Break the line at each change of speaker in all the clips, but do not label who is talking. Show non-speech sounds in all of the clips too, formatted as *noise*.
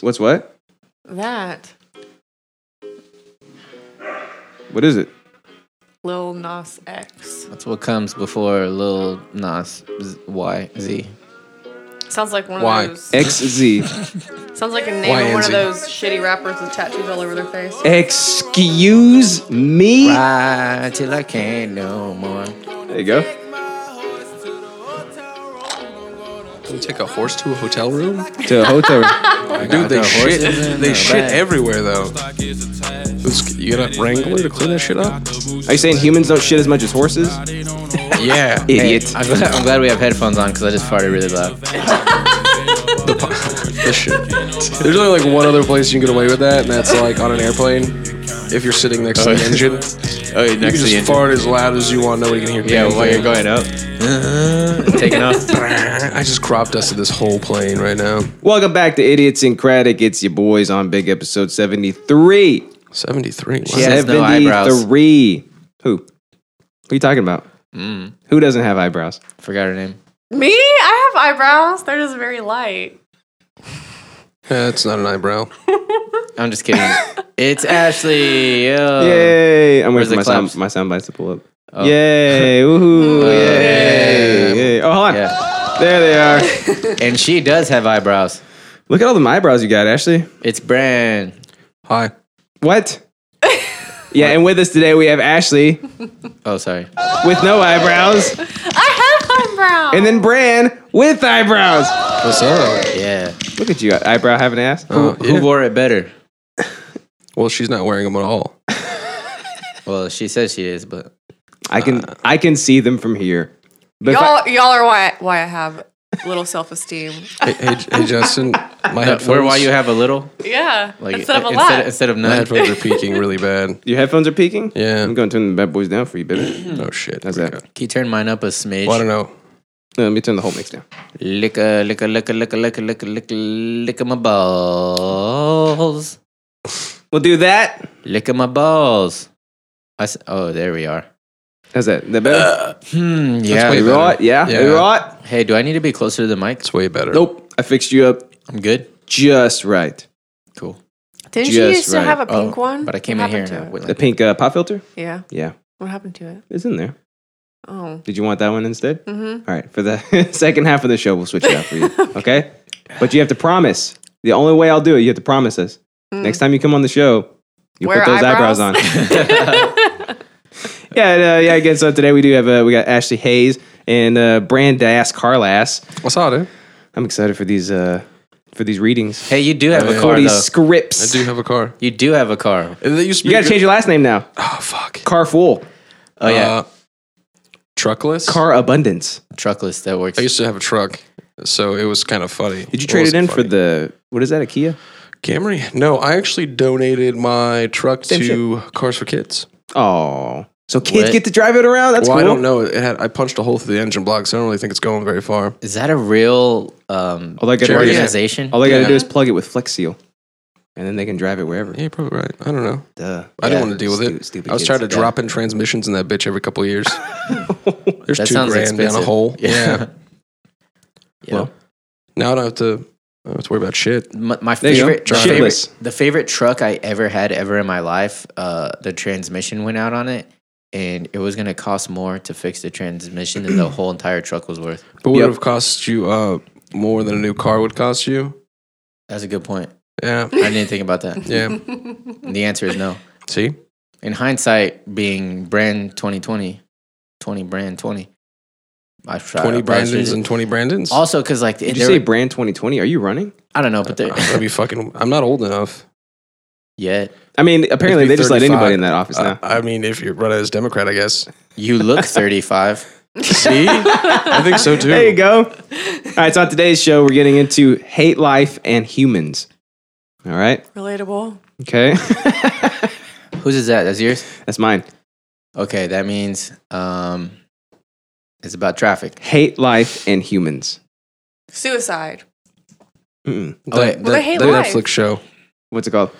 What's what?
That
What is it?
Lil Nas X
That's what comes before Lil Nas Z- Y Z.
sounds like one
Why?
of those.
XZ.
Sounds like a name of one of
YNZ.
those shitty rappers with tattoos all over their face.
Excuse me?
Ride till I can't no more.
There you go.
Can you take a horse to a hotel room?
To a hotel room.
Dude, they
the
shit.
horses in
They
the
shit
back.
everywhere though. This- You got a Wrangler to clean that shit up?
Are you saying humans don't shit as much as horses?
*laughs* Yeah.
Idiot.
I'm glad, I'm glad we have headphones on because I just farted really loud.
The, po- the shit. There's only like one other place you can get away with that, and that's like on an airplane. If you're sitting next *laughs* to the engine,
Oh,
you can just fart as loud as you want. Nobody can hear.
Yeah,
damn
while you're
thing.
going up, taking off.
*laughs* I just crop dusted this whole plane right now.
Welcome back to Idiosyncratic. It's your boys on big episode 73.
73. Wow.
She has no eyebrows.
73. Who? Who are you talking about?
Mm,
Who doesn't have eyebrows?
forgot her name.
Me? I have eyebrows. They're just very light.
Yeah, that's not an eyebrow.
I'm just *laughs* kidding. it's Ashley. Oh.
Yay! I'm waiting for
Where's the
my sound,
claps?
my sound bites to pull up.
Oh. *laughs*
Yay! Woohoo!
Oh.
yay. yay! Oh, hold on.
Yeah.
There they are.
And she does have eyebrows.
Look at all the eyebrows you got, Ashley.
It's Bran.
Hi.
What? yeah, and with us today we have Ashley
Oh, sorry.
with no eyebrows,
I have eyebrows.
and then Bran with eyebrows.
What's up?
Yeah.
Look at you, eyebrow having ass.
Oh,
Who
yeah.
wore it better?
Well, she's not wearing them at all.
Well, she says she is, but
I can I can see them from here. But if I-
y'all, y'all are why why I have little self esteem.
Hey, hey, *laughs* hey Justin, my
No,
headphones,
where why you have a little
*laughs* Yeah,
like
instead of a
instead,
lot.
instead of
my
none.
headphones are peaking really bad.
your headphones are peaking.
Yeah.
I'm going to turn the bad boys down for you,
*clears throat*
baby.
Oh shit.
How's that?
Can you turn mine up a smidge?
Well, I don't know.
No, let me turn the whole mix down.
Licka, licka, licka, licka, licka, licka, licka, licka my balls.
We'll do that.
Licka my balls. I s- oh, there we are.
How's that? That better?
Hmm, yeah.
way
you right? Yeah.
Uh, Yeah.
You right?
Hey, do I need to be closer to the mic?
It's way better.
Nope. I fixed you up
I'm good.
just right.
Cool.
Didn't you
just
used to
right.
have a
Oh,
pink one?
But I came
What
in here
happened
and I
to it?
went
The
like,
pink uh, pop filter?
Yeah.
Yeah.
What happened to it?
It's in there. *laughs*
Oh.
Did you want that one instead?
Mm-hmm.
All right. For the *laughs* second half of the show, we'll switch it out for you.
*laughs*
Okay? But you have to promise. The only way I'll do it, you have to promise us. Next time you come on the show, you
Mm. Wear
put those eyebrows,
eyebrows?
on. *laughs* yeah, and, uh, yeah. Again, so today we do have uh, we got Ashley Hayes and uh, Brandass Carlass.
I saw it. eh?
I'm excited for these uh, for these readings.
hey, you do have a
yeah.
car
Cody
though.
I
Scripps.
do have a car.
You do have a car.
They used to
You
be
gotta change your last name now.
Oh fuck.
Car Fool.
Oh yeah,
Uh, truckless.
Car Abundance.
truckless. That works.
I used to have a truck, so it was kind of funny.
Did you trade it in for the what is that? A Kia?
Camry? No, I actually donated my truck
Same
to Cars for Kids.
Oh, so kids
What?
get to drive it around. That's
well,
cool.
I don't know. It had I punched a hole through the engine block, so I don't really think it's going very far.
Is that a real um,
All I gotta,
Charity.
do,
organization?
all I gotta
Yeah.
do is plug it with Flex Seal, and then they can drive it wherever.
Yeah, you're probably right. I don't know.
Duh.
I
Yeah,
didn't want to deal with
stu-
it.
stupid
I was
kids.
trying to
Yeah. *laughs*
drop in transmissions in that bitch every couple of years. There's
That
two
sounds
grand down
expensive.
a hole.
Yeah.
Yeah.
*laughs*
*laughs* Yeah.
Well, Now I don't have to. I don't have to worry about shit.
my, my
There you go.
favorite,
Drive
favorite-
shitless.
the favorite truck I ever had ever in my life. Uh, the transmission went out on it, and it was gonna cost more to fix the transmission than the whole entire truck was worth.
But would
Yep.
have cost you uh, more than a new car would cost you.
That's a good point.
*laughs*
Yeah.
I didn't think about that.
Yeah.
The answer is no.
See?
In hindsight, being brand 2020, 20 brand 20. I tried
20 Brandons and 20 Brandons.
also because like
Did
they
you say
were-
brand 2020? Are you running?
I don't know, but they're
I'm
*laughs*
gonna be fucking. I'm not old enough.
yet
I mean, apparently
It'd be
they just let
35.
anybody in that office
Uh,
now.
I mean, if you're running as Democrat, I
*laughs*
guess.
you look 35.
See, I
*laughs*
think so too.
There you
*laughs*
go. All right, so on today's show, we're getting into hate life and humans. All right,
Relatable.
okay, *laughs*
Whose is that? That's yours?
that's mine.
Okay, that means um, it's about traffic.
Hate life and humans.
Suicide.
Mm-mm.
The,
Okay,
the-
they hate
the
life.
Netflix show
What's it called?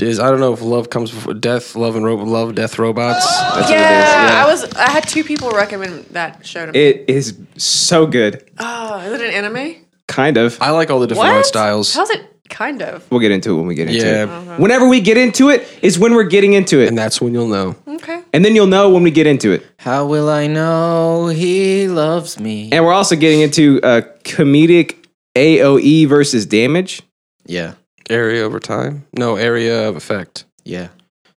is. I don't know if love comes before death. Love and ro- love,
*gasps*
death, robots.
That's
yeah,
yeah.
I was. I had two people recommend that show to me.
It is so good.
oh, is it an anime?
Kind of.
I like all the different ride
What?
styles.
How's it? Kind of. Uh-huh.
We'll get into it when we get into
Yeah.
it.
Mm-hmm.
Whenever we get into it is when we're getting into it.
And that's when you'll know.
Okay.
And then you'll know when we get into it.
How will I know he loves me?
And we're also getting into uh, comedic AOE versus damage.
Yeah,
Area over time? No, area of effect.
yeah.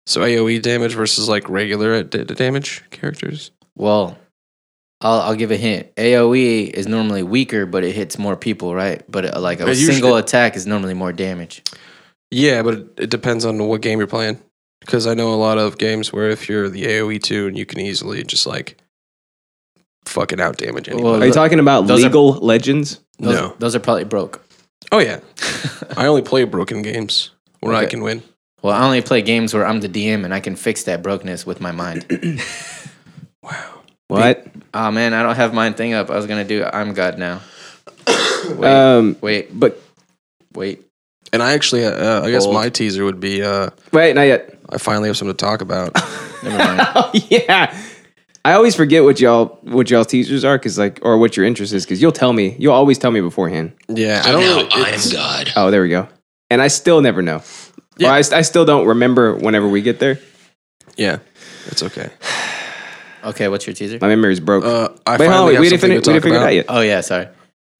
So AoE damage versus like regular d- d- damage characters.
Well, I'll, I'll give a hint. AOE is normally weaker, but it hits more people, right? But uh, like a
It usually-
single attack is normally more damage.
Yeah, but it, it depends on what game you're playing. Because I know a lot of games where if you're the AoE two and you can easily just like fucking out damage anybody.
Are you talking about
Those are-
legal legends?
Those,
no.
those are probably broke. *laughs*
Oh yeah. I only play broken games where I
Okay.
can win.
Well, I only play games where I'm the DM and I can fix that brokenness with my mind.
What?
oh man, I don't have mine thing up. I was gonna do I'm God now. Wait,
Um,
wait,
but
wait.
And I actually, uh, I guess
Old.
my teaser would be uh,
wait, not yet. *laughs*
I finally have something to talk about.
Never mind.
Oh yeah. I always forget what y'all what y'all teachers are, cause like, or what your interest is, cause you'll tell me. You'll always tell me beforehand.
yeah, I
I
don't.
now
Really,
I am
it's-
God.
Oh, there we go. And I still never know.
Yeah.
Or I, I still don't remember whenever we get there.
yeah, it's okay.
okay, what's your
*coughs*
teaser?
My memory's broke.
Uh, I
wait, hold on.
finally
Wait,
have
we didn't,
something
finish,
to
we didn't
talk
figure it
about.
out yet.
Oh yeah, sorry.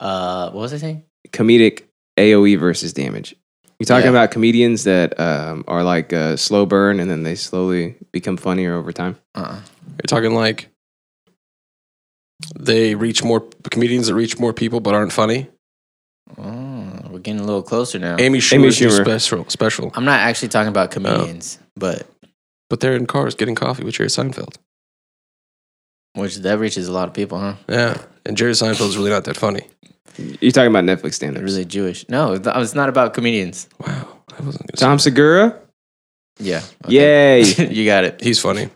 Uh, what was I saying?
Comedic AOE versus damage. You're talking
Yeah.
about comedians that um, are like uh, slow burn and then they slowly become funnier over time.
Uh-uh.
You're talking like they reach more comedians that reach more people but aren't funny.
Oh, we're getting a little closer now.
Amy Schumer,
Amy
is new
Schumer.
special, special,
I'm not actually talking about comedians, but
but they're in cars getting coffee with Jerry Seinfeld.
which that reaches a lot of people, huh?
Yeah, and Jerry Seinfeld's really not that funny.
You're talking about Netflix
They're
standards.
really Jewish. No, it's not- it's not about comedians.
Wow, I wasn't. Gonna
Tom Segura?
Yeah.
Yay.
Yay. *laughs* you got it.
say. He's funny.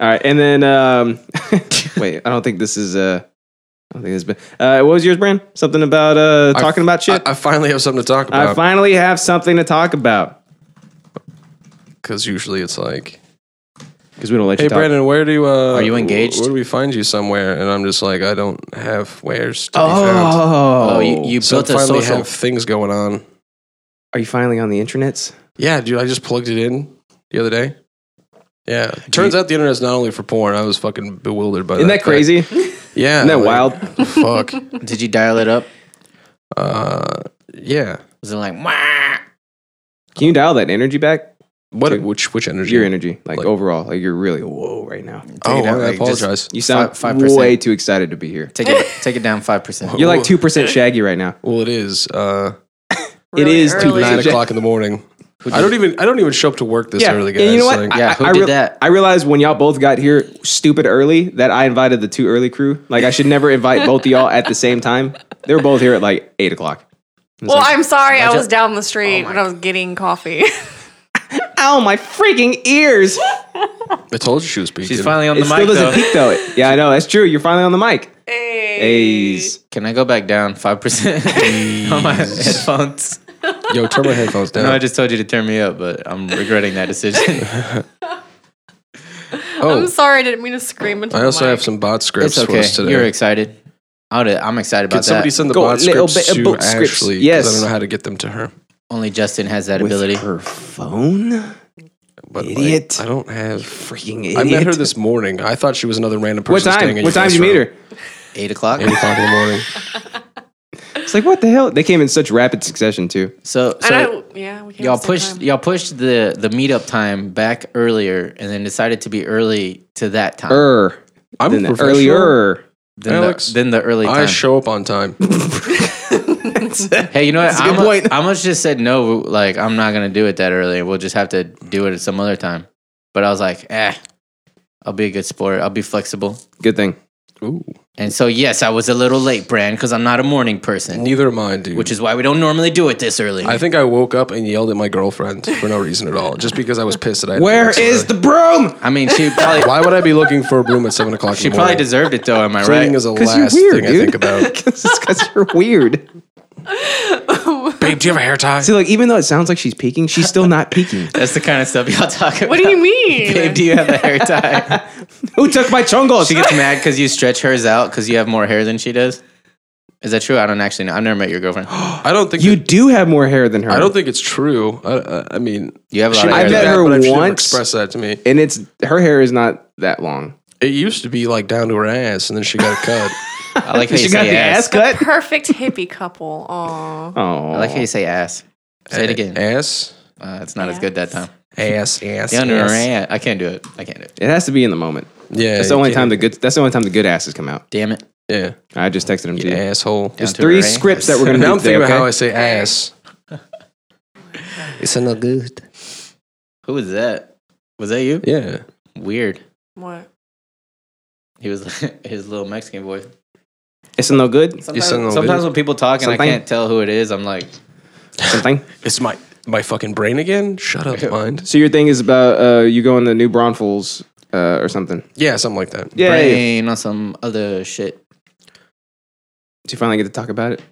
All right, and then um, *laughs* wait, I don't think this is uh, I don't think this. Been, uh, what was yours, Brand? Something about uh,
I-
talking about shit.
I, I finally have something to talk
I,
about
finally have something to talk about
because usually it's like
because we don't let
Hey
you talk.
Brandon, where do uh,
Are you engaged?
Where do we find you somewhere? And I'm just like, I don't have where's to be found.
oh,
Oh, you, you
So I
built a
finally
social.
have things going on.
are you finally on the internets?
Yeah, dude, I just plugged it in the other day. Yeah, turns out the internet's not only for porn. I was fucking bewildered by
Isn't
Oh, that.
that crazy?
*laughs* fact. Yeah,
Isn't that
like,
wild?
*laughs* Fuck.
Did you dial it up?
Uh, yeah.
Was it like, "Mwah"?
Can you dial that energy back?
What?
Dude.
Which which energy?
Your energy, like,
Like-
overall, like you're really whoa right now.
Oh,
Take it out,
I
like, just-
apologize.
You sound
Five- 5%.
way too excited to be here.
Take it, take it down 5%.
You're like two percent shaggy right now.
well, it is uh,
Really
is too
early.
bad.
nine o'clock in the morning.
Who
I
did-
don't even I don't even show up to work this early, guys.
and you know what?
Like,
Yeah, who
I, I,
did
real-
that?
I realized when y'all both got here stupid early that I invited the two early crew. Like I should never invite both of y'all at the same time. They were both here at like eight o'clock.
Well, I'm sorry. I was down the
Oh
street when I was
*laughs*
getting coffee.
Ow, my freaking ears!
I told you she was peaking.
She's finally on
It
the
still
mic.
doesn't
Though.
peak though. Yeah, I know that's true. You're finally on the mic.
hey.
A's.
Can I go back down 5% *laughs* on my headphones?
*laughs* Yo, turn my headphones down.
No, I just told you to turn me up, but I'm regretting that decision.
oh,
Oh.
I'm sorry. I didn't mean to scream into
I
the
also
mic.
have some bot scripts
it's
for
okay.
us today.
You're excited. I would, I'm excited about
Could somebody
that.
send the
Go
bot
a little
scripts
bit of
to
book scripts.
Ashley? 'cause
Yes.
I don't know how to get them to her.
Only Justin has that ability.
With her phone,
But like,
Idiot.
I don't have.
freaking idiot.
I met her this morning. I thought she was another random person.
What
standing
time?
in
What
your
time did you meet her?
Eight o'clock.
restaurant. Eight o'clock in the morning.
It's like what the hell? They came in such rapid succession too.
So,
And
so
I, yeah, we can't
y'all
have the
pushed
time.
y'all pushed the the meetup time back earlier, and then decided to be early to that time
Er,
I'm
than the
professional.
earlier.
than,
Alex,
the, than the early
I
time.
show up on time.
hey, you know what?
a good
I'm a-
point.
I must just said no. Like I'm not gonna do it that early. We'll just have to do it at some other time. But I was like, eh, I'll be a good sport. I'll be flexible.
Good thing.
Ooh,
And so yes, I was a little late, Brand, because I'm not a morning person,
neither am I, dude.
which is why we don't normally do it this early.
I think I woke up and yelled at my girlfriend for no reason at all, just because I was pissed that I. had to
Where
work so
is
early.
the broom? *laughs*
I mean, she probably
Why would I be looking for a bloom at seven o'clock?
she
*laughs* in the
probably
morning?
deserved it though. Am I
Cleaning
right?
is the
Because
last
you're weird,
thing I
dude. *laughs*
think about.
because you're weird.
Babe, do you have a hair tie?
See, like, even though it sounds like she's peaking, she's still not
*laughs*
peaking.
That's the kind of stuff y'all talk about. *laughs*
What
*laughs*
do you mean?
Babe, do you have a hair tie?
Who took my chongos?
she gets mad because you stretch hers out because you have more hair than she does. Is that true? I don't actually know. I've never met
*gasps*
your girlfriend.
I don't think
You
that-
do have more hair than her.
I don't think it's true. I, I, I mean,
You have a
she
lot of
I
might
hair.
do
met
that,
her
but I've- she never
once.
Expressed that to me.
and it's her hair is not that long.
It used to be like down to her ass, and then she got a cut.
I like how you
*laughs* she got
say
the ass,
ass.
cut.
Perfect hippie couple. Aw.
Oh,
*laughs* I like how you say ass. *laughs* Say it again.
Ass,
Uh, it's not as good that time.
ass, ass.
Down to her
ass.
ass. I can't do it. I can't do it.
it has to be in the moment.
Yeah,
That's
you
the only
can't-
time the good. That's the only time the good asses come out.
Damn it.
Yeah,
I just texted him.
you
Yeah.
asshole.
Down to her
Three
ass.
scripts that we're
*laughs*
gonna
now
do
I'm
today.
thinking about how I
Okay?
say ass. it's not good.
Who was that? Was that you?
Yeah.
Weird.
What?
He was *laughs* his little Mexican voice.
It's no
*laughs*
good.
Sometimes,
said a little
sometimes
bit.
when people talk and
Something.
I can't tell who it is, I'm like,
Something.
It's my my fucking brain again. Shut *laughs* up, mind.
So your thing is about uh, you going to New Braunfels uh, or something.
Yeah, something like that.
Yeah.
brain on some other shit.
Did you finally get to talk about it?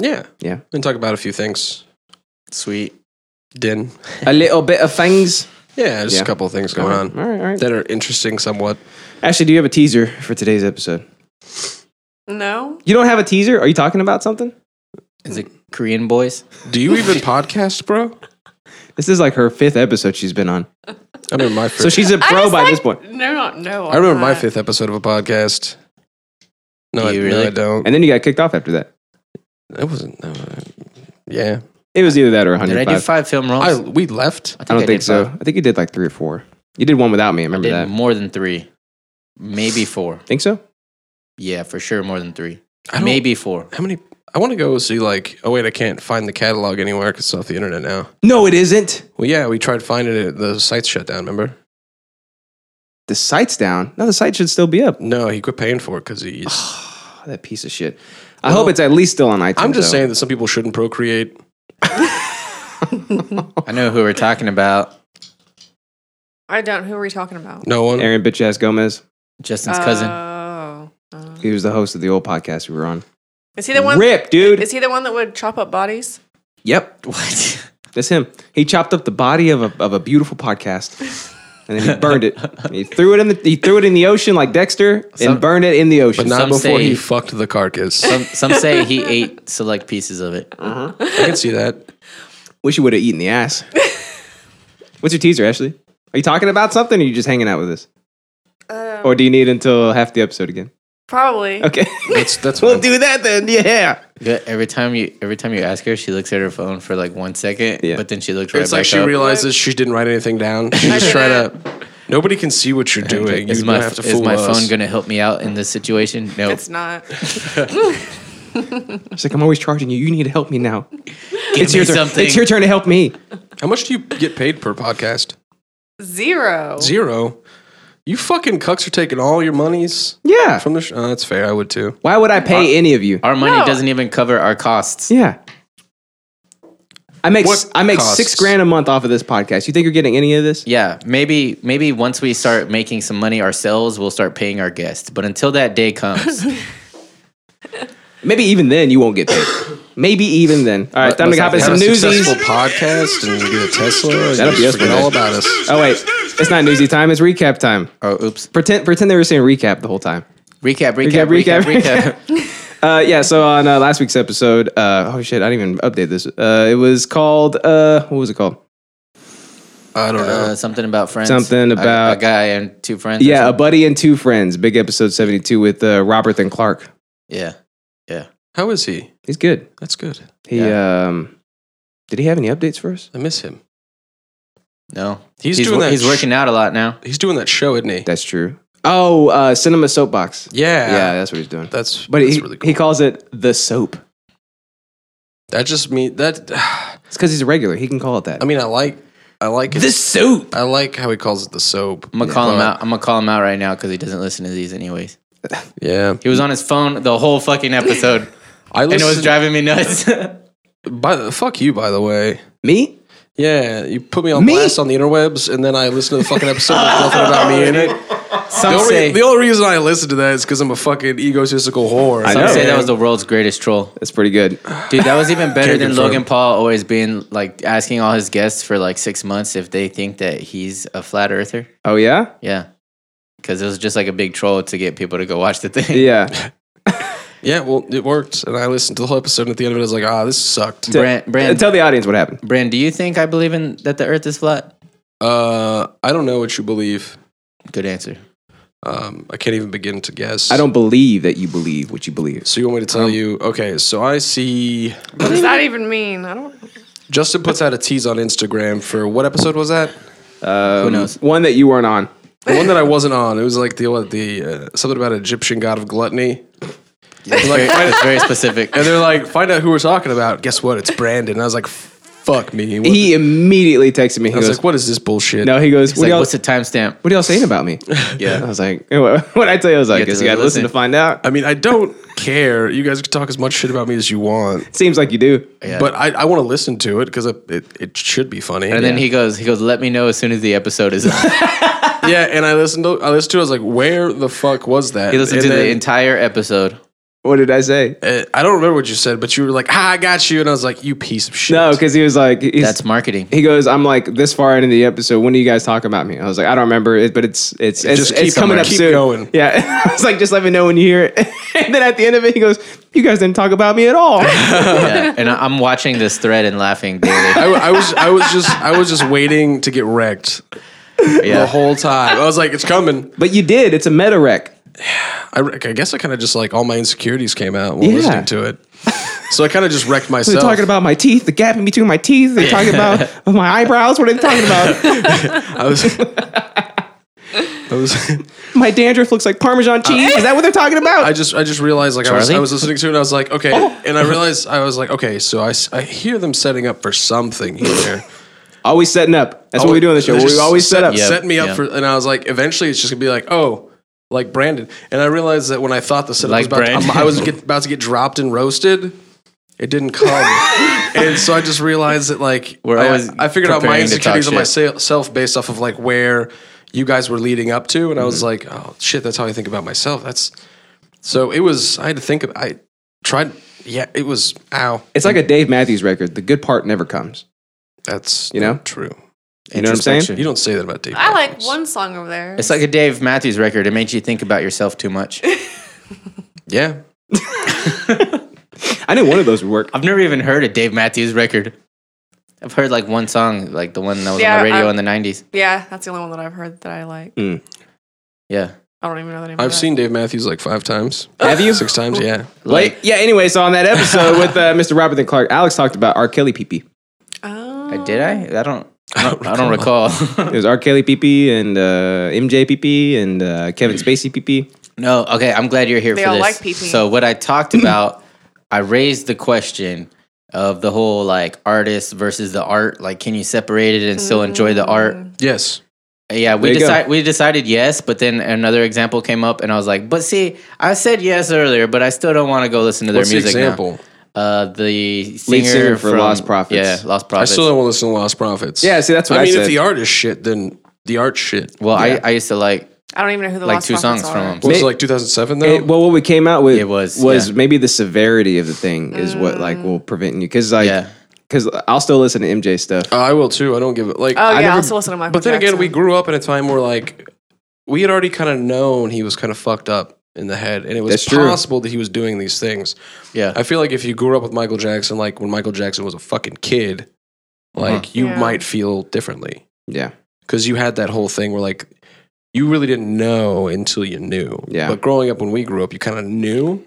Yeah.
Yeah.
And talk about a few things.
Sweet.
Din.
A little bit of things
Yeah, just
Yeah.
a couple of things going on
All right, all right.
that are interesting somewhat.
Ashley, do you have a teaser for today's episode?
No?
You don't have a teaser? Are you talking about something?
Is it Korean boys?
Do you even podcast, bro?
This is like her fifth episode she's been on.
I remember my
So
first.
she's a
I
pro
was
by
like-
this point.
No, not no.
I remember my
I'm not.
fifth episode of a podcast. No,
Do
I,
you
no,
really?
I don't.
And then you got kicked off after that.
it wasn't. No, I- yeah,
It was either that or
Did
105.
I do five film roles?
I we left.
I don't
did
think so.
five.
I think you did like three or four. You did one without me. I
I
remember
did
that.
more than three. Maybe four.
Think so?
Yeah, for sure more than three.
I don't-
Maybe four.
How many? I want to go see like. Oh wait, I can't find the catalog anywhere because it's off the internet now.
No, it isn't.
Well, yeah, we tried finding it. The site's shut down. Remember?
The site's down. No, the site should still be up. *sighs*
No, he quit paying for it
*laughs*
because he's.
Oh, that piece of shit. I hope it's at least still on iTunes.
I'm just
though.
saying that some people shouldn't procreate.
I know who we're talking about.
I don't. Who are we talking about?
No one.
Aaron bitch ass Gomez.
Justin's
Uh,
cousin. *laughs*
Oh. Oh.
He was the host of the old podcast we were on.
Is he the one?
Rip, dude.
Is he the one that would chop up bodies?
yep,
What?
that's him. He chopped up the body of a of a beautiful podcast. And then he burned it. He threw it in the he threw it in the ocean like Dexter and
Some-
burned it in the ocean.
But not
Some
before
say-
he fucked
*laughs*
the carcass. I
Some, some
*laughs*
say he ate select pieces of it.
can see that.
Wish you would have eaten the *laughs* ass. What's your teaser, Ashley? Are you talking about something or are you just hanging out with us? or do you need until half the episode again?
Probably.
Okay.
That's
*laughs*
that's
we'll
fine.
do that then. Yeah.
Yeah, Every time you every time you ask her, she looks at her phone for like one second,
Yeah.
but then she looks right
It's
back
like she
up.
realizes she didn't write anything down. She just tried to. Nobody can see what you're
Like,
doing.
is
you
my,
don't have to
is
fool
my
us.
phone gonna help me out in this situation? No.
It's not.
She's like, I'm always charging you. You need to help me now.
Give
It's
me
your turn.
something.
It's your turn to help me.
How much do you get paid per podcast?
Zero.
Zero. You fucking cucks are taking all your monies
Yeah.
from the. Sh- oh, that's fair. I would too.
Why would I pay any of you?
Our money
No.
doesn't even cover our costs.
Yeah. I make
What
I make
costs?
six grand a month off of this podcast. You think you're getting any of this?
Yeah, maybe maybe once we start making some money ourselves, we'll start paying our guests. But until that
*laughs*
day comes,
Maybe even then you won't get paid. Maybe even then. All right, time to
must
hop in
I
some
Have a
newsies.
successful podcast and you get a Tesla.
That'll
That'll
be
be
us one day.
all about us.
Oh wait, it's not newsy time. It's recap time.
oh oops,
Pretend pretend they were saying recap the whole time.
recap, recap,
Recap,
recap, recap.
*laughs*
recap, Uh, yeah. So on uh, last week's episode, uh, oh shit, I didn't even update this. Uh, it was called uh, what was it called?
I don't know.
Uh, something about friends.
Something
A- a,
about-
guy and two friends. or
Yeah, a
something.
buddy and two friends. Big episode seventy two with uh, Robert and Clark.
yeah.
How is he?
He's good.
That's good.
He um, did he have any updates for us?
I miss him.
No,
He's doing
wor-
that
He's
sh-
working out a lot now.
He's doing that show, isn't he?
That's true. Oh, uh, Cinema Soapbox.
Yeah.
Yeah. that's what he's doing.
That's
But
that's
he,
really
he
cool.
calls it the soap.
that just mean that. *sighs*
It's because he's a regular. He can call it that.
I mean, I like. I like it.
the soap.
I like how he calls it the soap.
I'm gonna call him out. I'm gonna call him out right now because he doesn't listen to these anyways.
Yeah.
He was on his phone the whole fucking
*laughs*
episode,
I
and it
listened.
was driving me
*laughs*
nuts.
by the fuck you, by the way.
Me?
Yeah, you put me on
Me?
blast on the interwebs, and then I listen to the fucking episode with nothing about me
*laughs*
in it.
Some
The only,
say,
the only reason I listen to that is because I'm a fucking egotistical whore.
I
some
know.
say that was the world's greatest troll.
That's pretty good.
Dude, that was
*laughs*
even better
Can't
than
confirm.
Logan Paul always being like asking all his guests for like six months if they think that he's a flat earther.
Oh yeah,
Yeah. Cause it was just like a big troll to get people to go watch the thing.
yeah.
Yeah, well, it worked, and I listened to the whole episode. And at the end of it, I was like, ah, this sucked.
Brand,
And
Brand,
tell the audience what happened.
Brand, do you think I believe in that the Earth is flat?
Uh, I don't know what you believe.
Good answer.
Um, I can't even begin to guess.
I don't believe that you believe what you believe.
So you want me to
Um,
tell you? Okay, so I see
What does that even mean? I don't.
Justin puts out a tease on Instagram for what episode was that?
Um, *laughs*
knows?
One that you weren't on.
The one that I wasn't on. It was like the what, the uh, something about Egyptian god of gluttony.
It's very, it's
*laughs*
very specific.
And they're like, find out who we're talking about. Guess what? It's Brandon. And I was like, fuck me. What-
He immediately texted me. He
I was
goes,
like, what is this bullshit?
No, he goes, what,
Like,
y'all,
what's the timestamp?
what y'all saying about me? I
Yeah.
was like, *laughs* what I tell you, I was like,
You
guess
have
you
to
got to listen
listen.
to find out.
I mean, I don't care. You guys can talk as much shit about me as you want,
Seems like you do.
Yeah.
but I, I want to listen to it because it, it, should be funny.
and then he goes, he goes, let me know as soon as the episode is up.
yeah, and I listened to I listened to. it. I was like, where the fuck was that?
He
*laughs*
listened
And
to the
then-
entire episode.
What did I say?
uh, I don't remember what you said, but you were like, ah, I got you. And I was like, you piece of shit.
No, because he was like, he's,
That's marketing.
he goes, I'm like this far into the episode. When do you guys talk about me? I was like, I don't remember it, but it's it's it's,
Just
it's
keep
coming
going.
up
Keep
soon.
going.
Yeah, *laughs* I was like, just let me know when you hear it. *laughs* and then at the end of it, he goes, you guys didn't talk about me at
*laughs*
all.
Yeah. And I, I'm watching this thread and
*laughs*
laughing daily.
I, I was I was just I was just waiting to get wrecked the
Yeah.
whole time. I was like, it's coming.
but you did. It's a meta wreck.
I, wreck- I guess I kind of just like all my insecurities came out while
Yeah.
listening to it. So I kind of just wrecked
They're
myself.
talking about my teeth, the gap in between my teeth. They're talking
*laughs*
about my eyebrows. What are they talking about?
I
*laughs*
was. I was.
my dandruff looks like Parmesan cheese. Is that what they're talking about?
I just. I just realized like I was.
Charlie?
I was listening to it. and I was like, okay,
Oh.
and I realized I was like, okay. So I, s- I hear them setting up for
*laughs*
something here.
always setting up. That's what we do on the show.
They're
We
Oh, just
always set up.
Yeah.
Set me up
yeah.
for, and I was like, eventually it's just gonna be like, oh, like Brandon. And I realized that when I thought the setup
Like
was about,
Brandon.
to, I was get, about to get dropped and roasted. It
*laughs*
didn't come, and so I just realized that like
We're
I,
always
I figured out my
preparing to talk
insecurities on myself based off of like where you guys were leading up to, and I
Mm-hmm.
was like, oh shit, that's how I think about myself. That's so it was. I had to think. Of, I tried. Yeah, it was. Ow.
It's like a Dave Matthews record. The good part never comes.
That's
You know?
not true.
You know what I'm saying?
Introspection.
You don't say that about Dave.
I like
Matthews.
one song over there.
It's like a Dave Matthews record. It makes you think about yourself too
*laughs*
much.
Yeah,
I knew one of those would work.
I've never even heard a Dave Matthews record. I've heard like one song, like the one that was on
Yeah,
the radio
I-
in the '90s.
yeah, that's the only one that I've heard that I like.
Hmm. Yeah,
I don't even know the name. of
I've
that.
seen Dave Matthews like five times.
Have you?
Six times, yeah.
Like, yeah, anyway, so on that episode with uh, Mr. Robert and Clark, Alex talked about R. Kelly pee pee.
Oh.
I did. I. I don't. I don't, I don't recall.
*laughs* It was R. Kelly pee pee and uh, MJ pee pee and uh, Kevin Spacey pee pee.
no. Okay. I'm glad you're here
They
for
all
this.
like pee-pee.
So what
*clears throat*
I talked about, I raised the question of the whole like artist versus the art. Like, can you separate it and still enjoy the art?
Mm.
Yes.
Yeah, we
There you go.
decided we decided yes, but then another example came up, and I was like, "But see, I said yes earlier, but I still don't want to go listen to their
What's the
music." now."
example?
Uh, the singer,
Lead singer for
from-
Lost Prophets.
Yeah, Lost
I
Prophets.
still don't want to listen to Lost Prophets.
Yeah, see, that's what I
mean,
said.
if the art is shit, then the art shit.
well, I, I used to like
I don't even know who the
like
Lost
two
Prophets
songs
are.
from them.
Was
May-
it like 2007 though?
It- well, what we came out with
It was, yeah.
maybe the severity of the thing is what like will prevent you because like
Yeah.
because I'll still listen to MJ stuff.
Uh, I will too. I don't give it like.
Oh yeah,
I
I
never-
also listen to Michael.
but then
Jackson.
again, we grew up in a time where like we had already kind of known he was kind of fucked up in the head, and it was
That's true.
possible that he was doing these things.
Yeah,
I feel like if you grew up with Michael Jackson, like when Michael Jackson was a fucking kid,
Uh-huh.
like you
Yeah.
might feel differently.
Yeah,
because you had that whole thing where like you really didn't know until you knew.
Yeah.
But growing up when we grew up, you kind of knew,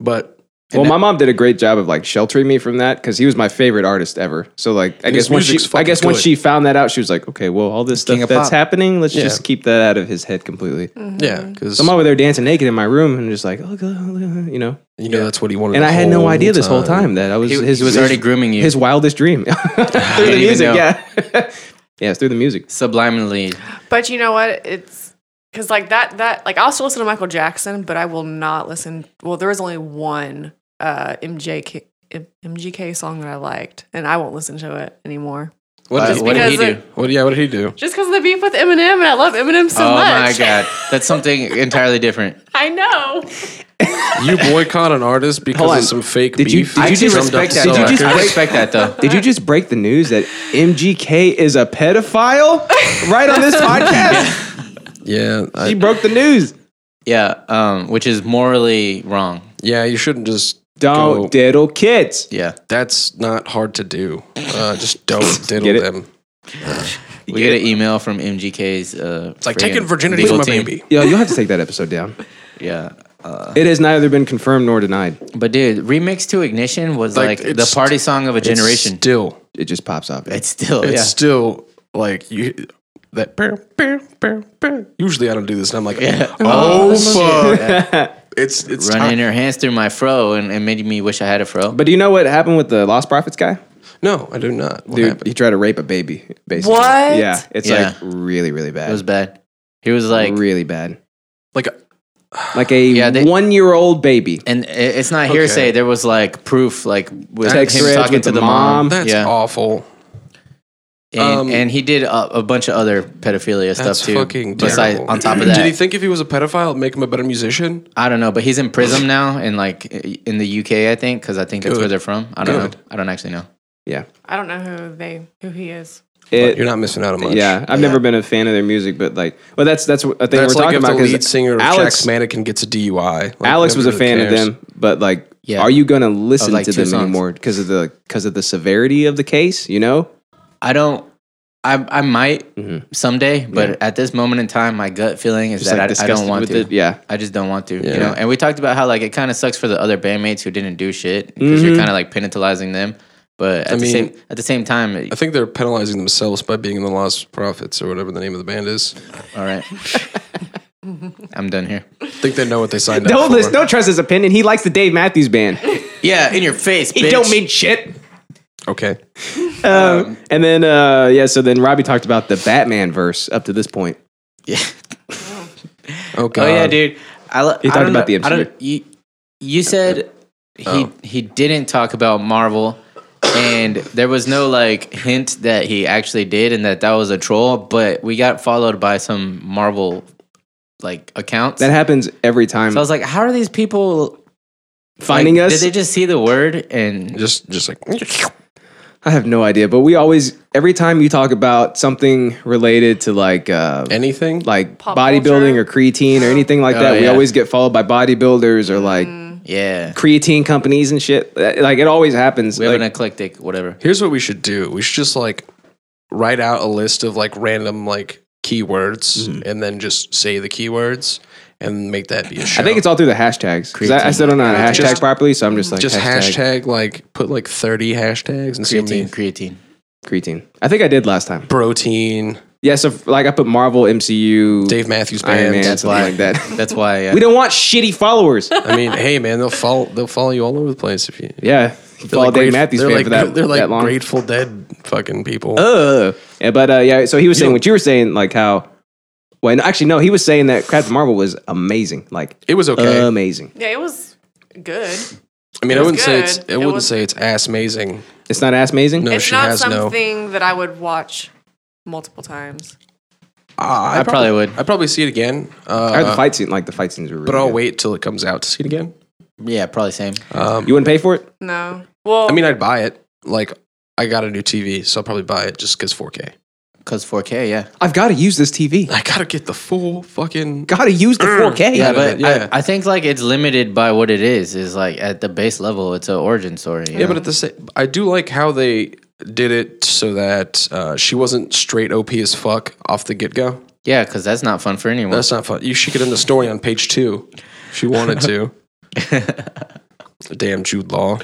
but
well, my mom did a great job of like sheltering me from that because he was my favorite artist ever. So like, I
And his
guess once she,
music's
I
fucking
guess once
good.
she found that out, she was like, okay, well, all this
King
stuff
of
that's
pop.
happening, let's
Yeah.
just keep that out of his head completely.
Mm-hmm.
yeah, because
So I'm over there dancing naked in my room and just like, oh, look, look, you know.
you know that's what he wanted.
And
the
I had no
whole
idea this whole time that I was
he, he
his
was already grooming you
his wildest dream *laughs* through the
even
music.
know.
Yeah, *laughs* yeah, it's through the music.
subliminally.
But you know what? It's because like that that like I'll still listen to Michael Jackson, but I will not listen. Well, there was only one uh, MJK M- MGK song that I liked, and I won't listen to it anymore.
What
Uh,
did,
what did he
because
do?
what- yeah, what did he do?
Just because of the beef with Eminem, and I love Eminem so
oh my
much.
god, that's something entirely different.
*laughs* I know.
You
*laughs*
boycott an artist because
on.
of some fake
Did you-
beef.
did
that
you
drummed up
disrespect that?
some
Did you just-
I
record?
respect that though.
*laughs* Did you just break the news that MGK is a pedophile right
*laughs*
on this podcast?
yeah, I-
She broke the news.
Yeah, um, which is morally wrong.
Yeah, you shouldn't just
Don't
Go.
diddle kids.
Yeah.
That's not hard to do. Uh, just don't
*laughs*
diddle
Get it?
them.
We get an email from MGK's. Uh,
It's like
friggin'
taking virginity
legal
from a
team.
baby.
Yo, you'll have to take that episode down.
Yeah. Uh,
It has neither been confirmed nor denied.
but dude, remix to Ignition was
Like,
like, the
it's-
party song of a
It's
generation.
Still,
It just pops up.
It's still,
it's
yeah.
still like you. That "Bow, bow, bow, bow." usually I don't do this, and I'm like,
Yeah.
oh,
Oh,
fuck, *laughs* it's it's time.
Running her hands through my fro and, and made me wish I had a fro.
But do you know what happened with the Lost Prophets guy?
No, I do not. What
Dude,
happened?
he tried to rape a baby. Basically.
What?
Yeah, it's
Yeah.
like really, really bad.
it was bad. He was like,
really bad.
Like,
Like a
Yeah, they-
one-year-old baby.
and i- it's not
Okay.
hearsay. There was like proof, like with
Text
him
threads
talking
with
to
the
the mom.
mom.
that's
yeah,
awful.
and,
um,
and he did a, a bunch of other pedophilia
That's
stuff too.
fucking
besides,
terrible.
on top of that,
did he think if he was a pedophile, it'd make him a better musician?
I don't know, but he's in prison now, in like in the UK, I think, because I think that's
Good.
where they're from. I don't
Good.
know. I don't actually know.
Yeah,
I don't know who they who he is.
But
it,
you're not missing out on much.
yeah. I've never been a fan of their music, but like, well, that's that's what I think
that's
we're
like
talking
if
about
the
because
lead singer of
Alex
Jack's Mannequin gets a DUI. Like,
Alex was a
nobody
fan
really cares.
of them, but like,
Yeah.
are you gonna listen
Of, like,
to
two
them
songs.
anymore because of the because of the severity of the case? You know,
I don't. I I might
Mm-hmm.
Mhm.
someday, but at this moment in time, my gut feeling is
Just,
that I, I
disgusted
don't want
with
to.
it. Yeah,
I just don't want to,
Yeah.
you know. And we talked about how like it kind of sucks for the other bandmates who didn't do shit because
Mhm.
you're kind of like penalizing them. But at
Mm-hmm. I
the
mean-
same at the same time,
*laughs*
it-
I think they're penalizing themselves by being in the Lost Prophets or whatever the name of the band is.
*laughs*
all right, I'm done here.
I think they know what they signed up
*laughs* don't
for.
listen, don't trust his opinion. He likes the Dave Matthews Band.
Yeah, in your face, bitch.
he don't mean shit.
Okay.
Um, and then uh, yeah, so then Robbie talked about the Batman verse up to this point.
Oh, God.
Oh yeah, dude. I lo-
He
I
talked
don't
about the
know- I
MCU.
don't- you, you said he
Oh.
he didn't talk about Marvel, and there was no like hint that he actually did, and that that was a troll. But we got followed by some Marvel like accounts.
That happens every time.
so I was like, how are these people
Finding
like,
us,
Did they just see the word and
Just, just like,
I have no idea, but we always every time you talk about something related to like uh,
anything?
like
Pop
bodybuilding
culture?
or creatine or anything like
Oh,
that, we
yeah.
always get followed by bodybuilders or like
Mm.
yeah?
creatine companies and shit. That- Like it always happens.
We have
Like,
an eclectic whatever.
Here's what we should do. We should just like write out a list of like random like keywords
Hmm.
and then just say the keywords and make that be a show.
I think it's all through the hashtags. 'Cause I, I still don't know how to hashtag
Just-
properly, so I'm just like
just hashtag. like put like 30 hashtags and see how
Creatine,
many
creatine.
creatine. I think I did last time.
protein,
Yeah, so like I put Marvel, MCU,
Dave Matthews
Iron Man,
band.
something
why.
like that.
That's why.
*laughs*
Uh,
we don't want shitty
*laughs*
followers.
I mean, hey man, they'll follow they'll follow you all over the place if you
yeah, follow
like
Dave
gratef-
Matthews
they're
fan
like,
for that.
*laughs* They're like
that long.
Grateful Dead fucking people.
Uh, yeah, but uh, yeah. So he was saying what you were saying, like how. Well, no, actually, no. He was saying that Captain Marvel was amazing, like
it was okay.
amazing.
Yeah, it was good.
I mean, I
was
wouldn't say
good.
it's I
It
wouldn't
was-
say it's ass amazing.
It's not ass amazing.
No,
it's
she
not
has no.
something that I would watch multiple times.
Ah,
I probably would.
I'd probably see it again.
I heard the
Uh,
fight scene, like the fight scenes were. Really
but I'll
good.
wait till it comes out to see it again. Um,
Yeah, probably same.
You wouldn't pay for it?
No. Well,
I mean, I'd buy it. Like, I got a new TV, so I'll probably buy it just because 4K.
Cause 4K. Yeah.
I've got to use this TV.
*laughs* I gotta get the full fucking.
Got to use the 4K.
Yeah,
out of
but
it, yeah.
I, I think like it's limited by what it is. Is like at the base level, it's an origin story.
Yeah, but at the same, I do like how they did it so that uh, she wasn't straight OP as fuck off the get go.
yeah, because that's not fun for anyone.
That's not fun. You should get in the story on page two. if She wanted to. Damn Jude Law.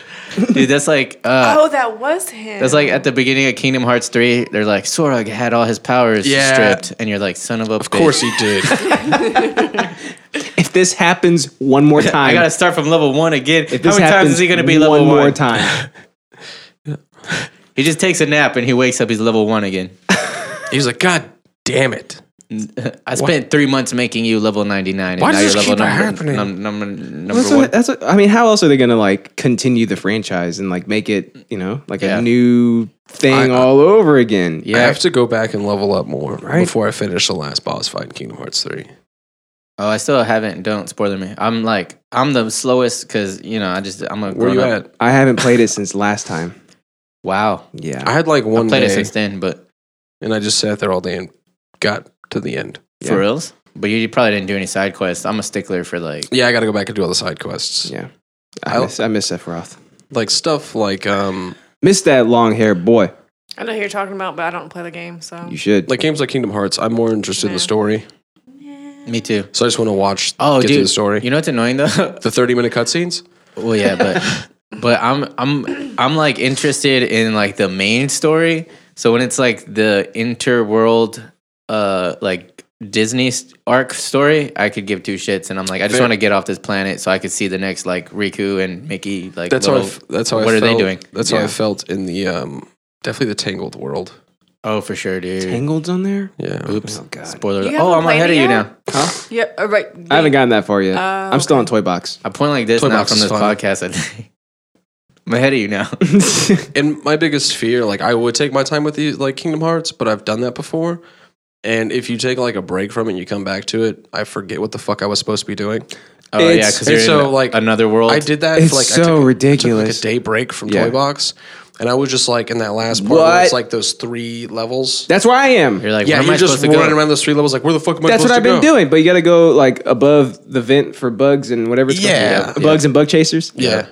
Dude, that's like uh,
oh, that was him.
that's like at the beginning of Kingdom Hearts three. They're like Sora had all his powers
Yeah.
stripped, and you're like, son of a.
Of course he did.
If this happens one more time,
I gotta start from level one again. How
if this
many
happens
times is he gonna be level
one
one?
more time?
He just takes a nap and he wakes up. He's level one again.
He was like, God damn it.
I spent three months making you level ninety nine, and
Why
now
does
you're
this
level
keep
number
happening?
num- number number
That's
one.
what, that's what, I mean, how else are they gonna like continue the franchise and like make it, you know, like
Yeah.
a new thing
I-
all over again?
I
Yeah.
have to go back and level up more before I finish the last boss fight in Kingdom Hearts 3.
Oh, I still haven't. Don't spoiler me. I'm like I'm the slowest because you know I just I'm a
Where
grown
you
up.
at?
I haven't played it since last time.
Wow.
Yeah.
I had like one
I played
day
it since then, but
and I just sat there all day and got to the end.
Yeah.
for reals. But you probably didn't do any side quests. I'm a stickler for like
Yeah, I got to go back and do all the side quests.
yeah. I miss, I miss Sephiroth.
Like stuff like um
Miss that long hair boy.
I know who you're talking about, but I don't play the game, so
You should.
like games like Kingdom Hearts. I'm more interested in the
Yeah.
story,
Me too.
so I just want to watch.
Oh,
get
dude.
to the story.
You know what's annoying though?
*laughs* the 30 minute cutscenes.
well, yeah,
*laughs*
but but I'm I'm I'm like interested in like the main story. So when it's like the interworld, uh, like Disney s- arc story, I could give two shits, and I'm like, I just
Fair.
want to get off this planet so I could see the next like Riku and Mickey. Like
That's how. I,
little-
f- that's how. I
What are they
felt-
doing?
That's how
Yeah.
I felt in the um definitely the Tangled world.
oh, for sure, dude.
Tangled's on there?
Yeah.
Oops.
Oh, God.
Spoiler.
You
Oh,
haven't
I'm
played
ahead of
it yet?
you now.
Huh?
yeah, uh, right.
I haven't gotten that far yet.
Oh,
Uh,
I'm still on Toy Box. *laughs*
I point like this
Toy
now
box
from
is
this
fun.
podcast. I think. I'm ahead of you now.
And my biggest fear, like I would take my time with these, like Kingdom Hearts, but I've done that before. And if you take like a break from it, and you come back to it. I forget what the fuck I was supposed to be doing.
*laughs* Oh yeah,
It's-
because you're
it's
in
so, like,
another world.
I did that.
It's
for, like, I
so
took a- took,
ridiculous.
like a day break from
Yeah.
Toy Box, and I was just like in that last part. Where
What?
it's like those three levels.
That's where I am.
You're like,
yeah,
where am
you're
I
just
supposed to
running
go?
around those three levels. Like, where the fuck am I?
That's what
supposed
I've been
to go?
doing. But you got to go like above the vent for bugs and whatever it's
Yeah.
called. Bugs and bug chasers.
Yeah.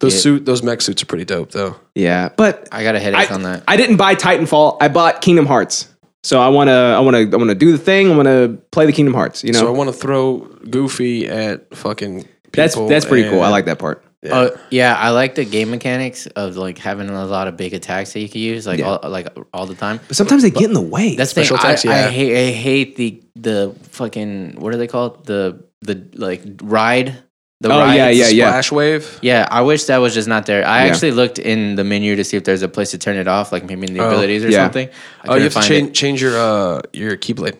Those
Yeah.
suit, those mech suits are pretty dope though.
Yeah. But
I got a headache on
*laughs*
that.
I didn't buy Titanfall. I bought Kingdom Hearts. So I want to I want to I want to do the thing. I want to play the Kingdom Hearts, you know.
So I want to throw Goofy at fucking.
that's
people
that's pretty cool. I
and-
like that part.
Yeah.
Oh yeah, I like the game mechanics of like having a lot of big attacks that you can use, like all like all the time.
But sometimes they get in the way.
That's the thing.
Special
I,
attacks, yeah.
I hate I hate the the fucking what are they called? The the like ride. The
Oh,
ride.
yeah, yeah.
Splash wave.
Yeah, I wish that was just not there. I
Yeah.
actually looked in the menu to see if there's a place to turn it off, like maybe in the
Oh,
abilities or
yeah.
something. I
Oh,
couldn't
you have to
find it.
change, change your uh your keyblade.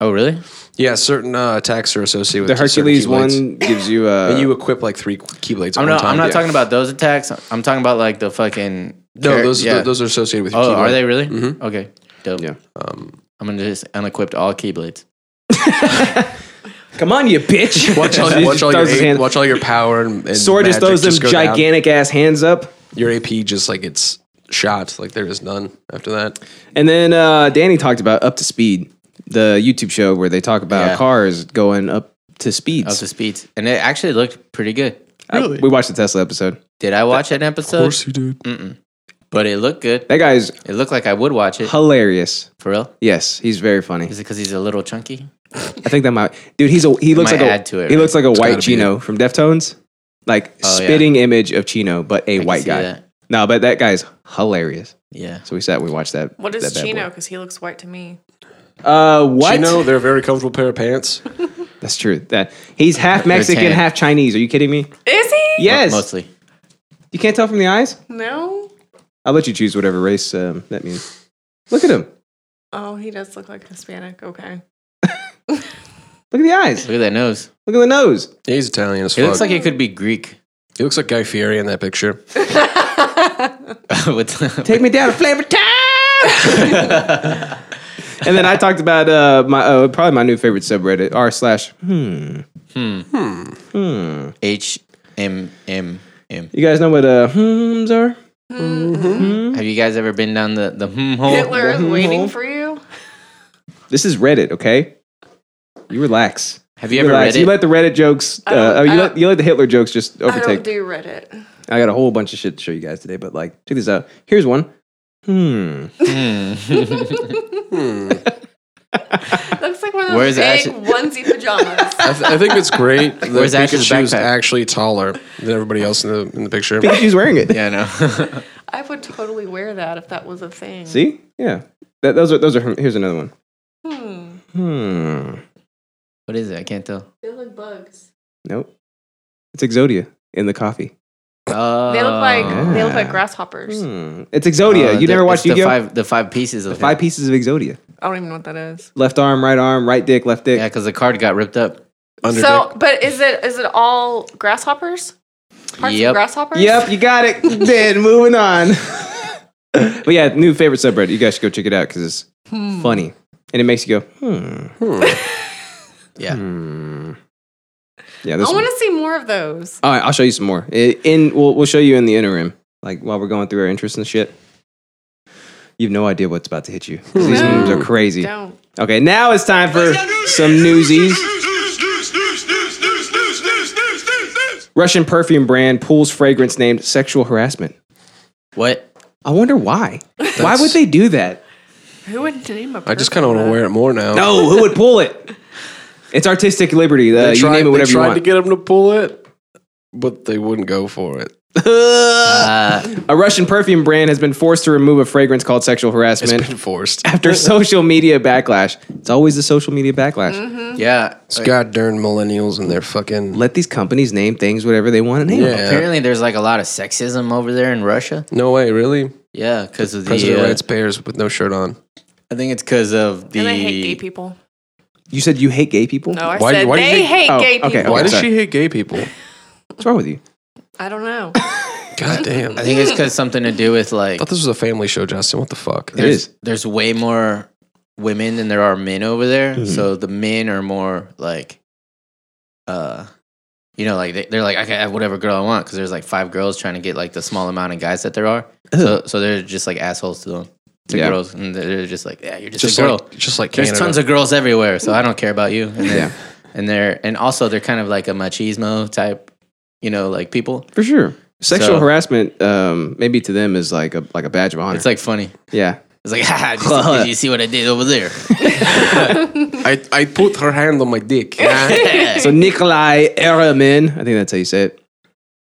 Oh, really?
Yeah, certain uh, attacks are associated with
the
certain
Hercules
keyblades.
one gives you uh
and you equip like three keyblades. at
I'm
one
not.
time.
I'm not
yeah.
talking about those attacks. I'm talking about like the fucking.
No,
char-
those
yeah.
th- those are associated with. Your
Oh, are
keyblade.
they really?
Mhm.
Okay, dope.
Yeah.
Um,
I'm gonna just unequipped all keyblades.
Come on, you bitch. *laughs*
watch
He
*laughs* all,
just
watch all your
throws his
A-
hand-
watch all your power and, and
Sword just
magic
throws them
go down.
gigantic ass hands up.
Your AP just like it's shot. Like there is none after that.
And then uh, Danny talked about Up to Speed, the YouTube show where they talk about
Yeah.
cars going up to
Up
speeds.
to speed, and it actually looked pretty good.
Uh, we watched the Tesla episode.
Did I watch an episode?
you did.
Mm-mm. But it looked good.
That guy's
It looked like I would watch it
hilarious.
for real.
Yes, he's very funny.
Is it because he's a little chunky?
I think that might, dude. He's a he looks
might
like a
add to it,
he
right?
looks like a white
gotta be
Chino from Deftones, like
Oh, yeah.
spitting image of Chino, but a
can
white
see
guy.
that.
No, but that guy's hilarious.
Yeah.
So we sat, we watched that.
What
that
is
bad
Chino? Because he looks white to me.
boy. Uh, what?
What? Chino, they're a very comfortable pair of pants.
That's true. That he's half Mexican,
tan.
half Chinese. Are you kidding me?
Is he?
Yes.
Mostly.
You can't tell from the eyes.
No.
I'll let you choose whatever race um, that means. Look at him.
Oh, he does look like Hispanic. Okay.
Look at the eyes.
Look at that nose.
Look at the nose.
Yeah, he's Italian as
He
fuck.
looks like he could be Greek. *laughs*
he looks like Guy Fieri in that picture.
With the-
Take me down to flavor
*laughs*
time. and then I talked about uh, my uh, probably my new favorite subreddit r slash. Hmm.
H M M M.
You guys know what uh, hmms are?
Have you guys ever been down the the hmm hole?
Hitler is waiting for you.
This is Reddit, okay? You relax.
Have you ever
relax.
read it?
You let the Reddit jokes. Uh,
don't-
oh, you
I
let
don't-
you let the Hitler jokes just
I don't
overtake.
do Reddit.
I, got a whole bunch of shit to show you guys today, but like, check this out. Here's one. Hmm.
*laughs*
Hmm. *laughs*
*laughs* Hmm.
Looks like one of those
Where's
big
Ashley-
onesie pajamas.
I, th- I think it's great that
Where's Ash's
Pikachu's
backpack?
actually taller than everybody else in the in the picture.
She's wearing it.
*laughs* yeah, no.
I would totally wear that if that was a thing.
See? Yeah. That, those are those are. Here's another one.
Hmm.
Hmm.
what is it? I can't tell.
They look bugs.
Nope. It's Exodia in the coffee.
Oh.
They look like they look like
Ah.
grasshoppers.
Hmm. It's Exodia.
Uh,
you
the-
never
it's
watched
the
Yu-Gi-Oh? Five,
five the five pieces of
five
it.
pieces of Exodia.
I don't even know what that is.
Left arm, right arm, right dick, left dick.
Yeah, because the card got ripped up.
Under
So, but is it is it all grasshoppers? Parts
Yep.
of grasshoppers?
Yep, you got
*laughs*
it. then moving on. *laughs* but yeah, new favorite subreddit. You guys should go check it out because it's
Hmm.
Hmm.
funny and it makes you go, hmm.
Yeah.
Yeah,
I
this.
want
One.
to see more of those.
All right, I'll show you some more. I- In we'll we'll show you in the interim, like while we're going through our interests and shit. You have no idea what's about to hit you.
Hmm.
'cause These
No.
memes are crazy.
Don't.
Okay, now it's time for some newsies. Russian perfume brand pulls fragrance named sexual harassment.
What?
I wonder why. why would they do that?
Who would name a
I just kind of want to wear it more now.
No, who would pull it? It's artistic liberty. The,
they
you
tried,
name it
they
whatever you
tried
want.
to get them to pull it, but they wouldn't go for it.
*laughs*
Uh,
a Russian perfume brand has been forced to remove a fragrance called sexual
It's
harassment
been forced. *laughs*
after social media backlash. It's always the social media backlash.
Mm-hmm.
yeah. Uh,
It's goddamn millennials and their fucking.
Let these companies name things whatever they want to name. them.
Yeah.
Apparently, there's like a lot of sexism over there in Russia.
No way, really.
Yeah, because of the.
President
uh,
rides bears with no shirt on.
I think it's because of the.
And they hate gay people.
You said you hate gay people.
No, I
Why-
said
why do you
they
think-
hate
Oh,
gay
okay,
people.
Why does
sorry.
she hate gay people?
What's wrong with you?
I don't know.
God damn.
I think it's because something to do with like.
I thought this was a family show, Justin. What the fuck?
It is.
There's way more women than there are men over there,
Mm-hmm.
so the men are more like, uh, you know, like they, they're like I can have whatever girl I want because there's like five girls trying to get like the small amount of guys that there are. So, so they're just like assholes to them, to
Yeah.
girls, and they're- they're just like, yeah, you're just,
Just
a girl.
like, just like
There's
Canada.
tons of girls everywhere, so I don't care about you. And then,
Yeah.
and they're and also they're kind of like a machismo type, you know, like people.
For sure. Sexual
So-
harassment, um, maybe to them is like a like a badge of honor.
It's like funny.
yeah.
It's like, *laughs*
*laughs*
haha, just, did you see what I did over there? *laughs*
I, I put her hand on my dick. Nah.
So Nikolai Eramin, I think that's how you say it.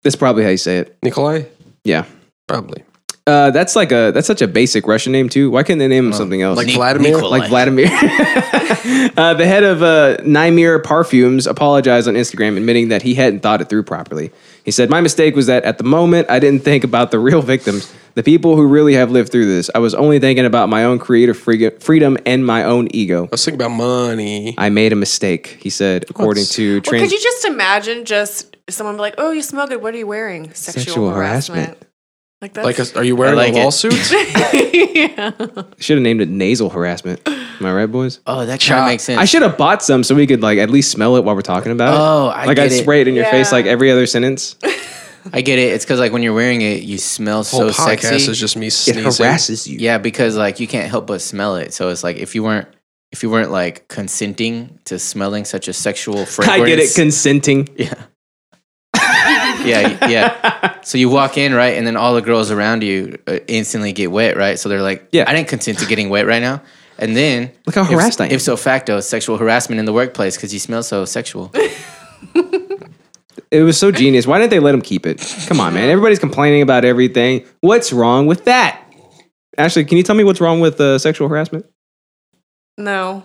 That's probably how you say it.
Nikolai?
Yeah.
Probably.
Uh, that's like a that's such a basic Russian name too. Why couldn't they name him something else?
Like Vladimir?
like Vladimir. *laughs* uh, the head of uh, Nymir Parfumes apologized on Instagram, admitting that he hadn't thought it through properly. He said, My mistake was that at the moment, I didn't think about the real victims, the people who really have lived through this. I was only thinking about my own creative free- freedom and my own ego.
I was thinking about money.
I made a mistake, he said, according to
Well,
trans.
could you just imagine just someone be like, "Oh, you smell good. What are you wearing?" Sexual,
Sexual
harassment.
harassment.
Like that's *laughs*
Like, a, are you wearing
like
a
it.
lawsuit?
should have named it nasal harassment. Am I right, boys?
Oh, that kind
Chop.
of makes sense.
I should have bought some so we could like at least smell it while we're talking about
Oh,
it.
I
like
get
I
it.
spray it in your face
Yeah.
like every other sentence.
I get it. It's because like when you're wearing it, you smell so
whole podcast
sexy.
is just me
It
sneezing.
harasses you.
yeah, because like you can't help but smell it. So it's like if you weren't if you weren't like consenting to smelling such a sexual
*laughs*
fragrance,
*laughs* I get it. Consenting.
*laughs* Yeah.
*laughs*
yeah, yeah. So you walk in, right, and then all the girls around you uh, instantly get wet, right? So they're like,
Yeah.
I didn't consent to getting wet right now." And then
Look how
if-
harassed I am.
If so facto, sexual harassment in the workplace because you smell so sexual.
It was so genius. Why didn't they let him keep it? Come on, man. Everybody's complaining about everything. What's wrong with that? Ashley, can you tell me what's wrong with uh, sexual harassment?
no.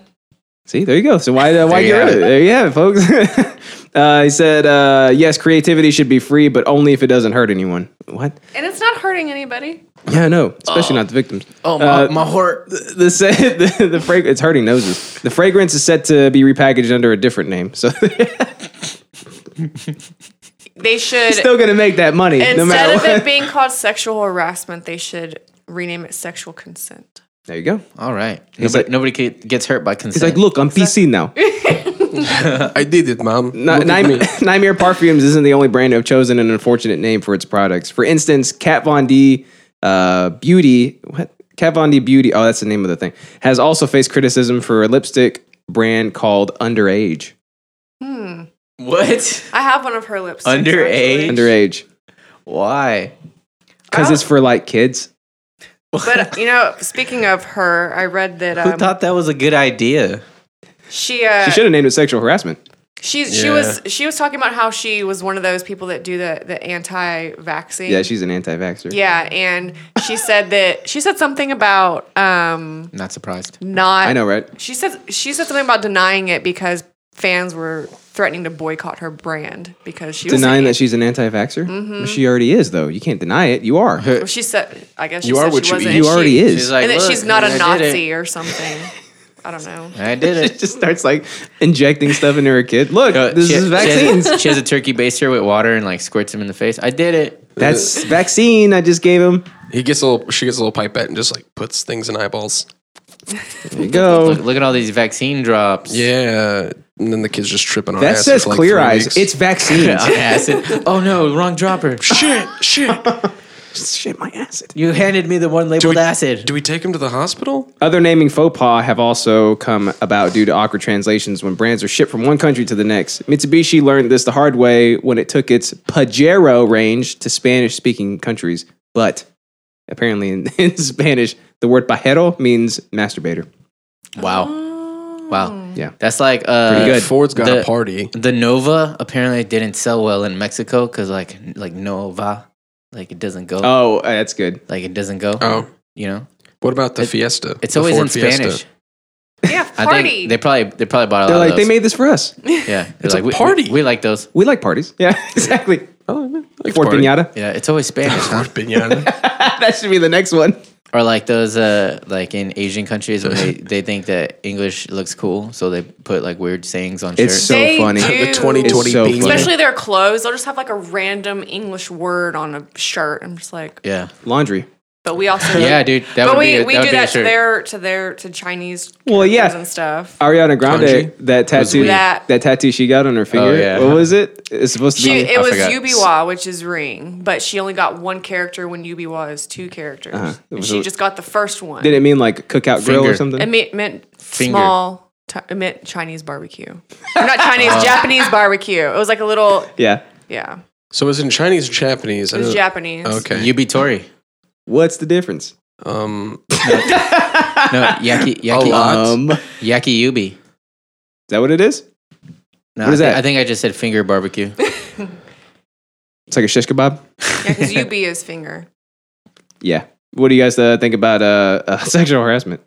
See, there you go. So why, uh, why
you
get rid
have
of it?
it.
There you have it, folks. *laughs* uh, he said, uh, yes, creativity should be free, but only if it doesn't hurt anyone. What?
And it's not hurting anybody.
Yeah, no, especially not the victims.
Oh my,
Uh,
my heart!
the, sa- *laughs* the, the frag- it's hurting noses. The fragrance is set to be repackaged under a different name, so *laughs* they're
They should
still gonna make that money no
instead
matter
of
what.
it being called sexual harassment, they should rename it sexual consent.
There you go.
All right, nobody,
like-
nobody ca- gets hurt by
He's
consent.
like, look, I'm PC now.
I did it, mom.
N-
Look at me.
Nyme- *laughs* Nymeer Parfumes isn't the only brand to have chosen an unfortunate name for its products. For instance, Kat Von D uh, Beauty, what? Kat Von D Beauty, oh, that's the name of the thing, has also faced criticism for a lipstick brand called Underage.
what?
I have one of her lipsticks.
Underage?
actually.
Underage.
Why?
Because it's for like kids.
But you know, speaking of her, I read that
Who
um,
thought that was a good idea?
she uh,
She should have named it sexual harassment.
She she
Yeah.
was she was talking about how she was one of those people that do the the anti vaccine.
Yeah, she's an anti vaxxer.
yeah, and she said that she said something about um
Not surprised.
not
I know, right?
She said she said something about denying it because fans were threatening to boycott her brand because she
Denying that
was
she's an anti vaxxer?
Mm-hmm.
She already is, though. You can't deny it. You are.
well, she said I guess she
You
said
are what
she
you
wasn't
eat.
You
and
already
she-
is. *laughs*
She's like,
and that
"Look,
she's not
I
a
did it.
Nazi or something. I
*laughs*
don't know.
I did *laughs* it.
Just starts like injecting stuff into her kid. Look,
Uh,
this
she-
is
she has-
vaccines.
She has, a turkey baster with water and like squirts him in the face. I did it.
That's vaccine I just gave him.
*laughs* He gets a little. She gets a little pipette and just like puts things in eyeballs.
There you go.
Look, look at all these vaccine drops. *laughs*
Yeah, and then the kids just tripping on.
That
acid
says
for, like,
clear
three
eyes. *laughs*
weeks.
It's vaccines.
Acid. Oh no, wrong dropper.
shit, shit.
shit my acid.
You handed me the one
Do
labeled
we,
acid.
do we take him to the hospital?
Other naming faux pas have also come about due to awkward translations when brands are shipped from one country to the next. Mitsubishi learned this the hard way when it took its Pajero range to Spanish speaking countries, but apparently in, *laughs* in Spanish, the word pajero means masturbator.
wow.
Oh.
Wow.
Yeah.
That's like uh,
Pretty good.
Ford's got
The-
a party.
The Nova apparently didn't sell well in Mexico because like like Nova, like it doesn't go,
Oh, uh, that's good.
like it doesn't go.
Oh,
you know,
what about the
It-
Fiesta?
it's
The
always
Ford
in
Fiesta.
Spanish.
Yeah,
I
party.
think they probably they probably bought a
Oh,
They're
lot
like,
of
they
those.
made this for us.
yeah, they're
It's a
like, we-
party.
We, we like those.
We like parties. Yeah, *laughs* exactly.
Oh, man, like
Fort
party.
Pinata. *laughs*
Yeah, it's always Spanish, huh?
Fort Pinata.
that should be the next one.
or like those uh like in Asian countries when
*laughs*
they, they think that English looks cool, so they put like weird sayings on
It's
shirts.
so
They
funny.
do.
the 2020
It's so
bean.
funny.
Especially their clothes. They'll just have like a random English word on a shirt. I'm just like,
yeah,
Laundry.
but we also.
yeah, dude. That
but
would
we,
be a,
we
that would
do
be a
that to
shirt. Uh,
their to their to Chinese
Well, yeah.
characters and stuff.
Ariana Grande,
Kanji?
that tattoo,
weird.
that,
That-
tattoo she got on her
Oh,
finger.
yeah.
What was it? It's supposed to
She,
be.
it was
um, forgot.
Yubiwa, which is ring, but she only got one character when Yubiwa is two characters.
Uh-huh.
And
was
she
a-
just got the first one.
Did it mean like cookout grill or
Finger.
something?
It meant, meant
Finger.
small. T- it meant Chinese barbecue. Or not
*laughs*
Chinese,
Uh.
Japanese barbecue. It was like a little,
yeah.
yeah.
So it's in Chinese or Japanese?
Uh,
It was
I
Japanese.
don't- Okay.
Yubitori.
What's the difference?
um,
*laughs*
No, yaki
a
yaki
lot.
Um, is
yaki yubi.
that what it is?
No,
What is
I thi-
that?
I think I just said finger barbecue.
It's like a shish kebab.
Yeah,
*laughs*
because Yubi is finger.
Yeah. What do you guys uh, think about uh, *laughs* uh, sexual
*laughs*
harassment?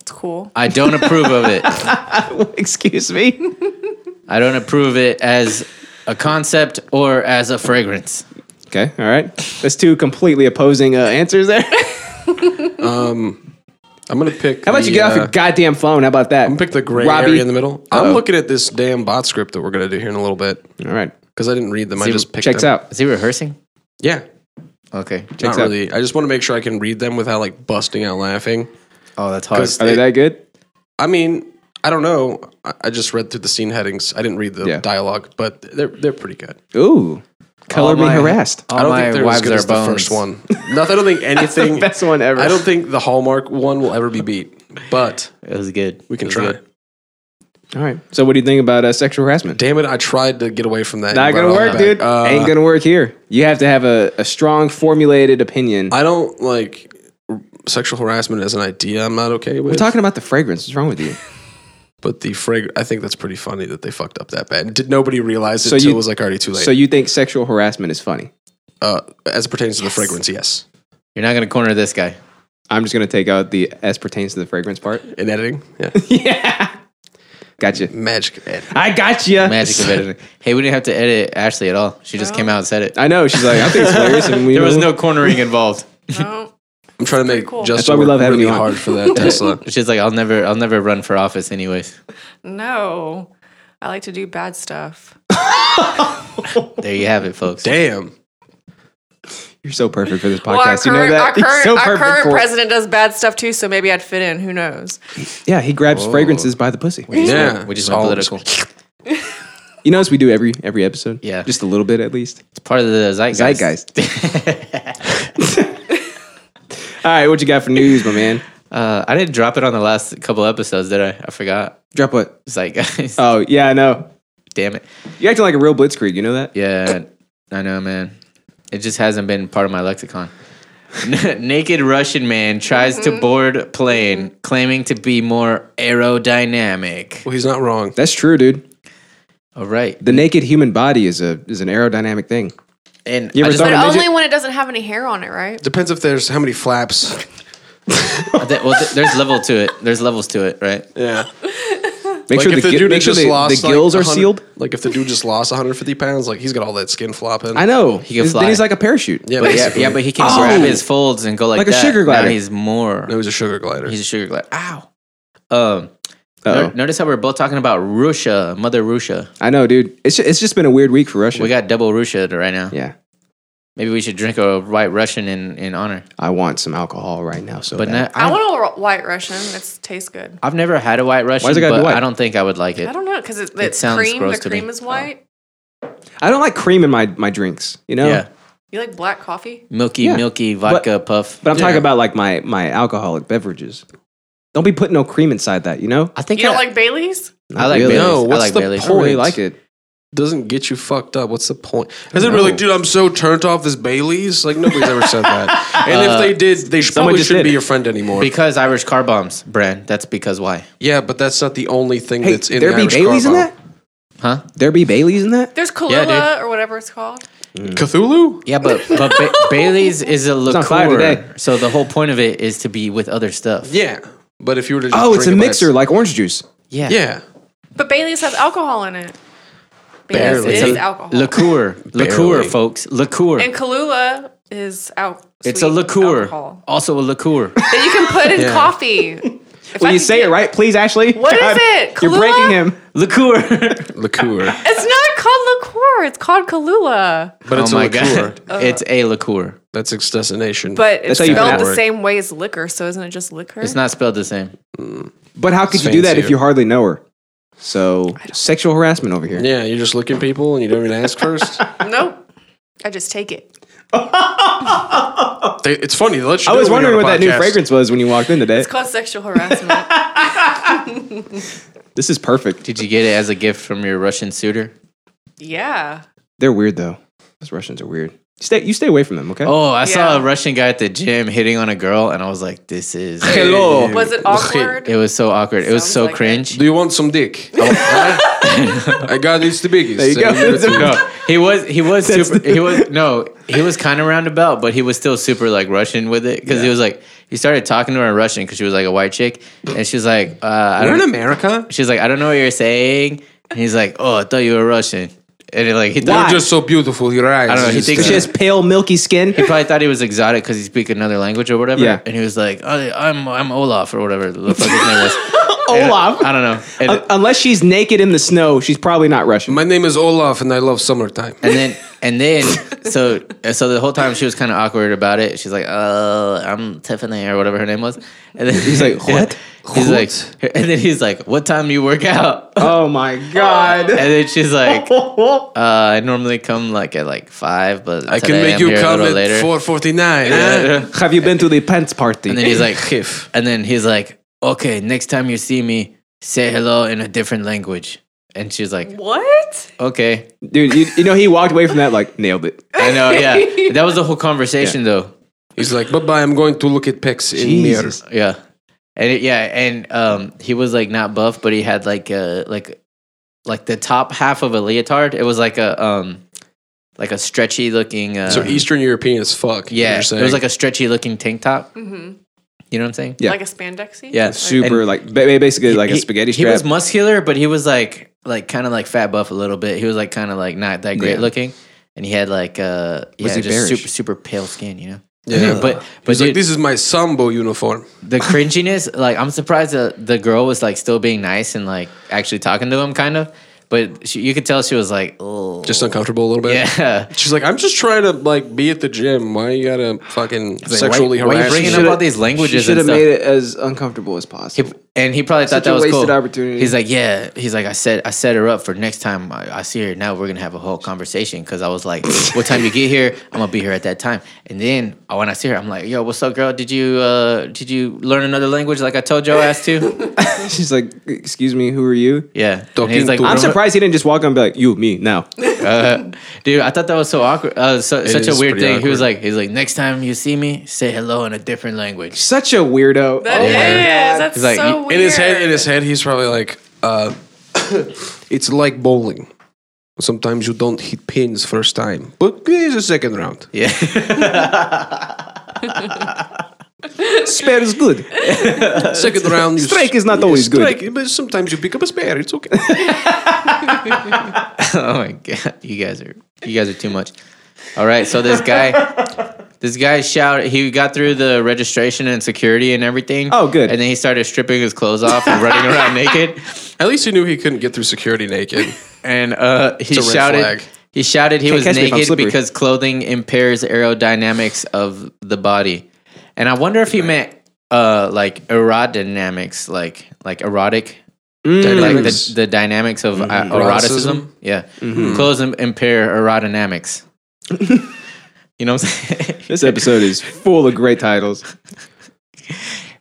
It's cool.
I don't approve of it.
Excuse me.
I don't approve it as a concept or as a fragrance.
Okay. All right. That's two completely opposing uh, answers there. *laughs* How
um, I'm gonna pick.
about
the,
you get off
uh,
your goddamn phone? How about that?
I'm gonna pick the gray
Robbie.
area in the middle. I'm
Uh-oh.
looking at this damn bot script that we're gonna do here in a little bit
All right.
because I didn't read them. I
See,
just picked
Checks
them.
out.
Is he rehearsing?
Yeah,
Okay.
Checks
not
out.
really. I just want to make sure I can read them without like busting out laughing.
Oh, that's hard.
'Cause
Are they
it-
that good?
I mean, I don't know. I, I just read through the scene headings. I didn't read the
Yeah.
dialogue, but they're they're pretty good.
Ooh. Color
All
me
my-
harassed.
All
I don't
my
think they're as
wives
good
are
as the
bones.
first one. No, I don't think anything.
Best one ever.
I don't think the Hallmark one will ever be beat, but
It was good.
we can
It was
try.
good.
All right. So, what do you think about uh, sexual harassment?
Damn it! I tried to get away from that.
Not
and brought
gonna
it all
work,
back.
dude.
Uh,
Ain't gonna work here. You have to have a, a strong, formulated opinion.
I don't like sexual harassment as an idea. I'm not okay with.
We're talking about the fragrance. What's wrong with you?
but the frag. I think that's pretty funny that they fucked up that bad. Did nobody realize it
So
until
you-
it was like already too late?
So you think sexual harassment is funny?
uh, as it pertains to the fragrance, yes.
You're not gonna corner this guy.
I'm just gonna take out the as pertains to the fragrance *laughs* part.
In editing, yeah,
yeah. Gotcha.
magic. Ed.
I gotcha.
*laughs*
Magic of editing. Hey, we didn't have to edit Ashley at all. She just came out and said it.
I know. She's like, I think it's hilarious. *laughs* And we
There was no cornering involved. *laughs*
No.
I'm trying to make
cool.
Justin
That's why we
work
love having
really
you on.
hard for
*laughs*
that Tesla.
She's like, I'll never, I'll never run for office, anyways.
No. I like to do bad stuff.
There you have it, folks.
Damn.
You're so perfect for this podcast.
Well, our current,
you know that.
our
You're
current,
so
our
perfect
current
for it.
president does bad stuff too, so maybe I'd fit in. Who knows?
Yeah, he grabs fragrances by the pussy.
We just
Yeah.
went- we just
All-
went political.
You notice we do every every episode.
Yeah.
just a little bit at least.
It's part of the zeitgeist.
Zeitgeist. All right, what you got for news, my man?
*laughs* Uh, I didn't drop it on the last couple episodes, did I? I forgot.
Drop what?
*laughs*
Zeitgeist.
Uh,
Oh yeah, I know.
Damn it.
You're acting like a real blitzkrieg. You know that?
Yeah, I know, man. It just hasn't been part of my lexicon. Naked Russian man tries to board plane, claiming to be more aerodynamic.
Well, he's not wrong.
That's true, dude.
All right,
The naked human body is a is an aerodynamic thing.
and
You
I,
ever
just,
thought
But
Or midget-
only when it doesn't have any hair on it, right?
Depends if there's how many flaps.
I thi- well, th- there's level to it. There's levels to it, right?
Yeah.
Make
Like
sure the,
if the,
gi-
dude
make sure
just
the,
lost
the gills
like
are
100
sealed.
Like if the dude just lost 150 pounds, like he's got all that skin flopping.
I know.
He can
He's- Then
fly.
he's like a parachute.
Yeah,
But yeah,
basically.
yeah, but he can
Oh!
grab his folds and go like,
Like a
that.
sugar glider.
Now he's more.
No, he's a sugar glider.
He's a sugar glider. Ow. Um,
Uh-oh.
no- notice how we're both talking about Russia, Mother Russia.
I know, dude. It's just, it's just been a weird week for Russia.
We got double Russia right now.
yeah.
Maybe we should drink a white Russian in, in honor.
I want some alcohol right now. So
But
bad.
no,
I want a white Russian. It tastes good.
I've never had a white Russian,
Why's it gotta be
but
white?
I don't think I would like
I
it.
don't know because it's, it's
sounds
cream.
gross
The
to me. Oh.
cream is white.
I don't like cream in my my drinks. You know.
Yeah.
You like black coffee?
Milky,
Yeah.
milky vodka puff.
But I'm
Yeah.
talking about like my my alcoholic beverages. Don't be putting no cream inside that, you know?
I think
You don't
I,
like Baileys?
Not
I like
really.
Baileys.
No,
I
what's
like
the
I
Baileys.
don't really
point?
like it.
Doesn't get you fucked up. What's the point? Has
I
it really,
know.
dude? I'm so turned off this Bailey's. Like nobody's ever said that. And if they did, they sh- probably
Uh, just did
shouldn't be
it.
your friend anymore.
because Irish car bombs, brand. That's because why?
yeah, but that's not the only thing
Hey,
that's in
there
the
be
Irish
Baileys in
Carvel.
that?
Huh?
There be Baileys in that?
There's
Yeah,
Kahlua
dude.
or whatever it's called.
Cthulhu.
Yeah, but *laughs* but ba- Bailey's is a
on fire today.
liqueur, so the whole point of it is to be with other stuff.
Yeah, but if you were to just
Oh, it's a
drink it by
mixer
itself-
like orange juice.
yeah,
yeah,
But Baileys has alcohol in it. Baileys
Barely.
It's
is
a
alcohol.
liqueur, liqueur,
Barely.
folks, liqueur.
and Kahlua is out.
It's a liqueur,
Alcohol.
also a liqueur.
That you can put
*laughs*
in coffee. If
Will
I
you
could
say
get-
it right, please, Ashley?
*laughs* What is it?
You're
Kahlua?
breaking him.
liqueur.
liqueur.
It's not called liqueur. It's called Kahlua.
But it's
oh
a
my
liqueur.
god, it's a liqueur.
That's its destination.
But it's
how you
spelled
pronounce
the
it.
same way as liquor, so isn't it just liquor?
It's not spelled the same.
But how could
It's
you do that if
fancier.
you hardly know her? So sexual harassment over here.
yeah, you're just looking people and you don't even ask
*laughs*
first.
Nope. I just take it.
They- it's funny. They let you
I
know
was
when
wondering
you're
what
on a
that new
podcast.
fragrance was when you walked in today.
It's called sexual harassment.
This is perfect.
Did you get it as a gift from your Russian suitor?
yeah.
They're weird though. Those Russians are weird. Stay, you stay away from them, okay?
Oh, I saw
Yeah.
a Russian guy at the gym hitting on a girl, and I was like, "This is."
Hello.
Was it awkward?
It was so awkward. it was
Sounds
so
like it.
cringe.
Do you want some
*laughs*
dick? Oh, I got it's the biggest.
There you
Uh,
go. *laughs*
give it to me.
No, he was he was
That's
super.
the-
He *laughs* was no, he was kind of roundabout, but he was still super like Russian with it because he was like he started talking to her in Russian because she was like a white chick, and she's like, uh, I
We're in
don't,
America.
she's like, I don't know what you're saying, and he's like, Oh, I thought you were Russian, and he, like he
Why?
thought,
You're just so beautiful. Your eyes.
I don't know, he
Just,
thinks
uh,
she has pale milky skin.
he probably thought he was exotic because he speak another language or whatever,
Yeah.
and he was like, oh, I'm I'm Olaf or whatever the fuck his *laughs* name was, And-
Olaf.
I don't know, and,
Un- unless she's naked in the snow, she's probably not
*laughs*
Russian.
My name is Olaf, and I love summertime.
and then and then so so the whole time she was kind of awkward about it. She's like, "Uh, I'm Tiffany or whatever her name was." And then he's *laughs*
like, "What?
He's like, and then he's like, "What time do you work out?" *laughs* And
oh my god.
then she's like, uh, "I normally come like at like five, but
I can
today
make
I'm
you
here a
come
little
at
later." *laughs*
4:49. eh?
*laughs*
and
Have you been to the pants party?
then he's
*laughs*
like, and then he's like, "Okay, next time you see me, say hello in a different language." And she's like,
What?
"Okay."
Dude, you, you know he walked away from that like nailed it.
I know, yeah.
*laughs*
That was the whole conversation, though.
He's like, bye bye. I'm going to look at pics in mirror.
Jesus.
Yeah. And it, yeah, and um he was like not buff, but he had like a like like the top half of a leotard. It was like a um like a stretchy looking uh
So Eastern European as fuck. is what
yeah,
you're
it
saying.
was like a stretchy looking tank top.
hmm
You know what I'm saying?
Yeah.
Like a spandexy?
Yeah.
Super like ba- ba- basically like a
He-
spaghetti
He
strap.
was muscular, but he was like like kind of like fat buff a little bit. He was like kind of like not that great
Yeah.
looking. And he had like uh he
Was
had
he
just
bearish?
super super pale skin, you know.
Yeah.
But but
He's like,
dude,
this is my sambo uniform.
the cringiness like i'm surprised that the girl was like still being nice and like actually talking to him kind of but she, you could tell she was like oh
Just uncomfortable a little bit.
yeah
She's like, I'm just trying to like be at the gym. Why you gotta fucking
like,
sexually
why- why you
harass?
bringing
me?"
up all these languages and
Should have
stuff.
made it as uncomfortable as possible. *laughs*
and *laughs* he probably thought
Such
that
a
was
wasted
cool.
opportunity.
He's like, yeah. He's like, I set I set her up for next time I, I see her. Now we're gonna have a whole conversation because I was like, what time you get here? *laughs* I'm gonna be here at that time. And then uh, when I see her, I'm like, yo, what's up, girl? Did you uh, did you learn another language like I told your ass to? *laughs*
She's like, excuse me, who are you?
Yeah. And
Talking
he's like,
to-
I'm
"Remember-
surprised he didn't just walk up and be like, you, me, now.
Uh, dude, I thought that was so awkward. Uh, so, such a
is
weird
pretty
thing. He was
awkward.
like, he's like, next time you see me, say hello in a different language. *laughs*
Such a weirdo.
That
Oh
is.
my God.
That's
He's like,
so weird.
in his head, in his head, he's probably like, uh, *coughs* it's like bowling. Sometimes you don't hit pins first time, but it's a second round.
Yeah, *laughs*
Spare is good.
Second round, you
Strike
s-
is not always good.
strike, but sometimes you pick up a spare. It's okay.
oh my god, you guys are you guys are too much. All right, so this
*laughs*
guy, this guy shouted. He got through the registration and security and everything.
Oh, good.
And then he started stripping his clothes off and running
*laughs*
around naked.
*laughs* At least he knew he couldn't get through security
*laughs*
naked.
And uh, he
It's a red
shouted.
flag.
He shouted he
Can't
was
catch me if I'm
naked
slippery.
because clothing impairs aerodynamics of the body. And I wonder if he meant uh, like aerodynamics, like like erotic
Mm.
like
Dynamics.
the, the dynamics of uh,
Mm-hmm. Eroticism? Mm-hmm. *laughs*
eroticism. Yeah, clothes im- impair aerodynamics. You know what I'm saying?
*laughs*
*laughs*
This episode is full of great titles.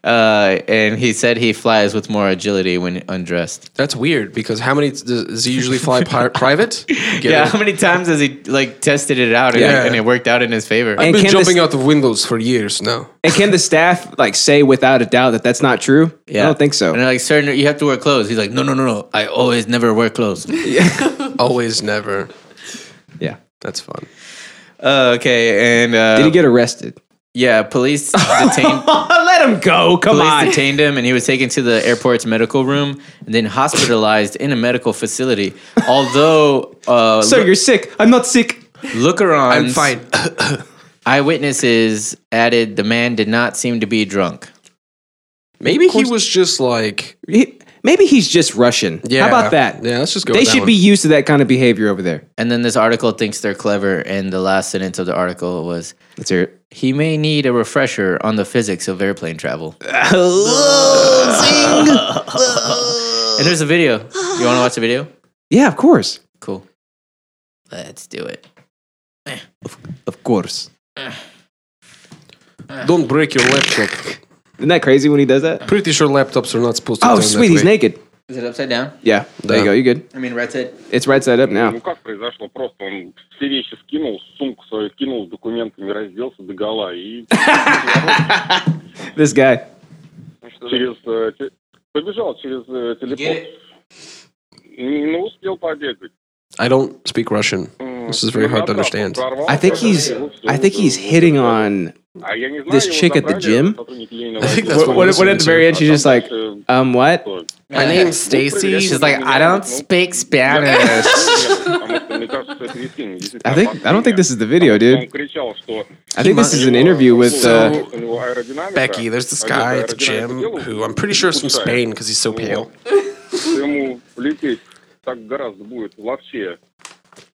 Uh, and he said he flies with more agility when undressed.
That's weird because how many does, does he usually fly *laughs* pi- private? Get
yeah,
it.
how many times has he like tested it out and,
Yeah.
and it worked out in his favor?
And
I've been
can
jumping
this-
out the windows for years now.
And can the staff like say without a doubt that that's not true? I don't think so.
And they're like, sir, no, you have to wear clothes. He's like, no, no, no, no. I always never
*laughs*
wear clothes.
Always, never.
Yeah.
That's fun.
uh, okay, and uh,
Did he get arrested?
yeah,
*laughs*
police
Oh
detained.
Let him go. Come
Police
on. *laughs*
detained him and he was taken to the airport's medical room and then hospitalized in a medical facility. Although,
*laughs*
uh,
So you're sick. I'm not sick.
looker-ons,
I'm fine.
eyewitnesses added the man did not seem to be drunk.
Maybe he was just like,
He- maybe he's just Russian.
yeah.
How about that?
Yeah, let's just go.
they
with that
should
one.
be used to that kind of behavior over there.
And then this article thinks they're clever, and the last sentence of the article was,
Let's hear it.
he may need a refresher on the physics of airplane travel. and there's a video. You want to watch the video?
Yeah, of course.
Cool. Let's do it.
Of course.
Don't break your laptop.
Isn't that crazy when he does that?
Pretty sure laptops are not supposed to.
Oh,
turn
sweet.
That
He's
way.
naked.
Is it upside down?
Yeah. There you
Yeah.
go. You good.
I mean, right side.
It's right side up now.
Ну как произошло? Просто он все вещи скинул, сумку свою кинул, с документами разделся до
*laughs*
гола и
This guy.
через э, те- побежал через э, телепорт. Ну, успел побегать.
I don't speak Russian.
М,
This is very hard to
на трапу
understand.
прорвался,
I think he's.
его всё
I think he's
это-
hitting on.
А я не знаю,
this
его
chick at the
забрали, а
gym.
сотрудники линейного
I think
отдела.
What,
that's what
what,
I'm
what at the very end, she's just like,
Э,
um, what?
что,
My name's
Stacy.
She's like, I don't speak Spanish.
Потому что, мне кажется, это действительно- действительно
I think. I don't think this is the video,
Он
dude.
кричал, что Ну,
I think this is an interview with. Uh,
Becky. There's
а
this guy at the gym who I'm pretty sure is from Spain because he's so pale.
Ему лететь так гораздо будет вообще.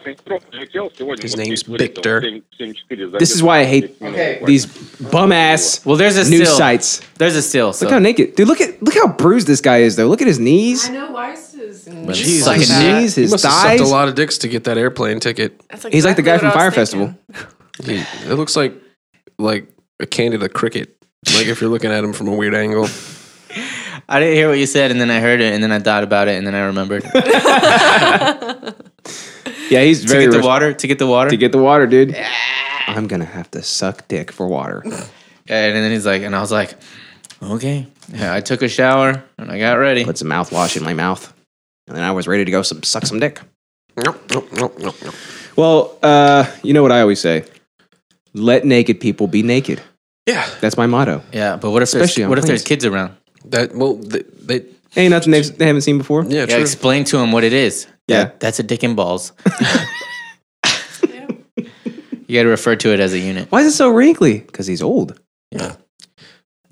Летел сегодня.
His
вот
name's
здесь вылетел,
Victor.
7- 7.4 за
this is
10
why I hate
минут.
these bum ass
*laughs* well, there's a
news
still.
sites.
There's a still. So.
Look how naked, dude. Look at look how bruised this guy is, though. Look at his knees,
I know why is his
Jesus.
his
Sucking dick.
knees,
He
his
must have
thighs.
sucked a lot of dicks to get that airplane ticket.
He's like the guy from Fire Festival.
He, it looks like like a Canada cricket. Like if you're looking at him from a weird angle.
I didn't hear what you said, and then I heard it, and then I thought about it, and then I
*laughs*
remembered. to
Yeah, he's very
get the
rich-
water, to get the water.
to get the water, dude. I'm gonna have to suck dick for water.
and then he's like, and I was like, okay. Yeah, I took a shower, and I got ready.
Put some mouthwash in my mouth, and then I was ready to go some suck some dick.
*laughs* Nope, nope, nope, nope, nope.
Well, uh, you know what I always say: let naked people be naked.
Yeah,
That's my motto.
Yeah, but what if
Especially
there's,
on
what if there's
planes.
kids around?
that well, they, they
Ain't nothing they've, they haven't seen before.
yeah,
Yeah,
true.
explain to him what it is.
Yeah.
That- that's a dick
*laughs*
and balls. *laughs* You got to refer to it as a unit.
Why is it so wrinkly? Because he's old.
Yeah.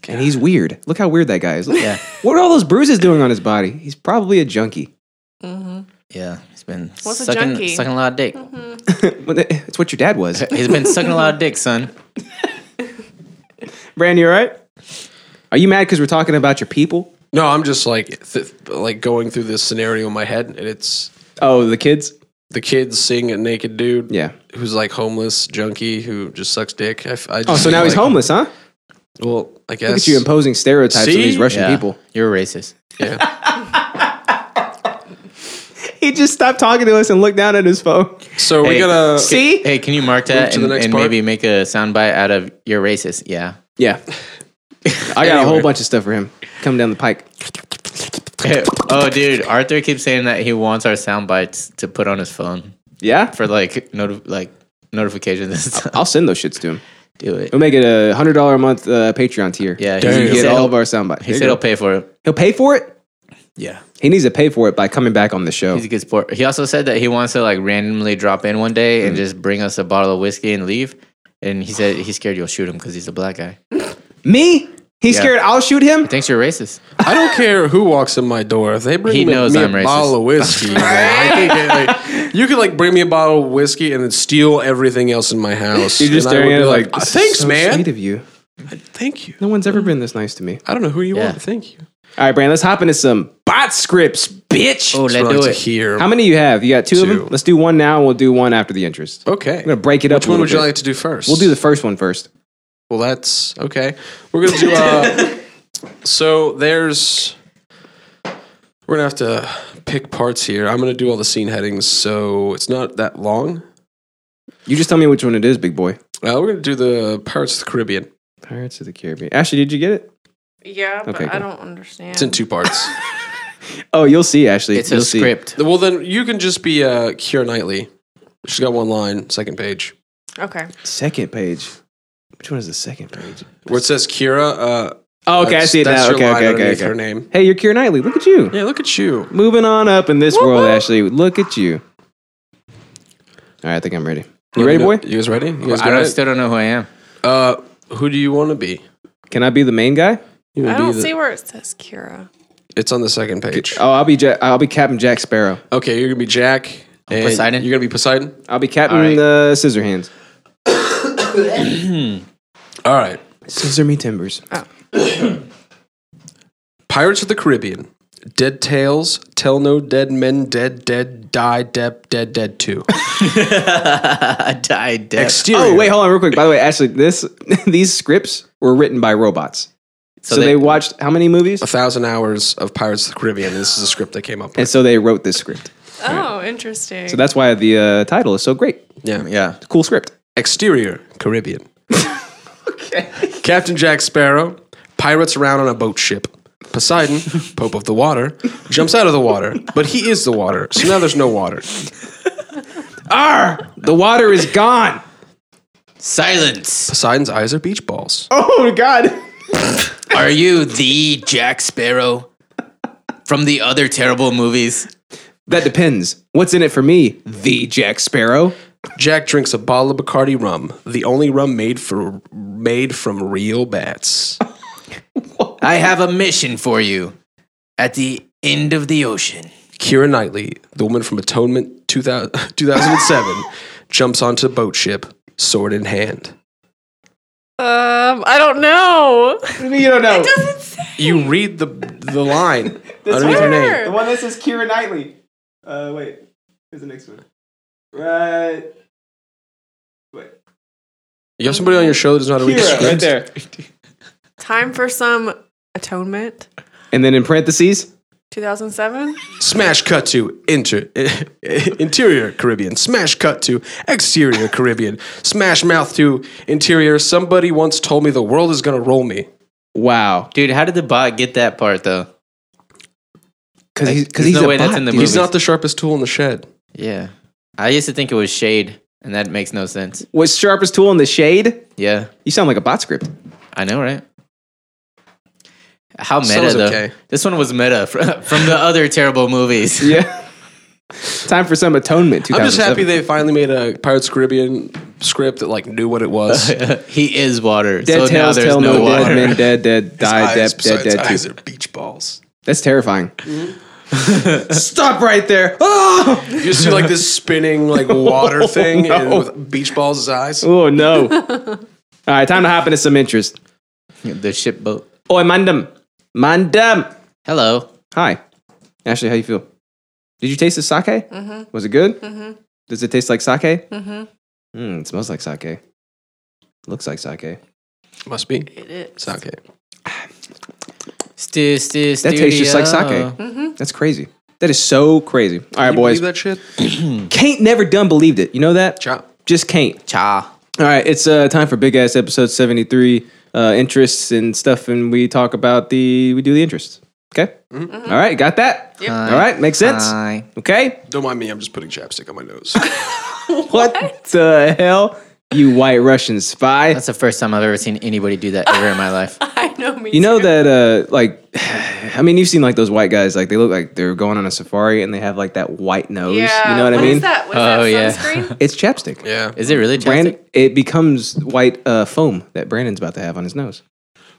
And he's weird. Look how weird that guy is. Look-
Yeah,
What are all those bruises doing on his body? He's probably a junkie. *laughs*
yeah. He's been
What's a
sucking
junkie? Mm-hmm.
sucking a lot of dick.
Well, that- It's what your dad *laughs* was.
He's been sucking a lot of dick, *laughs* son.
Brand, you all right? Are you mad because we're talking about your people?
No, I'm just like th- like going through this scenario in my head, and it's
Oh, the kids?
the kids seeing a naked dude,
Yeah.
who's like homeless junkie who just sucks dick. I, f- I
Oh,
just,
so now he's
like-
homeless, huh?
Well, I guess
Look at you imposing stereotypes on
See?
these Russian
Yeah,
people.
You're a racist.
yeah.
He just stopped talking to us and looked down at his phone.
So are we
Hey,
gonna
See?
Hey, can you mark that
to the
and,
next
and
part?
maybe make a soundbite out of "You're racist"? Yeah. *laughs*
Yeah. I got a whole bunch of stuff for him coming down the pike.
oh, dude, Arthur keeps saying that he wants our sound bites to put on his phone
Yeah?
for like noti- like notifications and stuff.
I'll send those shits to him.
*laughs* Do it.
We'll make it a $100 a month uh, Patreon tier.
Yeah, he,
Damn.
You
he
get
said,
all
he'll,
of our soundbites.
he
There you
said
go.
he'll pay for it.
He'll pay for it?
Yeah.
He needs to pay for it by coming back on the show.
He's a good sport. He also said that he wants to like randomly drop in one day and just bring us a bottle of whiskey and leave. And he said he's scared you'll shoot him because he's a black guy.
Me? He's
Yeah.
scared I'll shoot him?
Thinks you're racist.
I don't care who walks in my door. If they bring
He
me,
knows
me
I'm
a
racist.
bottle of whiskey, man, I can get, like, you could like bring me a bottle of whiskey and then steal everything else in my house.
You're just
And I would
staring at
be
it like,
"Ah, thanks,
so
man.
Sweet of you.
Thank you.
No one's ever been this nice to me.
I don't know who you
Yeah.
are. but Thank you.
All right, Brand, let's hop into some bot scripts.
bitch. Oh, let's
That's what I
do
like
it.
to hear.
How many you have? You got two, of
Two.
them. Let's do one now, and we'll do one after the interest.
Okay.
I'm gonna break it up.
Which
a
one
little
would you
bit.
like to do first?
We'll do the first one first.
Well, that's okay. We're gonna do.
*laughs*
Uh, so there's. We're gonna have to pick parts here. I'm gonna do all the scene headings, so it's not that long.
You just tell me which one it is, big boy.
Uh, we're gonna do the Pirates of the Caribbean.
Pirates of the Caribbean. Ashley, did you get it?
Yeah, but
Okay, cool.
I don't understand.
It's in
*laughs*
two parts.
Oh, you'll see, Ashley.
It's a
You'll see.
script.
well, then you can just be uh, Keira Knightley. She's got one line, second page,
okay.
Second page. Which one is the second page?
where it says Kira. Uh,
Oh, okay, I
that's-
see it
that's
now.
her
Okay,
line
okay, okay,
underneath
okay.
Her name.
Hey, you're Keira Knightley. Look at you.
Yeah, look at you.
Moving on up in this world, Ashley. Look at you. All right, I think I'm ready. You ready, boy?
You guys ready? You guys
I
got
don't,
it?
still don't know who I am.
Uh, who do you want to be?
Can I be the main guy?
You wanna
I
be
don't
the-
see where it says Kira.
It's on the second page.
Oh, I'll be Jack. I'll be Captain Jack Sparrow.
Okay, you're gonna be Jack. and
Poseidon?
You're gonna be Poseidon.
I'll be Captain
All right.
uh, Scissorhands.
All right.
Scissor me timbers.
Pirates of the Caribbean. Dead Tales. Tell No Dead Men. Dead Dead Die Dead Dead
*laughs*
Dead Two.
*laughs* I died. Dead.
Exterior.
Oh, wait, hold on, real quick. By the way, Ashley, this *laughs* these scripts were written by robots. So, they, watched how many movies?
A thousand hours of Pirates of the Caribbean. and This is a script they came up
And
with.
so they wrote this script.
Oh, interesting.
So that's why the uh, title is so great.
Yeah.
Yeah.
It's a cool script.
Exterior. Caribbean. okay. Captain Jack Sparrow. Pirates around on a boat ship. Poseidon, Pope of the Water, jumps out of the water, but he is the water, so now there's no water.
Arr! The water is gone.
Silence.
Poseidon's eyes are beach balls.
*laughs* Oh God.
Are you the Jack Sparrow from the other terrible movies?
That depends. What's in it for me? The Jack Sparrow.
Jack drinks a bottle of Bacardi rum, the only rum made for made from real bats.
I have a mission for you at the end of the ocean.
Kira Knightley, the woman from Atonement 2000, 2007, jumps onto the boat ship, sword in hand.
um, I don't know.
You don't know.
You read the the line underneath
*laughs*
her
Where?
name.
one that says Kira Knightley. Uh, wait. Here's the next one. Right.
You have somebody on your show that does not read the script.
there.
Time for some atonement.
And then in parentheses,
2007.
Smash cut to inter, *laughs* interior Caribbean. Smash cut to exterior Caribbean. Smash mouth to interior. Somebody once told me the world is gonna roll me.
wow.
Dude, how did the bot get that part though?
Because he's, cause
there's
he's
no
a
way
bot,
that's in the
dude.
He's not the sharpest tool in the shed.
Yeah. I used to think it was shade, and that makes no sense.
Was sharpest tool in the shade?
Yeah.
You sound like a bot script.
I know, right? How
So
meta
is
though?
okay.
This one was meta *laughs* fr- from the other terrible movies.
Yeah. *laughs* Time for some atonement.
I'm just happy
2007.
they finally made a Pirates of the Caribbean script that like knew what it *laughs* was.
he is water.
Dead
so now
tails
there's
tell
no,
no,
water.
dead men dead *laughs* dead die dead dead dead too.
are beach balls.
That's terrifying. *laughs* Stop right there.
You just see like this spinning *laughs* like water thing and with beach balls as eyes.
Oh no. *laughs* All right, time to hop into some interest.
*laughs* the ship boat.
Oi, Mandem. Mandem.
Hello.
Hi. Ashley, how you feel? Did you taste the sake? Mm-hmm. Was it good? Mm-hmm. Does it taste like sake? Mm-hmm. Mm, it smells like sake. Looks like sake.
Must be.
It is.
It's okay.
Stu, stu,
That tastes just like
studio.
sake. That's crazy. That is so crazy. All right,
You
boys.
believe that shit?
Kate never done believed it. You know that?
Chop.
Just Kate.
Cha.
All right, it's uh, time for big ass episode seventy three. Uh, interests and stuff, and we talk about the we do the interests. Okay,
Mm-hmm.
All right, got that. All right, makes sense.
Hi.
okay,
Don't mind me. I'm just putting chapstick on my nose.
what? the hell, you white Russian spy?
That's the first time I've ever seen anybody do that ever in my life.
I know me.
you know
too.
that uh, like, *sighs* I mean, you've seen like those white guys, like they look like they're going on a safari and they have like that white nose.
Yeah.
You know what I
What
mean?
is that? What is
Oh,
that
yeah.
sunscreen?
It's chapstick.
*laughs* yeah.
Is it really
Brand,
chapstick?
it becomes white uh, foam that Brandon's about to have on his nose.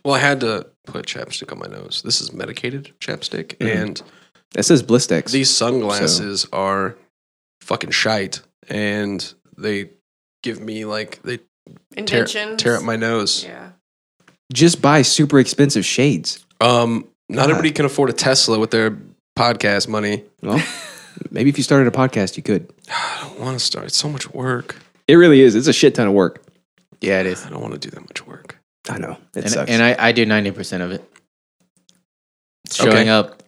Well, I had to put chapstick on my nose. This is medicated chapstick,
Mm-hmm.
and
That says Blistex.
these sunglasses are fucking shite, and they give me like they tear,
Inventions.
tear up my nose.
Yeah.
Just buy super expensive shades.
Um, not everybody can afford a Tesla with their podcast money. *sighs*
Well, *laughs* maybe if you started a podcast, you could.
I don't want to start. It's so much work.
It really is. It's a shit ton of work.
Yeah, it is.
I don't want to do that much work.
I know. It
And,
sucks.
and I, I do 90% of it. Showing
Okay.
up,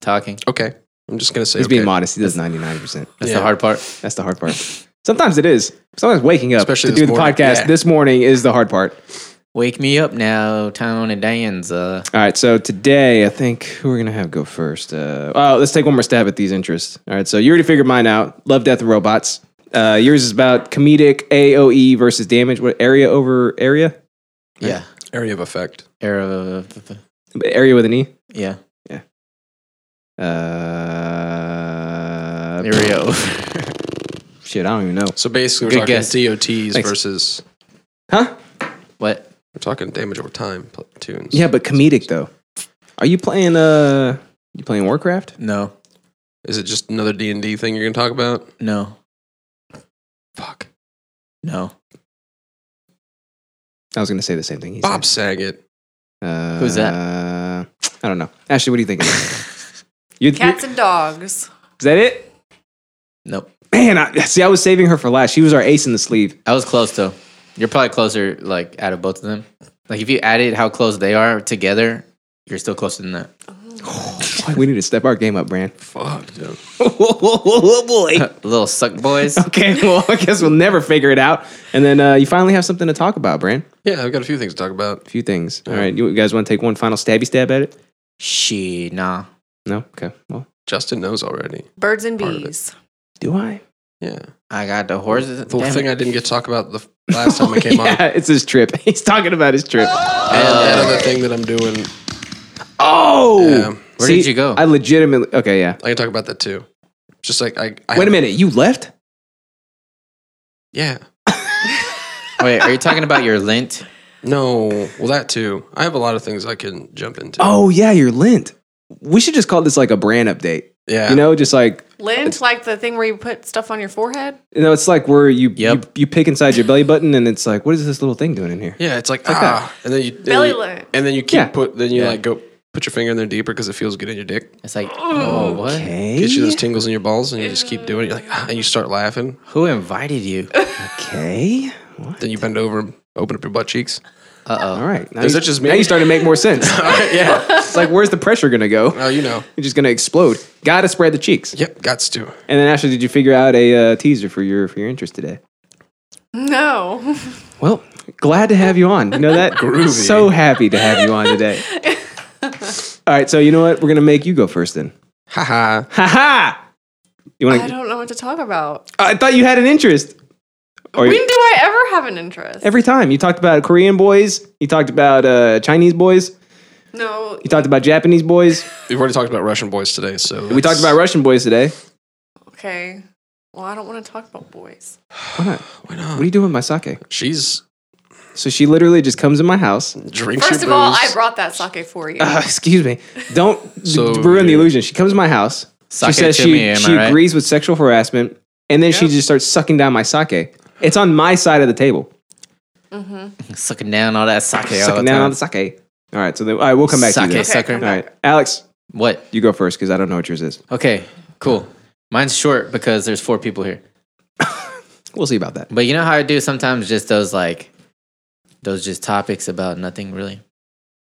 talking.
Okay. I'm just going to say
He's
okay.
being modest. He does 99%.
That's
Yeah.
the hard part.
That's the hard part. *laughs* Sometimes it is. Sometimes waking up
Especially
to
this
do the
morning.
podcast
Yeah.
this morning is the hard part.
Wake me up now, Tony Danza.
All right, so today I think who we're gonna have go first. Uh, oh, let's take one more stab at these interests. All right, so you already figured mine out. Love, death, and robots. Uh, yours is about comedic AOE versus damage. What area over area?
Yeah.
Area of effect.
Era.
Area with an e.
Yeah.
Uh,
Area.
Shit, I don't even know.
So basically, we're
Good
talking
guess.
DOTs
Thanks.
versus.
Huh?
*laughs* what?
We're talking damage over time pl- tunes.
Yeah, but comedic though. Are you playing? Uh, you playing Warcraft?
No.
Is it just another D and D thing you're going to talk about?
No.
Fuck.
No.
I was gonna say the same thing. He said.
Bob Saget.
Uh,
Who's that?
Uh, I don't know. Ashley, what do you think?
*laughs*
you,
Cats and dogs.
is that it?
Nope.
Man, I, see, I was saving her for last. She was our ace in the sleeve.
I was close though. You're probably closer, like out of both of them. Like if you added how close they are together, you're still closer than that.
We need to step our game up, Brand.
Fuck. dude.
oh boy.
*laughs*
*laughs*
Little suck boys.
*laughs* Okay, well, I guess we'll never figure it out. And then uh, you finally have something to talk about, Brand.
Yeah, I've got a few things to talk about.
A few things. All right, you guys want to take one final stabby stab at it?
she nah.
No. Okay. Well,
Justin knows already.
Birds and
Part of it.
bees.
do I?
Yeah.
I got the horses.
The
Damn
thing
it.
I didn't get to talk about the f- last time I came
*laughs*
on.
yeah, Uh. it's his trip. He's talking about his trip.
And that other thing that I'm doing,
Oh.
Yeah.
Where did you go?
I legitimately. Okay. Yeah.
I can talk about that too. Just like I, I
Wait a minute. You left?
Yeah.
Wait, are you talking about your lint?
No. Well, that too. I have a lot of things I can jump into.
Oh yeah, you're lint. We should just call this like a brand update.
yeah.
You know, just like
Lint, like the thing where you put stuff on your forehead.
You know, it's like where you,
Yep.
you you pick inside your belly button, and it's like, what is this little thing doing in here?
Yeah. It's like ah, and then you and
Belly
you-
lint.
and then you keep
Yeah.
put. Then you
Yeah.
like go put your finger in there deeper because it feels good in your dick.
It's
*laughs*
like, oh, what?
Okay,
Gets you those tingles in your balls, and you just keep doing it. You're like ah, and you start laughing.
Who invited you?
okay. What?
Then you bend over, and open up your
*laughs*
butt cheeks. *laughs*
Uh
All right, now
Is
you,
that just me?
now you starting to make more sense.
yeah.
it's like, where's the pressure gonna go?
Oh, you know.
You're just gonna explode. Got to spread the cheeks.
Yep. Got to.
And then, Ashley, did you figure out a uh, teaser for your for your interest today?
No. *laughs*
Well, glad to have you on. You know that?
Groovy.
So happy to have you on today. All right, so you know what? We're gonna make you go first then.
Haha.
Ha ha! You want
I
to?
don't know what to talk about.
I thought you had an interest. Or
When
you-
do I ever have an interest?
Every time you talked about Korean boys, you talked about uh, Chinese boys,
no.
you talked about Japanese boys.
We've already talked about Russian boys today, so
We talked about Russian boys today.
Okay. Well, I don't want to talk about boys.
Why not?
Why
What are
not?
you doing with my sake?
She's
So she literally just comes in my house. *laughs*
drinks.
First of
your
all,
booze.
I brought that sake for you.
Uh, excuse me. Don't
So-
ruin the illusion. She comes to my house.
Sake
she says
to
she,
me, am I
she
right?
agrees with sexual harassment, and then she just starts sucking down my sake. It's on my side of the table.
Mm-hmm.
oh. Sucking down all that sake. all
sucking
the
down
time.
on the sake. All right. So then, all right, we'll come back
Sake
to this.
sucker.
All right, Alex,
What?
you go first because I don't know what yours is.
Okay, cool. Mine's short because there's four people here.
We'll see about that.
But you know how I do sometimes just those like those just topics about nothing really?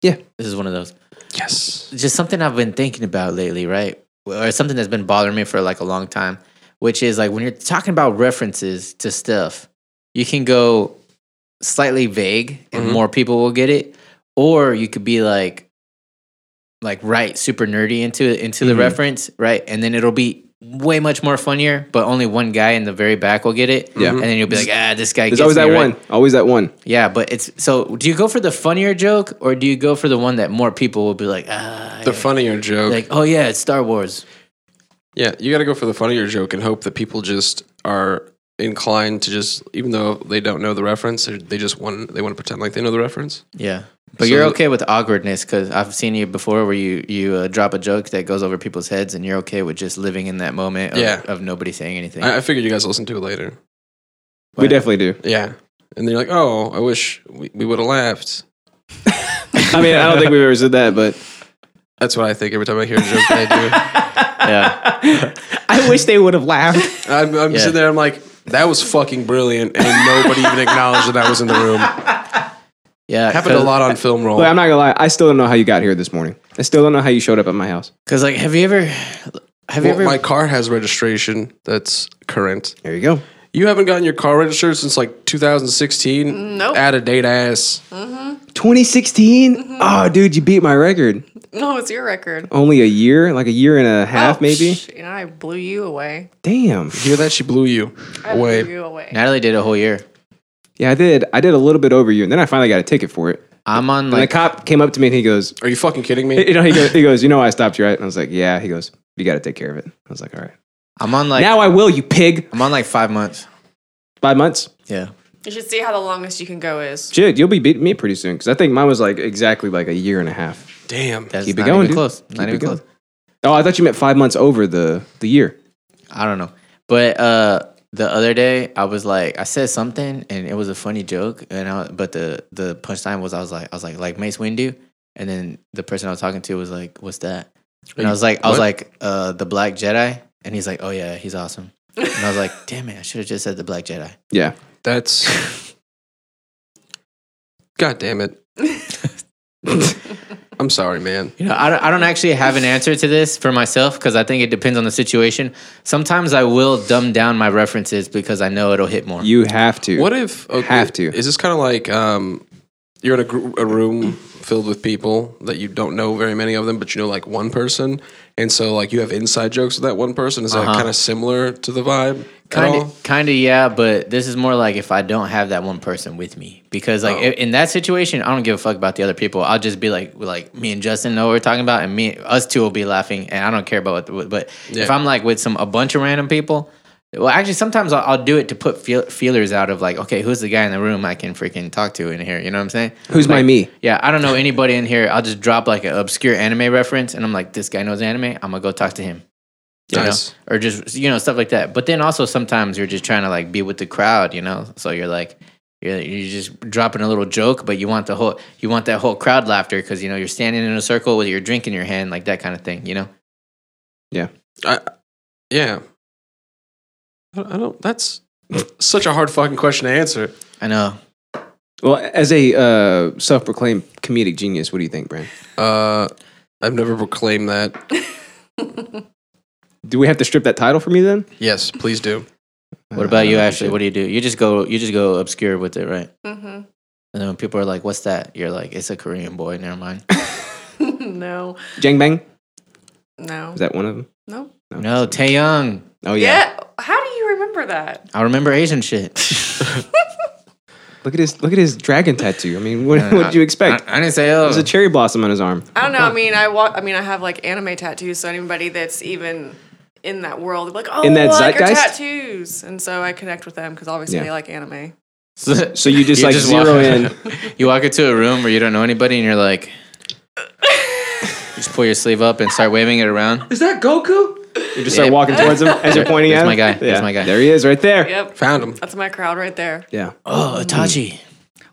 Yeah.
This is one of those.
yes.
Just something I've been thinking about lately, right? Or something that's been bothering me for like a long time, which is like when you're talking about references to stuff, you can go slightly vague and
Mhm.
more people will get it. Or you could be like like right super nerdy into into the
Mhm.
reference, right? And then it'll be way much more funnier, but only one guy in the very back will get it.
Yeah.
Mm-hmm.
And then you'll be like, ah, this guy
Hmm. There's
gets
always
me,
that
right?
one. Always that one.
Yeah, but it's so. Do you go for the funnier joke, or do you go for the one that more people will be like, ah,
The funnier joke.
like, oh yeah, it's Star Wars.
Yeah, you got to go for the funnier joke and hope that people just are inclined to just, even though they don't know the reference, they're- they just want they want to pretend like they know the reference.
Yeah, but
So-
you're okay with awkwardness because I've seen you before where you you uh, drop a joke that goes over people's heads, and you're okay with just living in that moment of,
Yeah.
of nobody saying anything.
I, I figured you guys will listen to it later.
We definitely do.
Yeah, and then you're like, oh, I wish we, we would have laughed.
I mean, I don't think we've ever said that, but
That's what I think every time I hear a joke that
*laughs*
Yeah.
I wish they would have *laughs* laughed.
I do. I'm, I'm
Yeah.
sitting there, I'm like, that was fucking brilliant, and nobody even acknowledged that that was in the room.
Yeah.
Happened a lot on film roll.
But I'm not gonna lie, I still don't know how you got here this morning. I still don't know how you showed up at my house.
Because, like, have you ever. Have you
Well,
ever.
my car has registration that's current.
There you go.
You haven't gotten your car registered since like 2016.
Nope.
Out of date ass.
2016. Oh, dude, you beat my record.
No, it's your record.
Only a year, like a year and a half,
Oh,
maybe.
sh- and I blew you away.
Damn.
Hear that? She blew you
I blew
away.
you away.
Natalie did a whole year.
Yeah, I did. I did a little bit over a year, and then I finally got a ticket for it.
I'm on,
And the
like.
cop came up to me and he goes,
Are you fucking kidding
you
me?
know, he goes, he goes, you know, why I stopped you, right? And I was like, yeah. He goes, you got to take care of it. I was like, all right.
I'm on, like.
now I will, you pig.
I'm on, like, five months.
Five months,
Yeah.
You should see how the longest you can go is.
dude. You'll be beating me pretty soon because I think mine was like exactly like a year and a half.
Damn.
That's
Keep it
not
going,
even
dude.
close.
Keep
not
it
even
going.
close.
Oh, I thought you meant five months over the the year.
I don't know. But uh the other day I was like I said something and it was a funny joke and I but the the punchline was I was like I was like like Mace Windu and then the person I was talking to was like what's that? And I was like I was
what?
like uh the black Jedi and he's like oh yeah he's awesome. And I was like *laughs* damn it I should have just said the black Jedi.
Yeah,
*laughs*
That's. God
*laughs*
damn it. *laughs* I'm sorry, man.
You know, I don't, I don't actually have an answer to this for myself because I think it depends on the situation. Sometimes I will dumb down my references because I know it'll hit more.
you have to.
What if okay,
Have to.
Is this kind of like um, you're in a, gr- a room filled with people that you don't know very many of them, but you know like one person, and so like you have inside jokes with that one person. Is that
Uh-huh.
kind of similar to the vibe? at
Kind
all?
of, kind of, yeah. But this is more like if I don't have that one person with me, because like i- in that situation, I don't give a fuck about the other people. I'll just be like, like me and Justin know what we're talking about, and me, us two will be laughing, and I don't care about what. But if
Yeah.
I'm like with some a bunch of random people, well, actually, sometimes I'll, I'll do it to put feel, feelers out of like, okay, who's the guy in the room I can freaking talk to in here? You know what I'm saying?
Who's my
Like,
me?
Yeah, I don't know anybody in here. I'll just drop like an obscure anime reference, and I'm like, this guy knows anime. I'm gonna go talk to him you know?
Nice.
or just you know stuff like that. But then also sometimes you're just trying to like be with the crowd, you know. So you're like you're, you're just dropping a little joke, but you want the whole you want that whole crowd laughter because you know you're standing in a circle with your drink in your hand, like that kind of thing, you know.
I, yeah. I I don't. That's such a hard fucking question to answer.
I know.
Well, as a uh, self-proclaimed comedic genius, what do you think, Brand?
Uh, I've never proclaimed that.
Do we have to strip that title from you then?
Yes, please do.
What about you,
Uh,
Ashley? What do you do? You just go you just go obscure with it, right?
hmm
And then when people are like, "What's that?" You're like, "It's a Korean boy."
*laughs*
Never mind.
Mm-hmm. *laughs* no,
Jang Bang?
no,
Is that one of them?
no.
no, Taeyong.
Oh yeah.
Yeah. How do you remember that?
I remember
*laughs*
Asian shit.
Look at his look at his dragon tattoo. I mean, what what did you expect?
I, I didn't say. Oh,
There's a cherry blossom on his arm.
I don't know. I mean, I wa- I mean, I have like anime tattoos, so anybody that's even in that world, like, oh,
In that
I like your
zeitgeist?
tattoos, and so I connect with them because obviously
Yeah.
they like anime.
So you just like zero
walk, *laughs*
in.
You walk into a room where you don't know anybody, and you're like, just pull your sleeve up and start waving it around.
Is that Goku?
You just start
Yeah.
walking towards him as you're pointing
There's
at him.
my guy. There's my guy.
There he is, right there.
Yep,
Found him.
that's my crowd right there.
Yeah.
Oh, Itachi.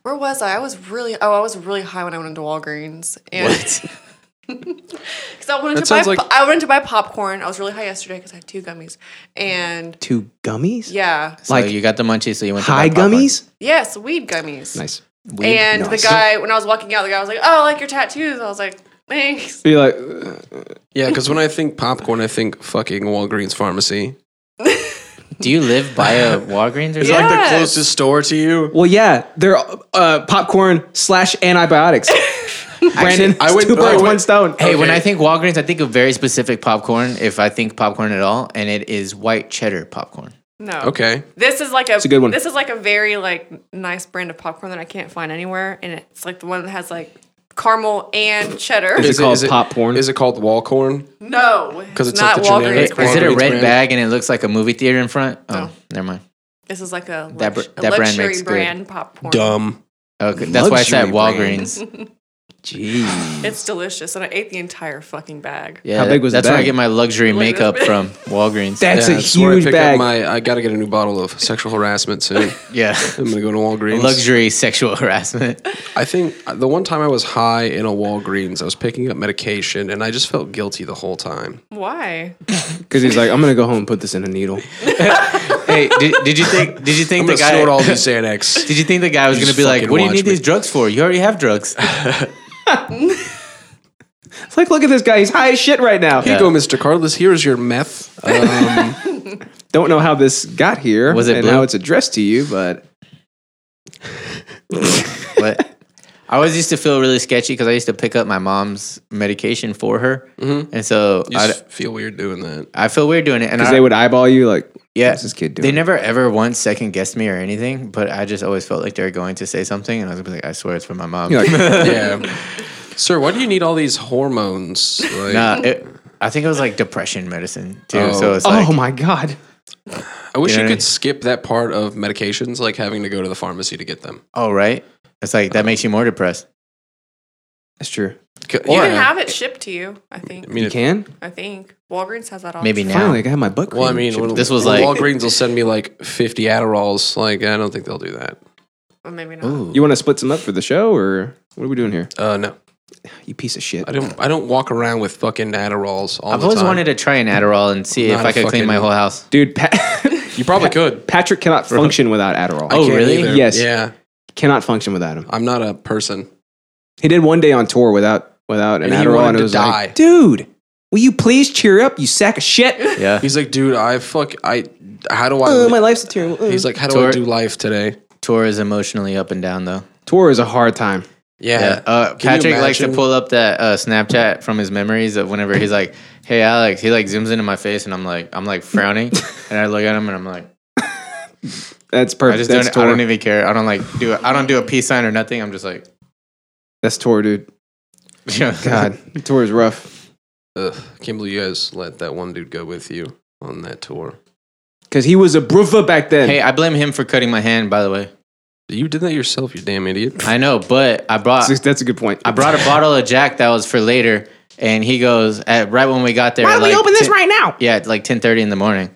Where was I? I was really oh, I was really high when I went into Walgreens. And *laughs* Because I wanted
That
to buy,
sounds like-
I wanted to buy popcorn. I was really high yesterday because I had two gummies, and
Two gummies.
yeah,
So
Like,
you got the munchies, so you went to
High
buy popcorn.
gummies.
yes, weed gummies.
Nice.
And
Nice.
the guy, when I was walking out, the guy was like, "Oh, I like your tattoos." I was like, "Thanks."
So you're like, uh,
Yeah, because when I think popcorn, I think fucking Walgreens pharmacy.
Do you live by a Walgreens or something?
It's like
Yes.
the closest store to you.
well, yeah, they're uh, popcorn slash
*laughs*
antibiotics. Brandon,
I went-
two
I
birds,
went-
one stone.
Hey, when
Okay.
I think Walgreens, I think of very specific popcorn, if I think popcorn at all, and it is white cheddar popcorn.
No.
Okay.
This is like a,
a good one.
This is like a very like nice brand of popcorn that I can't find anywhere, and it's like the one that has like caramel and cheddar.
Is it called pop porn?
Is it called Walcorn?
no,
'Cause it's
not
like the
Walgreens.
generic
brand.
is it a
Walgreens
red
brand.
bag and it looks like a movie theater in front? Oh,
No.
never mind.
This is like a,
That br-
lux- a
that brand
luxury
makes good.
brand popcorn.
Dumb.
Okay, that's why I said
Luxury brand.
Walgreens. Jeez.
It's delicious, and I ate the entire fucking bag.
Yeah,
How big was the
that's where I
bag?
get my luxury
Look at
makeup
this.
from
*laughs*
Walgreens.
That's
Yeah,
a
that's where I
huge
picked up
bag.
My, I got to get a new bottle of sexual
*laughs*
harassment soon.
yeah.
I'm gonna go to Walgreens.
Luxury sexual *laughs* harassment.
I think the one time I was high in a Walgreens, I was picking up medication, and I just felt guilty the whole time.
Why?
Because he's like, I'm gonna go home and put this in a needle.
hey, did, did you think? Did you
I'm
think
gonna
the guy?
*laughs*
snort all these Xanax.
did you think the guy was
You
gonna
just
be like,
fucking
"What do you
watch
need
me."
these drugs for? You already have drugs."
It's like, look at this guy. He's high as shit right now.
Here you go, Mr. Cardless. Here's
*laughs*
your meth. Um,
Don't know how this got here
Was it
and
blue?
how it's addressed to you, but
but I always used to feel really sketchy because I used to pick up my mom's medication for her, and so
you
I,
just feel weird
*laughs*
doing that.
I feel weird doing it. And
because
I,
they would eyeball you like,
yeah,
what's this kid doing?
They never ever once second guessed me or anything, but I just always felt like they were going to say something, and I was gonna be like, "I swear it's for my mom."
You're like,
*laughs* Yeah, sir. Why do you need all these hormones? Like,
nah, it, I think it was like depression medicine too.
Oh.
So it's like,
oh my god.
I wish
You know what I
you, could
mean?
skip that part of medications, like having to go to the pharmacy to get them.
oh right, it's like that makes you more depressed.
That's true.
You
Or-
can have it shipped to you. I
I
think.
mean,
You
it-
can?
I think Walgreens has that option.
Maybe now.
Finally, I got my butt cream.
well, I mean, when,
This was
when
like-
Walgreens will send me like 50 Adderalls. Like, I don't think they'll do that.
Or maybe not.
Ooh.
you want to split some up for the show, or what are we doing here?
Uh, no,
You piece of shit.
I don't. I don't walk around with fucking Adderalls all
I've
the
always
time.
wanted to try an Adderall and see
Not
if I
a
could clean
fucking-
my whole house.
Dude, Pat-
You probably
*laughs*
could.
Patrick cannot function without Adderall.
Oh,
Can't
really?
either.
Yes.
Yeah,
Cannot function without him.
I'm not a person.
He did one day on tour without without an
And he
Adderall,
wanted
and it
to
was
die.
like, dude, will you please cheer up, you sack of shit?
Yeah.
He's like, dude, I fuck. I. How do
*laughs*
I?
Oh,
li-"
my life's a terrible. uh.
He's like, how do I
Tor-
do life today?
Tour is emotionally up and down though.
tour is a hard time.
Yeah.
Yeah. Uh,
Can you
Patrick likes to
imagine?
pull up that uh, Snapchat from his memories of whenever he's like, "Hey Alex," he like zooms into my face and I'm like, I'm like
*laughs*
frowning, and I look at him and I'm like,
That's
I
perfect. That's
just don't, I
tour.
don't even care. I don't like do I don't do a peace sign or nothing. I'm just like, *laughs*
That's tour, dude.
*laughs*
God, tour is rough
Ugh, can't believe you guys let that one dude go with you on that tour.
because he was a brother back then.
Hey, I blame him for cutting my hand. By the way,
You did that yourself, you damn idiot.
I know, but I
*laughs*
brought
That's a- that's a good point.
uh, I brought a bottle of Jack that was for later, and he goes at right when we got there.
Why don't we
like,
open this
10
right now?
Yeah, at like ten thirty in the morning.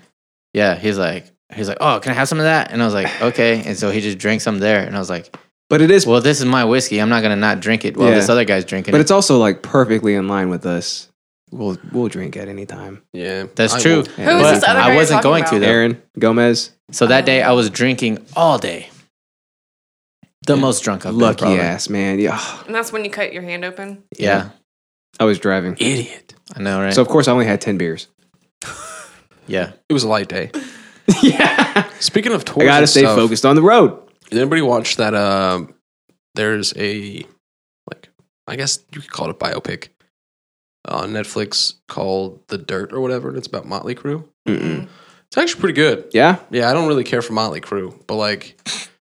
Yeah, he's like, he's like, oh, can I have some of that? And I was like, okay. And so he just drank some there, and I was like,
But it is.
well, this is my whiskey. I'm not gonna not drink it while
Yeah.
this other guy's drinking.
But
it.
it's also like perfectly in line with us. We'll we'll drink at any time.
Yeah,
That's
I
true.
won't.
Who
Who is
But
this other guy
I
you're
wasn't
talking
going to
about? Oh.
though.
Aaron Gomez,
So that day I was drinking all day. The most drunk I've
lucky
been. probably.
ass man. Yeah,
And that's when you cut your hand open.
Yeah.
I was driving,
Idiot.
I know, right?
so of course I only had ten
*laughs*
beers.
yeah.
It was a light day.
yeah,
Speaking of tours,
I gotta
and
stay
stuff,
focused on the road.
Did anybody watch that? Uh, there's a like, I guess you could call it a biopic on Netflix called The Dirt or whatever, and it's about Motley Crue.
Mm-mm.
It's actually pretty good.
Yeah,
Yeah, I don't really care for Motley Crue, but like,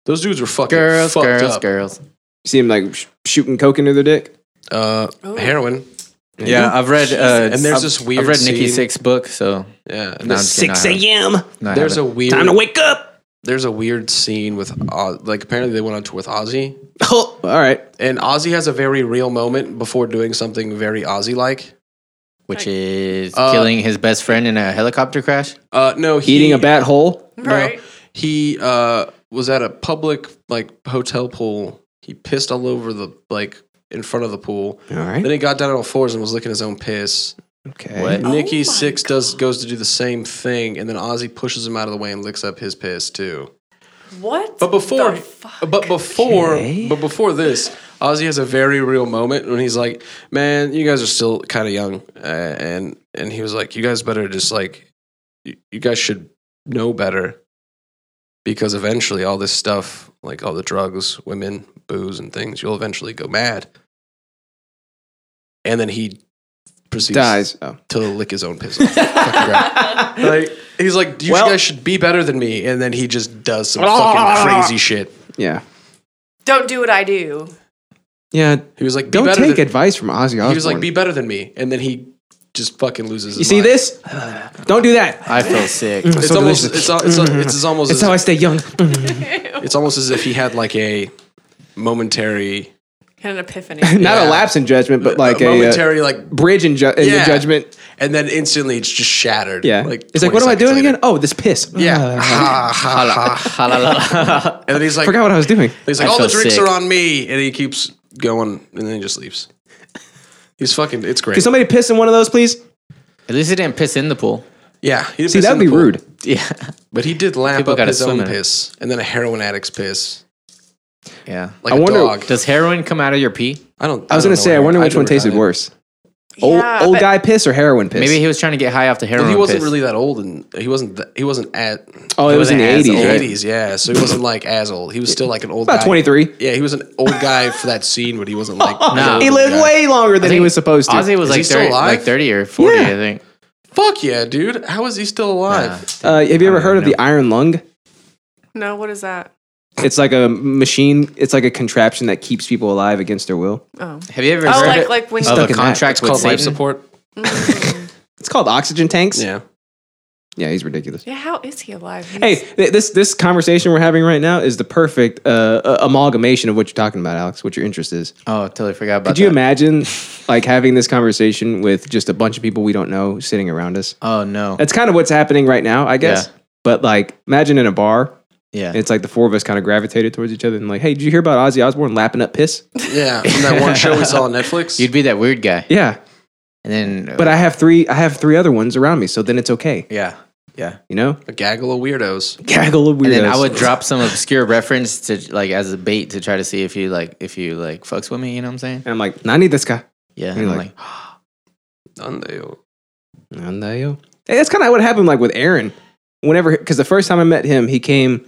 those dudes were fucking
Girls,
fucked
girls,
up.
girls.
you see him like sh- shooting coke into their dick.
Uh,
Ooh.
heroin.
Yeah, I've read uh,
And there's
I've-
this weird
I've read Nikki
scene-
Sixx book, so
Yeah, and
No,
this-
I'm just kidding, I haven't.
a.m.
no, I
there's a
haven't.
weird
wake up.
there's a weird scene with Oz, like apparently they went on tour with Ozzy,
*laughs* All right,
and Ozzy has a very real moment before doing something very Ozzy like.
which is
Uh,
killing his best friend in a helicopter crash.
Uh, no, he,
eating a bat hole.
No,
Right.
He uh, was at a public like hotel pool. He pissed all over the like in front of the pool.
All right,
Then he got down on all fours and was licking his own piss.
okay.
What?
Oh
Nikki
my
Six does goes to do the same thing, and then Ozzy pushes him out of the way and licks up his piss too.
What?
But before,
the fuck?
but before,
Okay.
but before this, Ozzy has a very real moment when he's like, "Man, you guys are still kind of young," uh, and and he was like, "You guys better just like, you, you guys should know better, because eventually all this stuff, like all the drugs, women, booze, and things, you'll eventually go mad." And then he proceeds
Dies. Oh.
to lick his
*laughs*
own piss off. Fucking ground. like he's like, you
Well-
guys should be better than me, and then he just does some fucking
*laughs*
crazy shit.
Yeah,
Don't do what I do.
yeah.
He was like, be
Don't
better
take
than,
advice from Ozzy Osbourne.
He was like, be better than me, and then he just fucking loses. His
you see
mind.
this? Don't do that.
I feel
*laughs*
sick.
It's
So
almost.
delicious.
It's, al- it's, al- it's, it's almost.
That's
as,
how I stay young.
it's almost as if he had like a momentary
Had an
*laughs* *laughs*
epiphany.
Not a
Yeah.
lapse in judgment, but like a, uh,
momentary like
bridge in, ju- in
Yeah.
your judgment.
and then instantly it's just shattered.
Yeah.
Like
it's like,
20
what am I
seconds
doing
later.
again? Oh, this piss.
Yeah.
Ah,
Ha, ha, ha.
Ha la la la.
and then he's like,
forgot what I was *laughs* doing.
he's like,
I
all the
feel
drinks
sick.
are on me, and he keeps going, and then he just leaves. He's fucking. It's
Can
great.
somebody piss in one of those, please?
At least it didn't piss in the pool. *laughs*
yeah. He didn't
See,
piss
that
in
would be
the pool,
rude.
Yeah.
But he did lamp
People
up
gotta
his
swim
own
in it.
piss, and then a heroin addict's piss,
Yeah.
like
I
a
wonder-
dog.
Does heroin come out of your pee?
I don't.
I was gonna
don't know
say, I
what
wonder
hero-
which one
never
tasted
got it.
worse.
Yeah,
old old
but-
guy piss or heroin piss?
Maybe he was trying to get high off the heroin.
Well, he wasn't
piss.
really that old, and he wasn't. That, he wasn't at
oh, it was in the
wasn't as
eighties,
old.
right?
eighties. Yeah, so he wasn't like as old. He was still like an old.
About
guy.
twenty three.
Yeah, he was an old guy for that scene, but he
*laughs*
wasn't like.
No.
an
He
old
lived
guy.
way longer than he was supposed to.
Ozzy was
Is he
like
still
30,
alive?
like 30 or 40,
Yeah.
I think.
Fuck yeah, dude! How is he still alive?
uh, have you ever heard of
know.
the iron lung?
No, what is that?
It's like a machine. It's like a contraption that keeps people alive against their will.
Oh,
Have you ever
oh,
heard
like like when
of
stuck
a
in that.
contract with
Called life
Satan?
support.
Mm.
It's called oxygen tanks.
Yeah.
yeah, he's ridiculous.
yeah, how is he alive? He's-
Hey, th- this this conversation we're having right now is the perfect uh, uh, amalgamation of what you're talking about, Alex. What your interest is.
Oh, totally forgot about
Could you
that. *laughs*
imagine like having this conversation with just a bunch of people we don't know sitting around us?
Oh, no.
That's kind of what's happening right now, I guess.
Yeah.
But like, imagine in a bar,
yeah.
and it's like the four of us kind of gravitated towards each other, and like, hey, did you hear about Ozzy Osbourne lapping up piss?
Yeah, from that one show we saw on
*laughs*
Netflix.
You'd be that weird guy.
Yeah,
And then.
but I have three, I have three other ones around me, so then it's okay,
Yeah. Yeah.
you know.
a gaggle of weirdos.
Gaggle of weirdos.
And then I would drop some obscure reference to like as a bait to try to see if you like if you like fucks with me, you know what I'm saying?
And I'm like, I need this guy.
Yeah.
You're
and I'm
like-
like,
Undeal.
And there you. Hey, that's kind of what happened, like with Aaron. Whenever, because the first time I met him, he came,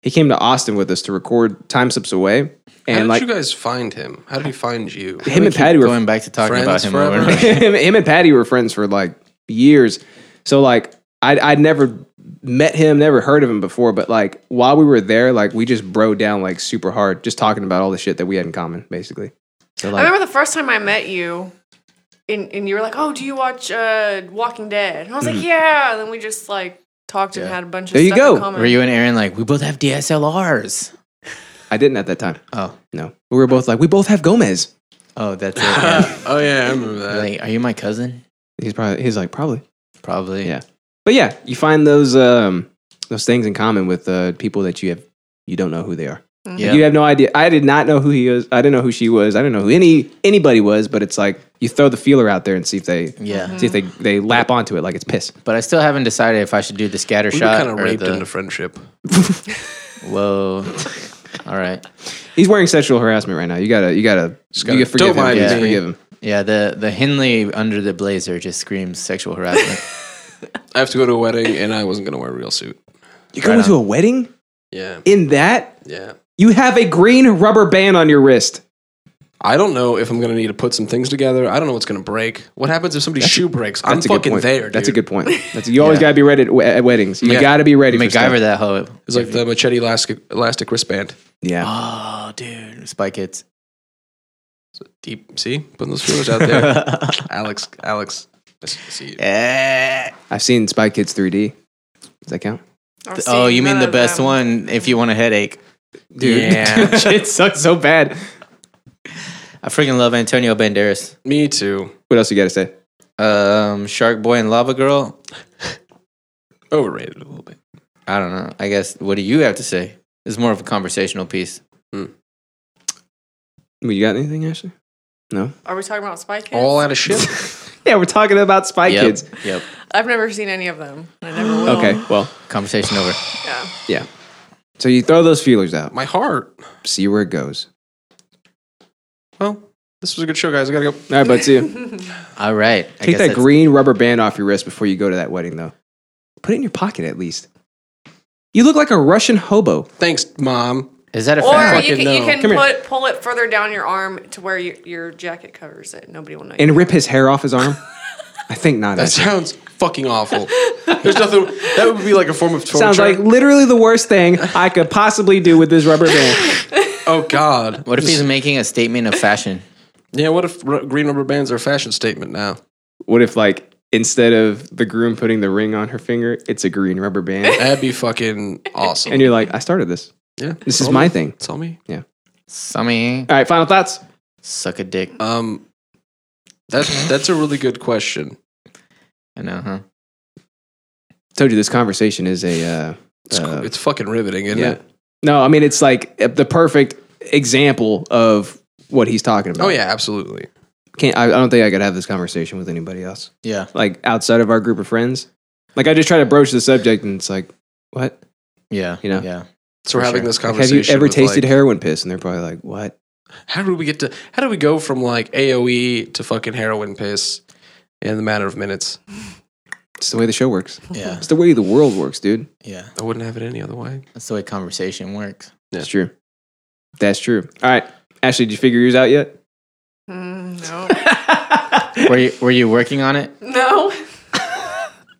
he came to Austin with us to record Time Slips Away,
How
and
did
*laughs* like
you guys find him? How did he find you?
*laughs* him and Patty were
going back to talking about
friends
him over and over.
forever.
*laughs*
him, him and Patty were friends for like years. So like I I'd never met him, never heard of him before, but like while we were there, like we just bro down like super hard, just talking about all the shit that we had in common, basically. So
*laughs* I
like
remember the first time I met you, and, and you were like, "Oh, do you watch uh, Walking Dead?" And I was like, "Yeah." And then we just like talked and had a bunch of
There you
stuff
go.
in common.
Were you and Aaron like, we both have DSLRs?
I didn't at that time.
Oh.
No. We were both like, we both have Gomez.
Oh, that's
*laughs*
it. yeah.
oh yeah, I remember that.
like, are you my cousin?
He's probably he's like, probably.
Probably.
Yeah. But yeah, you find those um those things in common with uh, people that you have you don't know who they are.
Mm-hmm.
Yeah.
You have no idea. I did not know who he was. I didn't know who she was. I didn't know who any anybody was. But it's like you throw the feeler out there and see if they
Yeah.
Mm-hmm.
see if they they lap onto it like it's piss.
But I still haven't decided if I should do the scatter
we were
shot
kind of
or
raped
the
into friendship.
*laughs* whoa. All right.
He's wearing sexual harassment right now. You gotta you gotta,
gotta-
you gotta forgive
don't
him.
mind
Just
me.
forgive him.
Yeah, the the Henley under the blazer just screams sexual
*laughs*
harassment.
I have to go to a wedding, and I wasn't gonna wear a real suit.
You're going to a wedding
Yeah,
in that
yeah.
you have a green rubber band on your wrist.
I don't know if I'm gonna need to put some things together. I don't know what's gonna break. What happens if somebody's shoe breaks? I'm
That's a good
fucking
point.
there. Dude.
That's a good point. *laughs* That's you always gotta be ready at, we- at weddings. You
Yeah.
gotta be ready. for
MacGyver
stuff.
that hoe.
It's like the machete elastic, elastic wristband.
Yeah.
Oh, dude, Spy Kids.
Deep. See, putting those feelers
*laughs*
out there.
*laughs*
Alex, Alex. I See, you.
Eh.
I've seen Spy Kids 3D. Does that count?
I've
Oh,
seen
you mean
none
the
of
best
them.
one if you want a headache?
*laughs*
Yeah.
Shit sucks so bad.
I freaking love Antonio Banderas.
me too.
What else you gotta say?
Um, Shark Boy and Lava Girl.
Overrated a little bit.
I don't know. I guess what do you have to say? It's more of a conversational piece.
Well, You got anything, Ashley?
Are we talking about Spy Kids?
All out of shit.
Yeah, we're talking about Spy
yep.
Kids.
Yep.
I've never seen any of them. and I never will.
Okay, well,
Conversation over. *sighs*
Yeah.
yeah. So you throw those feelers out,
My heart.
see where it goes.
Well, this was a good show, guys. I gotta go.
All right, but see,
*laughs*
you.
All right. I
take
guess
that
that's-
green rubber band off your wrist before you go to that wedding, though. Put it in your pocket at least. You look like a Russian hobo.
Thanks, mom.
Is that a
Or
fact?
you can, you
no.
can
Come here.
put, pull it further down your arm to where your, your jacket covers it. Nobody will know. you.
And rip his hair off his
*laughs*
arm? I think not.
That
actually.
sounds fucking awful. There's nothing. That would be like a form of torture.
Sounds like literally the worst thing I could possibly do with this rubber band.
oh god.
What if he's making a statement of fashion?
Yeah. What if r- green rubber bands are a fashion statement now?
What if, like, instead of the groom putting the ring on her finger, it's a green rubber band?
That'd be fucking awesome.
and you're like, I started this.
yeah.
This is
Tell
my
me.
thing.
Tell me.
Sammy.
All right, final thoughts.
Suck a dick.
Um, that's that's a really good question.
I know, huh?
Told you this conversation is a. Uh,
It's,
uh,
it's fucking riveting, isn't
yeah.
it?
No, I mean it's like uh, the perfect example of what he's talking about.
Oh yeah, absolutely.
Can't I, I don't think I could have this conversation with anybody else.
Yeah.
Like outside of our group of friends. Like I just try to broach the subject and it's like, what?
Yeah.
You know?
Yeah.
So we're
For
having
sure.
this
Like,
conversation.
Have you ever
with,
tasted
like,
heroin piss? And they're probably like, what?
How do we get to? How do we go from like AOE to fucking heroin piss in the matter of minutes?
It's the way the show works.
Yeah.
It's the way the world works, dude.
Yeah.
I wouldn't have it any other way.
That's the way conversation works.
That's true. That's true. All right. Ashley, did you figure yours out yet?
Mm, no.
Were you Were you working on it?
*laughs* no.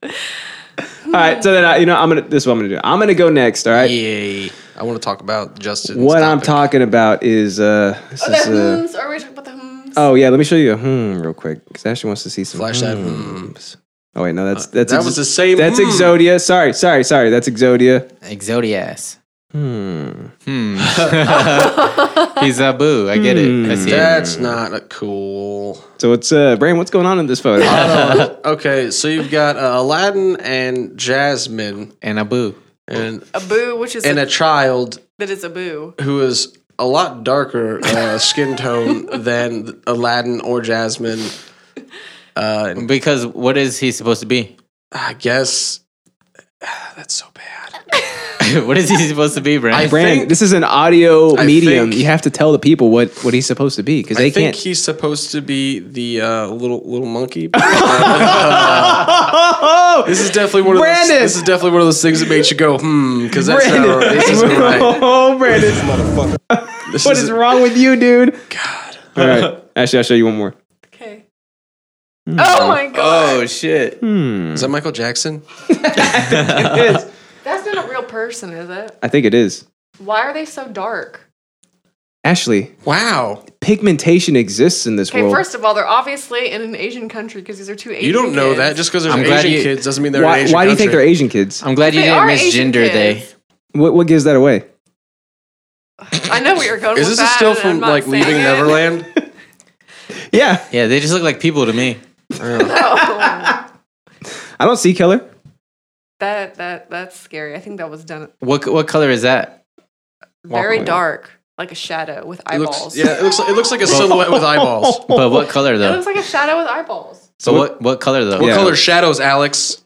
All right. So then, I, you know, I'm going to, this is what I'm going to do. I'm going to go next. All right.
Yay! I want to talk about Justin.
What I'm talking about is, uh, this
Oh,
is,
the
uh,
hmms. Are we talking about the hmms?
Oh yeah, let me show you a hmm real quick because Ashley wants to see some
Flash that.
hmm.
Hmm.
Oh wait, no, that's that's
that
Ex-
was the same.
that's
hmm.
Exodia. Sorry, sorry, sorry. That's Exodia.
Exodias.
Hmm.
Hmm. He's a boo. I get it. I
Mm.
see it.
That's not a cool.
So what's uh, Bram? What's going on in this photo?
okay, so you've got uh, Aladdin and Jasmine
And a boo.
and
A boo, which is
and
a,
a child
that is a boo.
who is a lot darker uh, skin *laughs* tone than Aladdin or Jasmine. Uh, and
Because what is he supposed to be? *laughs*
I guess *sighs* ah, that's so bad.
what is he supposed to be, Brent?
Bram,
think-
Uh, this is an audio
I
medium.
think-
you have to tell the people what what he's supposed to be because
I
they
think
can't.
he's supposed to be the uh, little little monkey.
*laughs*
*laughs* Uh,
oh,
this is definitely one of those,
Brandon!
this is definitely one of those things that makes you go hmm because that's not, this
*laughs*
isn't right.
oh, Brandon,
This
what is
isn't-
wrong with you, dude? God. All right, Ashley, I'll show you one
*laughs*
more.
Okay.
Hmm.
Oh my god.
Oh shit.
Hmm.
Is that Michael Jackson?
That's not a real person, is it?
I think it is.
Why are they so dark?
Ashley,
Wow,
pigmentation exists in this
Okay,
world.
first of all, they're obviously in an Asian country because these are two Asian
you don't know
kids.
that just because they're
I'm glad
Asian
you-
kids doesn't mean they're an
why
Asian
why do you think
country.
they're Asian kids?
I'm glad you
They
didn't
are Asian
misgender they.
kids.
What what gives that away?
I know what you're going
Is
with
this
that,
still
and I'm
from
not
like
saying
leaving
it. *laughs*
Neverland?
Yeah,
Yeah, they just look like people to me.
*laughs*
No.
I don't see color.
that that that's scary. I think that was done
What what color is that?
very
away.
dark, like a shadow with
It looks-
eyeballs.
yeah, it looks like, it looks like a silhouette
*laughs*
with eyeballs.
But what color
It
though?
looks like a shadow with eyeballs.
So what what color though?
What
Yeah.
color shadows, Alex?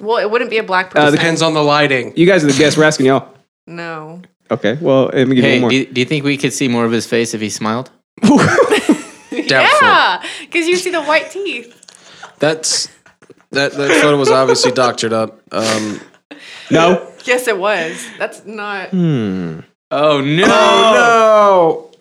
Well, it wouldn't be a black person.
Uh, the
Depends on the lighting.
You guys are the guests. We're asking y'all.
no.
Okay, well, let me give
Hey,
you one
do
more.
you, do you think we could see more of his face if he smiled?
Doubtful.
Yeah, because you see the white teeth.
That's that. That photo was obviously *laughs* doctored up. Um,
No.
Yes, it was. That's not.
Hmm.
Oh no!
oh no!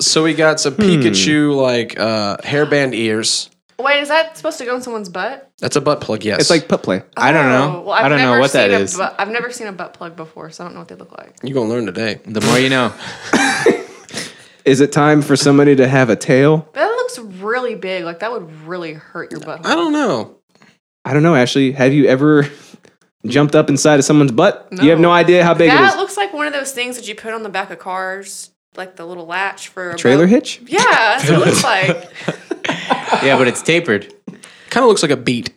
So we got
Hmm.
some Pikachu like uh, hairband ears.
Wait, is that supposed to go in someone's butt?
That's a butt plug. Yes,
It's like putt play.
I don't know.
Oh, well, I've
I don't know
never
what that
seen a
is.
butt- I've never seen a butt plug before, so I don't know what they look like.
you gonna learn today.
The more you know.
Is it time for somebody to have a tail?
That looks really big. Like that would really hurt your butt.
I don't know.
I don't know, Ashley. Have you ever jumped up inside of someone's butt? You have no
No.
idea how big
That
it is.
looks like one of those things that you put on the back of cars, like the little latch for a
Trailer
boat.
hitch?
Yeah, that's what it looks like.
Yeah, but it's tapered.
Kind of looks like a beet.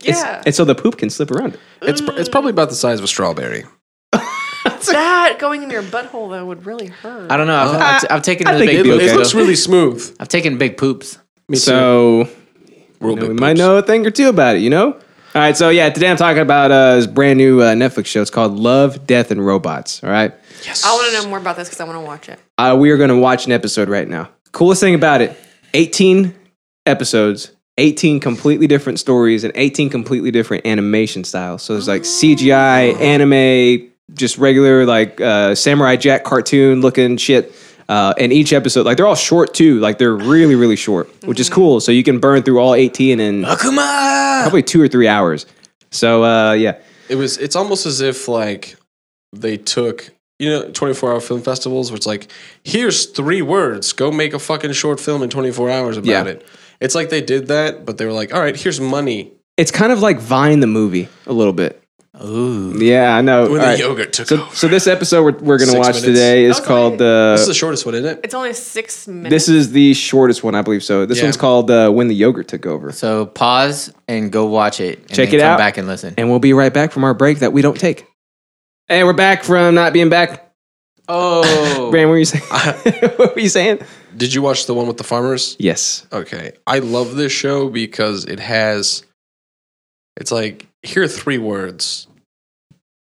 Yeah,
It's so the poop can slip around it.
It's pr- it's probably about the size of a strawberry.
that going in your butthole though would really hurt.
I don't know. I've, I've, I've taken
I
the
think
big
it'd be
poops.
okay.
It looks really smooth.
I've taken big poops.
Me
so
too. Real
you know,
big
we might
poops.
know a thing or two about it, you know? All right, so yeah, today I'm talking about uh, this brand new uh, Netflix show. It's called Love, Death, and Robots. All right.
I want to know more about this because I want to watch it.
uh, we are going to watch an episode right now. Coolest thing about it 18 episodes, 18 completely different stories, and 18 completely different animation styles. So there's like CGI, anime, just regular like uh, Samurai Jack cartoon looking shit. Uh, and each episode, like they're all short too. Like they're really, really short, which is cool. So you can burn through all 18 in
Akuma!
probably two or three hours. So uh, yeah.
it was it's almost as if like they took you know 24 hour film festivals where it's like here's three words go make a fucking short film in 24 hours about
Yeah.
it it's like they did that but they were like all right here's money
It's kind of like Vine the movie a little bit.
Ooh.
Yeah, I know.
When
All
the
right.
yogurt took
so,
over.
so this episode we're, we're going to
Six
watch
minutes.
today is
Okay.
called uh,
this is the shortest one, isn't it?
It's only six minutes.
this is the shortest one, I believe. So this
Yeah.
one's called uh, "When the Yogurt Took Over,"
So pause and go watch it. And
Check
then
it
come
out.
back and listen.
and we'll be right back from our break that we don't take. And we're back from not being back.
Oh.
Brand, what were you saying? *laughs* what were you saying?
*laughs* Did you watch the one with the farmers?
Yes.
Okay. I love this show because it has it's like here are three words.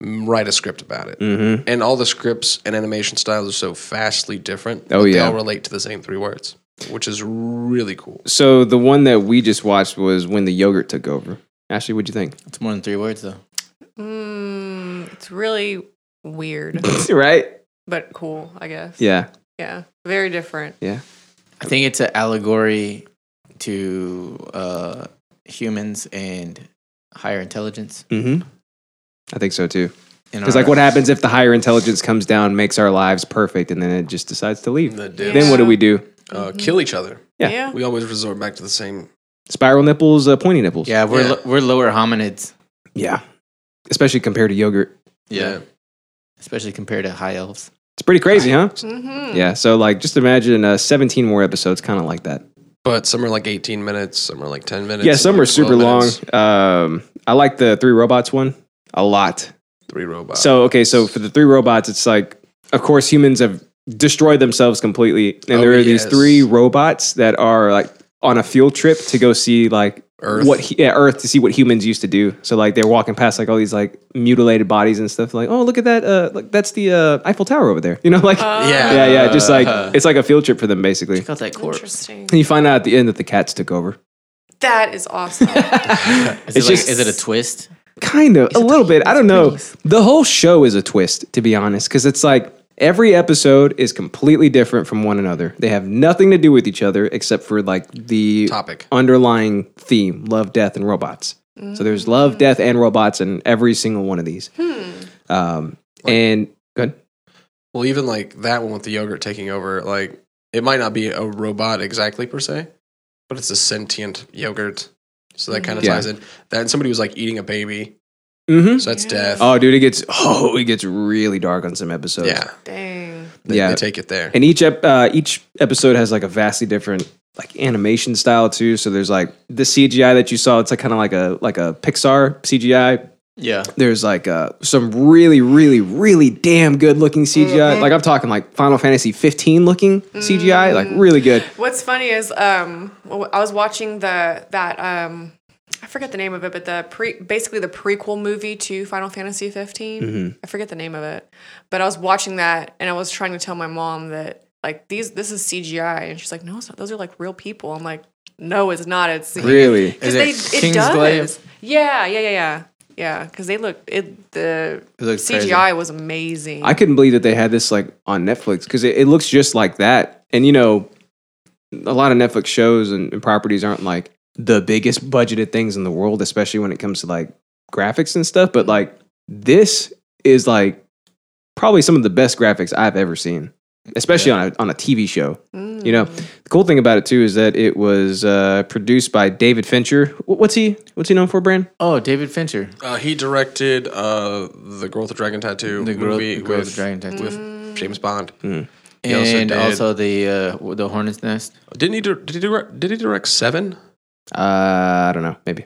Mm, Write a script about it.
Mm-hmm.
And all the scripts and animation styles are so vastly different.
Oh,
but They
yeah.
all relate to the same three words, which is really cool.
So the one that we just watched was "When the Yogurt Took Over." Ashley, what'd you think?
*laughs* it's more than three words though.
Mm, it's really weird,
right?
but cool, I guess.
Yeah.
Yeah. Very different.
I think it's an allegory to uh, humans and higher intelligence.
Mm-hmm. I think so too.
in
Because
our-
like, what happens if the higher intelligence comes down, makes our lives perfect, and then it just decides to leave?
The
Yeah.
dudes
Then what do we do?
uh, kill each other.
Yeah.
Yeah.
We always resort back to the same.
Spiral nipples, uh, pointy nipples.
Yeah, we're
Yeah.
lo- we're lower hominids.
Yeah. Especially compared to yogurt.
especially compared to high elves.
It's pretty crazy, huh?
Hmm.
Mhm.
Yeah. So, like, just imagine uh, 17 more episodes, kind of like that.
But some are like 18 minutes, some are like 10 minutes.
yeah, some
like
are super
12
long.
minutes.
Um, I like the Three Robots one a lot.
Three robots.
So, okay, so for the Three Robots, it's like, of course, humans have destroyed themselves completely. And
Oh,
there are these
yes.
three robots that are like on a field trip to go see like
Earth.
what he- yeah, Earth to see what humans used to do. So like they're walking past like all these like mutilated bodies and stuff. Like oh look at that, uh, like that's the uh, Eiffel Tower over there. *laughs* You know like
yeah.
yeah yeah just like
Uh,
it's like a field trip for them basically.
Check out that corpse.
Interesting.
And *laughs* you find out at the end that the cats took over.
That
*laughs*
is awesome.
Is it,
It's
like,
just-
is it a twist?
Kind of a little bit. I don't know. The whole show is a twist to be honest, because it's like. Every episode is completely different from one another. They have nothing to do with each other except for like the
topic.
underlying theme love, death, and robots. So there's love, death, and robots in every single one of these.
Hmm.
Um, and good.
Well, even like that one with the yogurt taking over, like it might not be a robot exactly per se, but it's a sentient yogurt. So that kind of
Yeah.
ties in. That and somebody was like eating a baby,
Mm-hmm.
so that's
Yeah.
death.
Oh, dude, it gets *laughs* oh, it gets really dark on some episodes.
yeah,
Dang.
they,
Yeah.
they take it there.
and each ep- uh, each episode has like a vastly different like animation style too. So there's like the CGI that you saw. It's like kind of like a like a Pixar CGI
Yeah.
there's like uh, some really, really, really damn good looking CGI. Like I'm talking like Final Fantasy 15 looking CGI, like really good.
What's funny is um w- I was watching the that um I forget the name of it, but the pre basically the prequel movie to Final Fantasy 15.
Mm-hmm.
I forget the name of it, but I was watching that and I was trying to tell my mom that like these this is CGI and she's like no it's not those are like real people. I'm like no it's not it's
Really?
because
Is
they
it
it
Kingsglaive?
does yeah yeah yeah yeah yeah because they look it the
It looks
CGI
crazy.
was amazing.
I couldn't believe that they had this like on Netflix because it, it looks just like that. And you know, a lot of Netflix shows and, and properties aren't like the biggest budgeted things in the world, especially when it comes to like graphics and stuff. But like this is like probably some of the best graphics I've ever seen, especially on, a, on a TV show.
Mm.
You know, the cool thing about it too is that it was uh, produced by David Fincher. Wh- What's he? What's he known for, Brand?
Oh, David Fincher.
Uh, he directed uh, the Girl with the Dragon Tattoo
The Girl,
movie
the Girl with
with-
the Dragon Tattoo.
with James Bond. He also
And
did-
also, the uh, w- the Hornet's Nest.
Didn't he? dir- Did he direct? Did he direct Seven?
Uh, I don't know. Maybe.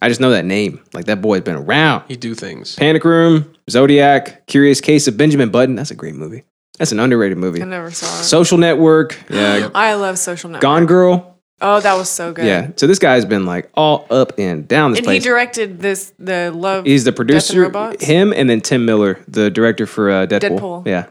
I just know that name. Like that boy's been around.
He do things.
Panic Room, Zodiac, Curious Case of Benjamin Button. That's a great movie. That's an underrated movie.
I never saw it.
Social Network. Yeah.
I love Social Network.
Gone Girl.
Oh, that was so good.
Yeah. So this guy's been like all up and down this
And
place.
he directed this, the love.
He's the
Death and
producer.
Robots?
him and then Tim Miller, the director for uh, Deadpool.
Deadpool. Oh,
Yeah.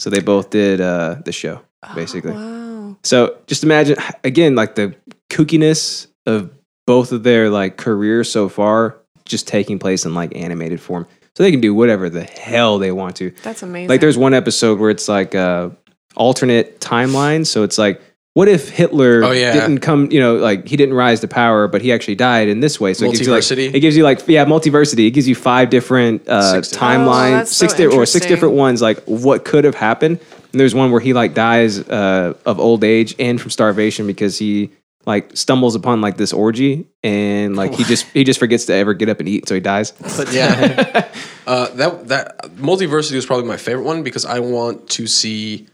So they both did uh, the show basically.
Wow.
So just imagine again, like the kookiness of both of their like careers so far, just taking place in like animated form. So they can do whatever the hell they want to.
That's amazing.
Like there's one episode where it's like uh alternate timeline. So it's like, what if Hitler
Oh, yeah.
didn't come, you know, like he didn't rise to power, but he actually died in this way. So it gives you
Multiversity?
like it gives you like yeah, multiversity. It gives you five different uh
Six
different- Oh,
timelines,
that's so
six different or six
interesting.
different ones, like what could have happened. And there's one where he like dies uh of old age and from starvation because he like stumbles upon like this orgy and like
*laughs*
he just he just forgets to ever get up and eat, so he dies.
*laughs*
yeah. uh, that that multiversity was probably my favorite one because I want to see.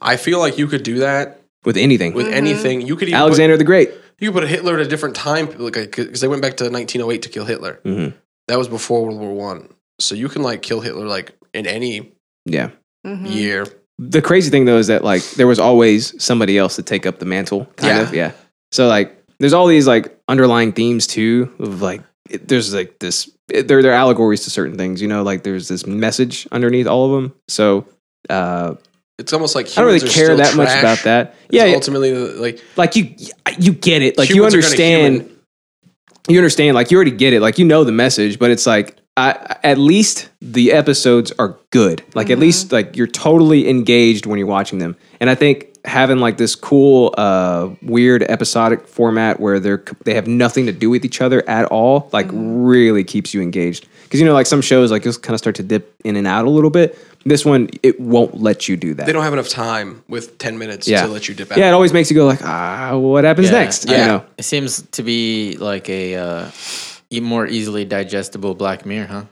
I feel like you could do that
With anything.
with anything. You could even
Alexander the Great.
Put, you could put a Hitler at a different time, like because they went back to 1908 to kill Hitler.
Mhm.
That was before World War One, so you can like kill Hitler like in any
Yeah.
Mhm.
year.
The crazy thing though is that like there was always somebody else to take up the mantle, kind
Yeah.
of. Yeah. So like there's all these like underlying themes too of like it, there's like this it- they're they're allegories to certain things, you know, like there's this message underneath all of them. So uh
It's almost like
I don't really
humans are
care
still
that much
trash.
about that.
It's
Yeah, yeah,
ultimately like
like you you get it. Like you
humans are gonna
understand
human-
you understand like you already get it like you know the message but it's like I, at least the episodes are good like at
Mm-hmm.
least like you're totally engaged when you're watching them and i think having like this cool uh weird episodic format where they're they have nothing to do with each other at all like
Mm-hmm.
really keeps you engaged because you know like some shows like you'll kind of start to dip in and out a little bit this one it won't let you do that
they don't have enough time with 10 minutes to let you dip out.
yeah it always makes you go like ah what happens next
Yeah.
you know
It seems to be like a uh, e- more easily digestible Black Mirror, huh?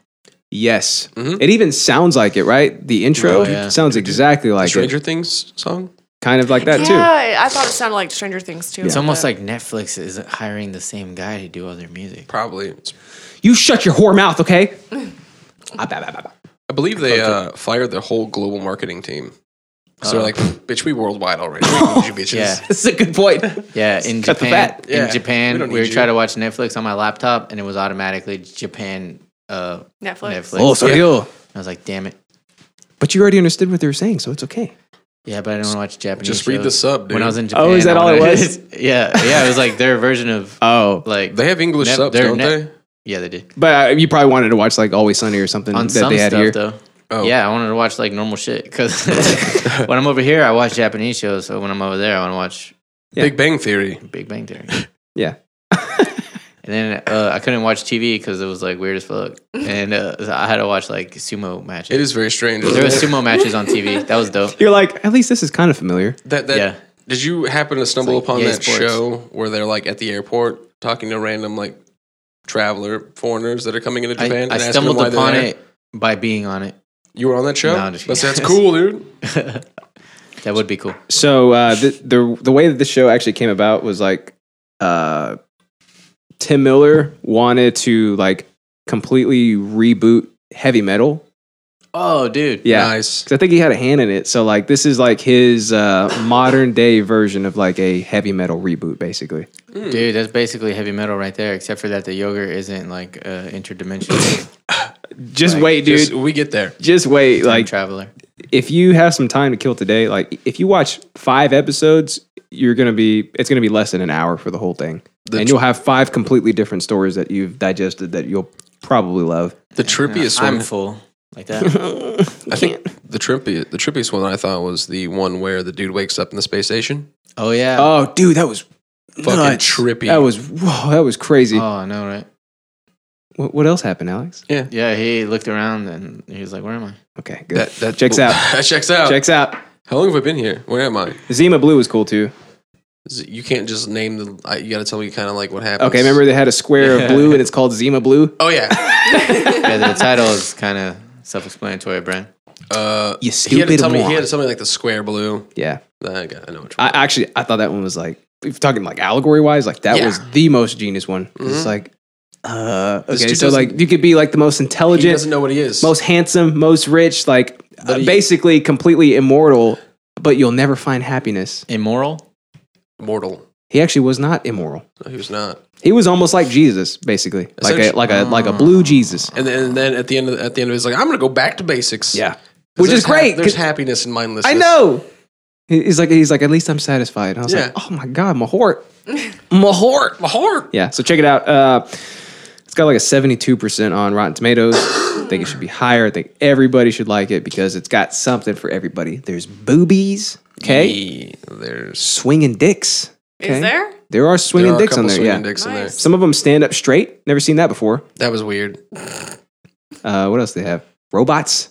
Yes.
Mhm.
It even sounds like it, right? The intro
Mm-hmm. Oh, yeah.
sounds exactly like
Stranger
it.
Things song.
Kind of like that too.
yeah, I thought it sounded like Stranger Things too.
It's almost like Netflix is hiring the same guy to do all their music.
Probably. It's-
You shut your whore mouth, okay? Ah, bah, bah, *laughs* bah, bah.
I believe they uh, fired their whole global marketing team. So they're like, bitch, we
*laughs*
worldwide already. We don't need you bitches.
Uh. Yeah.
That's a good point.
Yeah, in
cut the
Japan,
fat.
in
Yeah, we
Japan,
don't
we, were
need
trying
you.
to watch Netflix on my laptop, and it was automatically Japan uh,
Netflix.
Netflix.
oh, so
Yeah.
you.
I was like, damn it.
But you already understood what they were saying, so it's okay.
Yeah, but I don't want to watch Japanese.
just read the
shows.
sub, dude.
When I was in Japan,
Oh, is that
I
all it
wanna-
was?
*laughs* yeah, yeah, it was like their version
*laughs*
of
Oh.
like
They have English
Net-
subs,
they're
don't
net-
they?
yeah they did
But uh, you probably wanted to watch like Always Sunny or something
on
that
some
they had
stuff
here.
though.
Oh.
Yeah, I wanted to watch like normal shit because *laughs* when I'm over here, I watch Japanese shows. So when I'm over there, I want to watch
Yeah.
Big Bang Theory.
Big Bang Theory.
*laughs* Yeah.
*laughs* And then uh, I couldn't watch TV because it was like weird as
*laughs*
fuck, and uh, I had to watch like sumo matches.
It is very strange. isn't
there was
it?
sumo matches on TV. That was dope.
You're like, at least this is kind of familiar.
*laughs* that, that,
yeah.
Did you happen to stumble
like
upon
EA
that
Sports.
show where they're like at the airport talking to random like traveler foreigners that are coming into
I,
Japan?
I
and asking them
stumbled
why they're
upon
there?
it by being on it.
You were on that show?
No, I'm just
that's,
kidding.
that's
*laughs*
cool, dude.
That would be cool.
So uh, the, the the way that this show actually came about was like uh, Tim Miller wanted to like completely reboot heavy metal.
Oh, dude.
Yeah,
Nice.
'Cause I think he had a hand in it. So like this is like his uh, modern day version of like a heavy metal reboot, basically.
Dude, that's basically heavy metal right there, except for that the yogurt isn't like uh, interdimensional
Just wait, dude.
Just-
Just,
we get there.
wait. *coughs*
time
Like
traveler.
if you have some time to kill today, like if you watch five episodes, you're gonna be it's gonna be less than an hour for the whole thing, and you'll have five completely different stories that you've digested that you'll probably love.
The trippiest
I'm
one.
full
*laughs*
like that.
I think the trippy, the trippiest one I thought was the one where the dude wakes up in the space station.
oh yeah. Oh,
Oh, dude, that was
Fucking
nuts.
trippy. Uh,
That was whoa, that was crazy.
Oh, I know, right?
what, what else happened, Alex?
Yeah, he looked around and he was like, "Where am I?"
Okay, good.
that, that *laughs* Oh.
checks out.
that checks out.
Checks out.
How long have I been here? Where am I?
Zima Blue was cool too.
Is it- You can't just name the. I- You got to tell me kind of like what happened.
Okay, remember they had a square of blue and it's called Zima Blue?
Oh yeah.
Yeah, the title is kind of self-explanatory, Brent.
Uh,
*laughs* You
he had to
stupid
tell me he
moron.
had to tell me like the square blue.
Yeah.
I, got, I know which
I
one.
actually I thought that one was like if you're talking like allegory wise, like that
Yeah. Mm-hmm.
was the most genius one. 'Cause It's like uh okay,
dude
so like you could be like the most
he
intelligent,
doesn't know what he is.
most handsome, most rich, like uh,
he-
basically completely immortal, but you'll never find happiness.
Immoral.
mortal.
He actually was not immoral.
No, he was not.
He was almost like Jesus, basically, like a
Essentially-
like a like a blue Jesus.
And then, and then at the end of at the end of it, he's like, I'm gonna go back to basics. 'Cause
which
there's
is great.
hap- there's
'cause
happiness in mindlessness.
I know. He- He's like he's like at least I'm satisfied. And I was
Yeah.
like, oh my god, my heart, my heart.
My heart.
Yeah. So check it out. Uh, it's got like a 72 percent on Rotten Tomatoes. I think it should be higher. I think everybody should like it because it's got something for everybody. There's boobies, okay,
Yeah, There's
swinging dicks.
Is there?
There are
there
swinging
are a
dicks
couple
on there.
swinging
yeah.
dicks in there.
Nice.
Some of them stand up straight. Never seen that before.
That was weird.
Uh, what else do they have? Robots.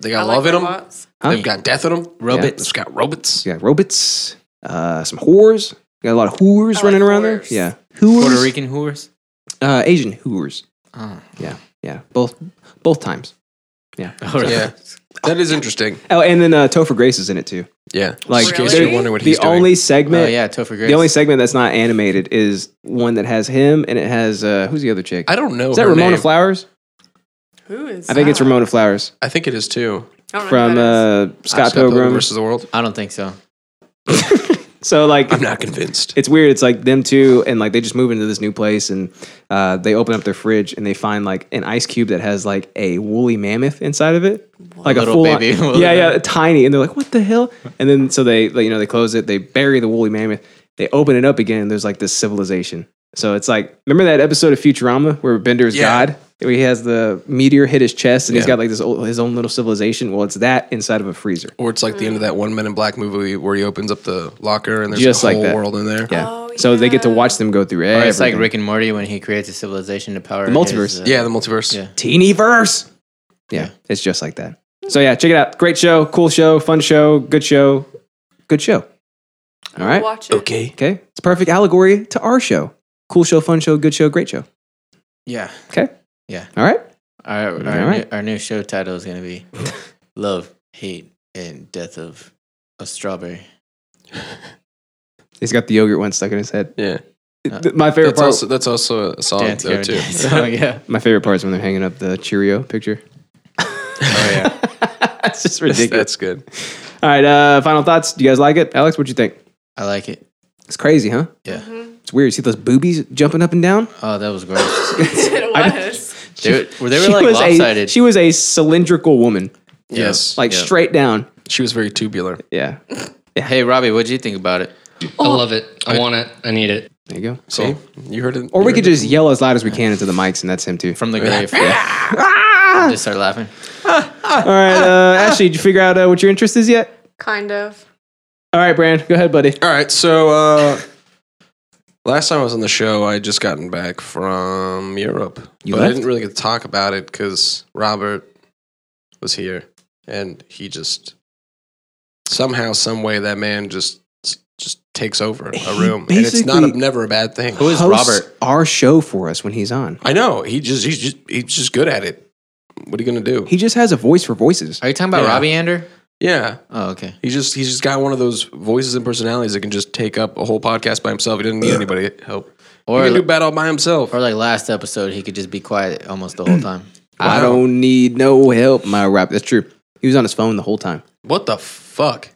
They got
I like
love in them.
robots.
Huh?
They've got death in them.
Robots.
They've got robots.
Yeah, robots, uh, some whores. Got a lot of whores
I like
running around
whores.
there. Yeah,
Puerto
whores,
Rican *laughs* whores.
uh, Asian whores.
Ah.
Oh,
Yeah, both both times. Yeah.
Oh,
Yeah. That is interesting.
Oh, and then uh, Topher Grace is in it too.
Yeah.
Like
Just in case
Really?
you're wondering what
the
he's doing.
only segment.
Oh, yeah, Topher Grace.
The only segment that's not animated is one that has him and it has uh, who's the other chick?
I don't know.
Is that
her
Ramona
name.
Flowers?
Who is?
I think it's
that?
Ramona Flowers
I think it is too.
I don't know who
from
that is.
uh, Scott
Scott
Pilgrim.
versus the world.
I don't think so.
So like
I'm not convinced.
it's weird. It's like them two, and like they just move into this new place, and uh, they open up their fridge and they find like an ice cube that has like a woolly mammoth inside of it, like a
Little
full *laughs*
baby woolly
yeah, yeah, tiny. And they're like, "What the hell?" And then so they, like, you know, they close it, they bury the woolly mammoth, they open it up again. And there's like this civilization. So it's like, remember that episode of Futurama where Bender's
Yeah.
God, where he has the meteor hit his chest, and he's
Yeah.
got like this old, his own little civilization. Well, it's that inside of a freezer.
Or it's like the end of that one Men in Black movie where he opens up the locker and there's
Just
a
like
whole
that.
world in there.
Yeah.
Oh,
So they get to
yeah.
watch them go through
Or
everything.
it's like Rick and Morty when he creates a civilization to power
The multiverse.
his, uh,
Yeah, the multiverse.
Yeah.
Teeny verse. Yeah,
Yeah.
it's just like that. So yeah, check it out. Great show, cool show, fun show, good show, good show. All right.
Watch it.
Okay. It's a perfect allegory to our show. Cool show, fun show, good show, great show.
Yeah.
Okay.
Yeah.
All right.
Our our,
All right.
New, our new show title is gonna be *laughs* Love, Hate, and Death of a Strawberry.
He's got the yogurt one stuck in his head.
Yeah.
Th- my favorite
That's
part.
also, that's also a song
Dance
though
Gavin
too.
Dance. *laughs* Oh yeah.
my favorite part is when they're hanging up the Cheerio picture.
*laughs*
Oh yeah.
That's just
That's,
ridiculous.
that's good.
All right. Uh, final thoughts. Do you guys like it, Alex? What do you think?
I like it.
It's crazy, huh?
Yeah.
It's weird. You see those boobies jumping up and down?
Oh, that was gross.
*laughs* it was.
they were, they were
She
like
was a-
lopsided.
she was a cylindrical woman,
Yeah.
Yes.
like
Yeah.
straight down.
She was very tubular.
Yeah.
*laughs* Hey Robbie, what'd you think about it?
I love it. I want it. I need it.
There you go.
So you heard it.
Or
you
we
heard
could
it.
just yell as loud as we can into the mics, and that's him too.
From the *laughs* grave. yeah. Just start laughing.
All right, uh, *laughs* Ashley, did you figure out uh, what your interest is yet?
Kind of.
All right, Brand, go ahead, buddy.
All right. So uh, last time I was on the show, I had just gotten back from Europe,
You
but I
left?
didn't really get to talk about it because Robert was here, and he just somehow, some way, that man just just takes over a room, and it's not a,
basically-
never a bad thing.
Who is
Hosts
Robert?
Our show for us when he's on.
I know he just he's just he's just good at it. What are you gonna do?
He just has a voice for voices.
Are you talking about
Yeah.
Robbie Ander?
yeah,
Oh, okay.
He just he's just got one of those voices and personalities that can just take up a whole podcast by himself. He doesn't need anybody help. Or
Or-
he can do bad all by himself.
Or like last episode, he could just be quiet almost the whole *clears throat* time.
I
Wow.
don't need no help, my rap. That's true. He was on his phone the whole time.
What the fuck?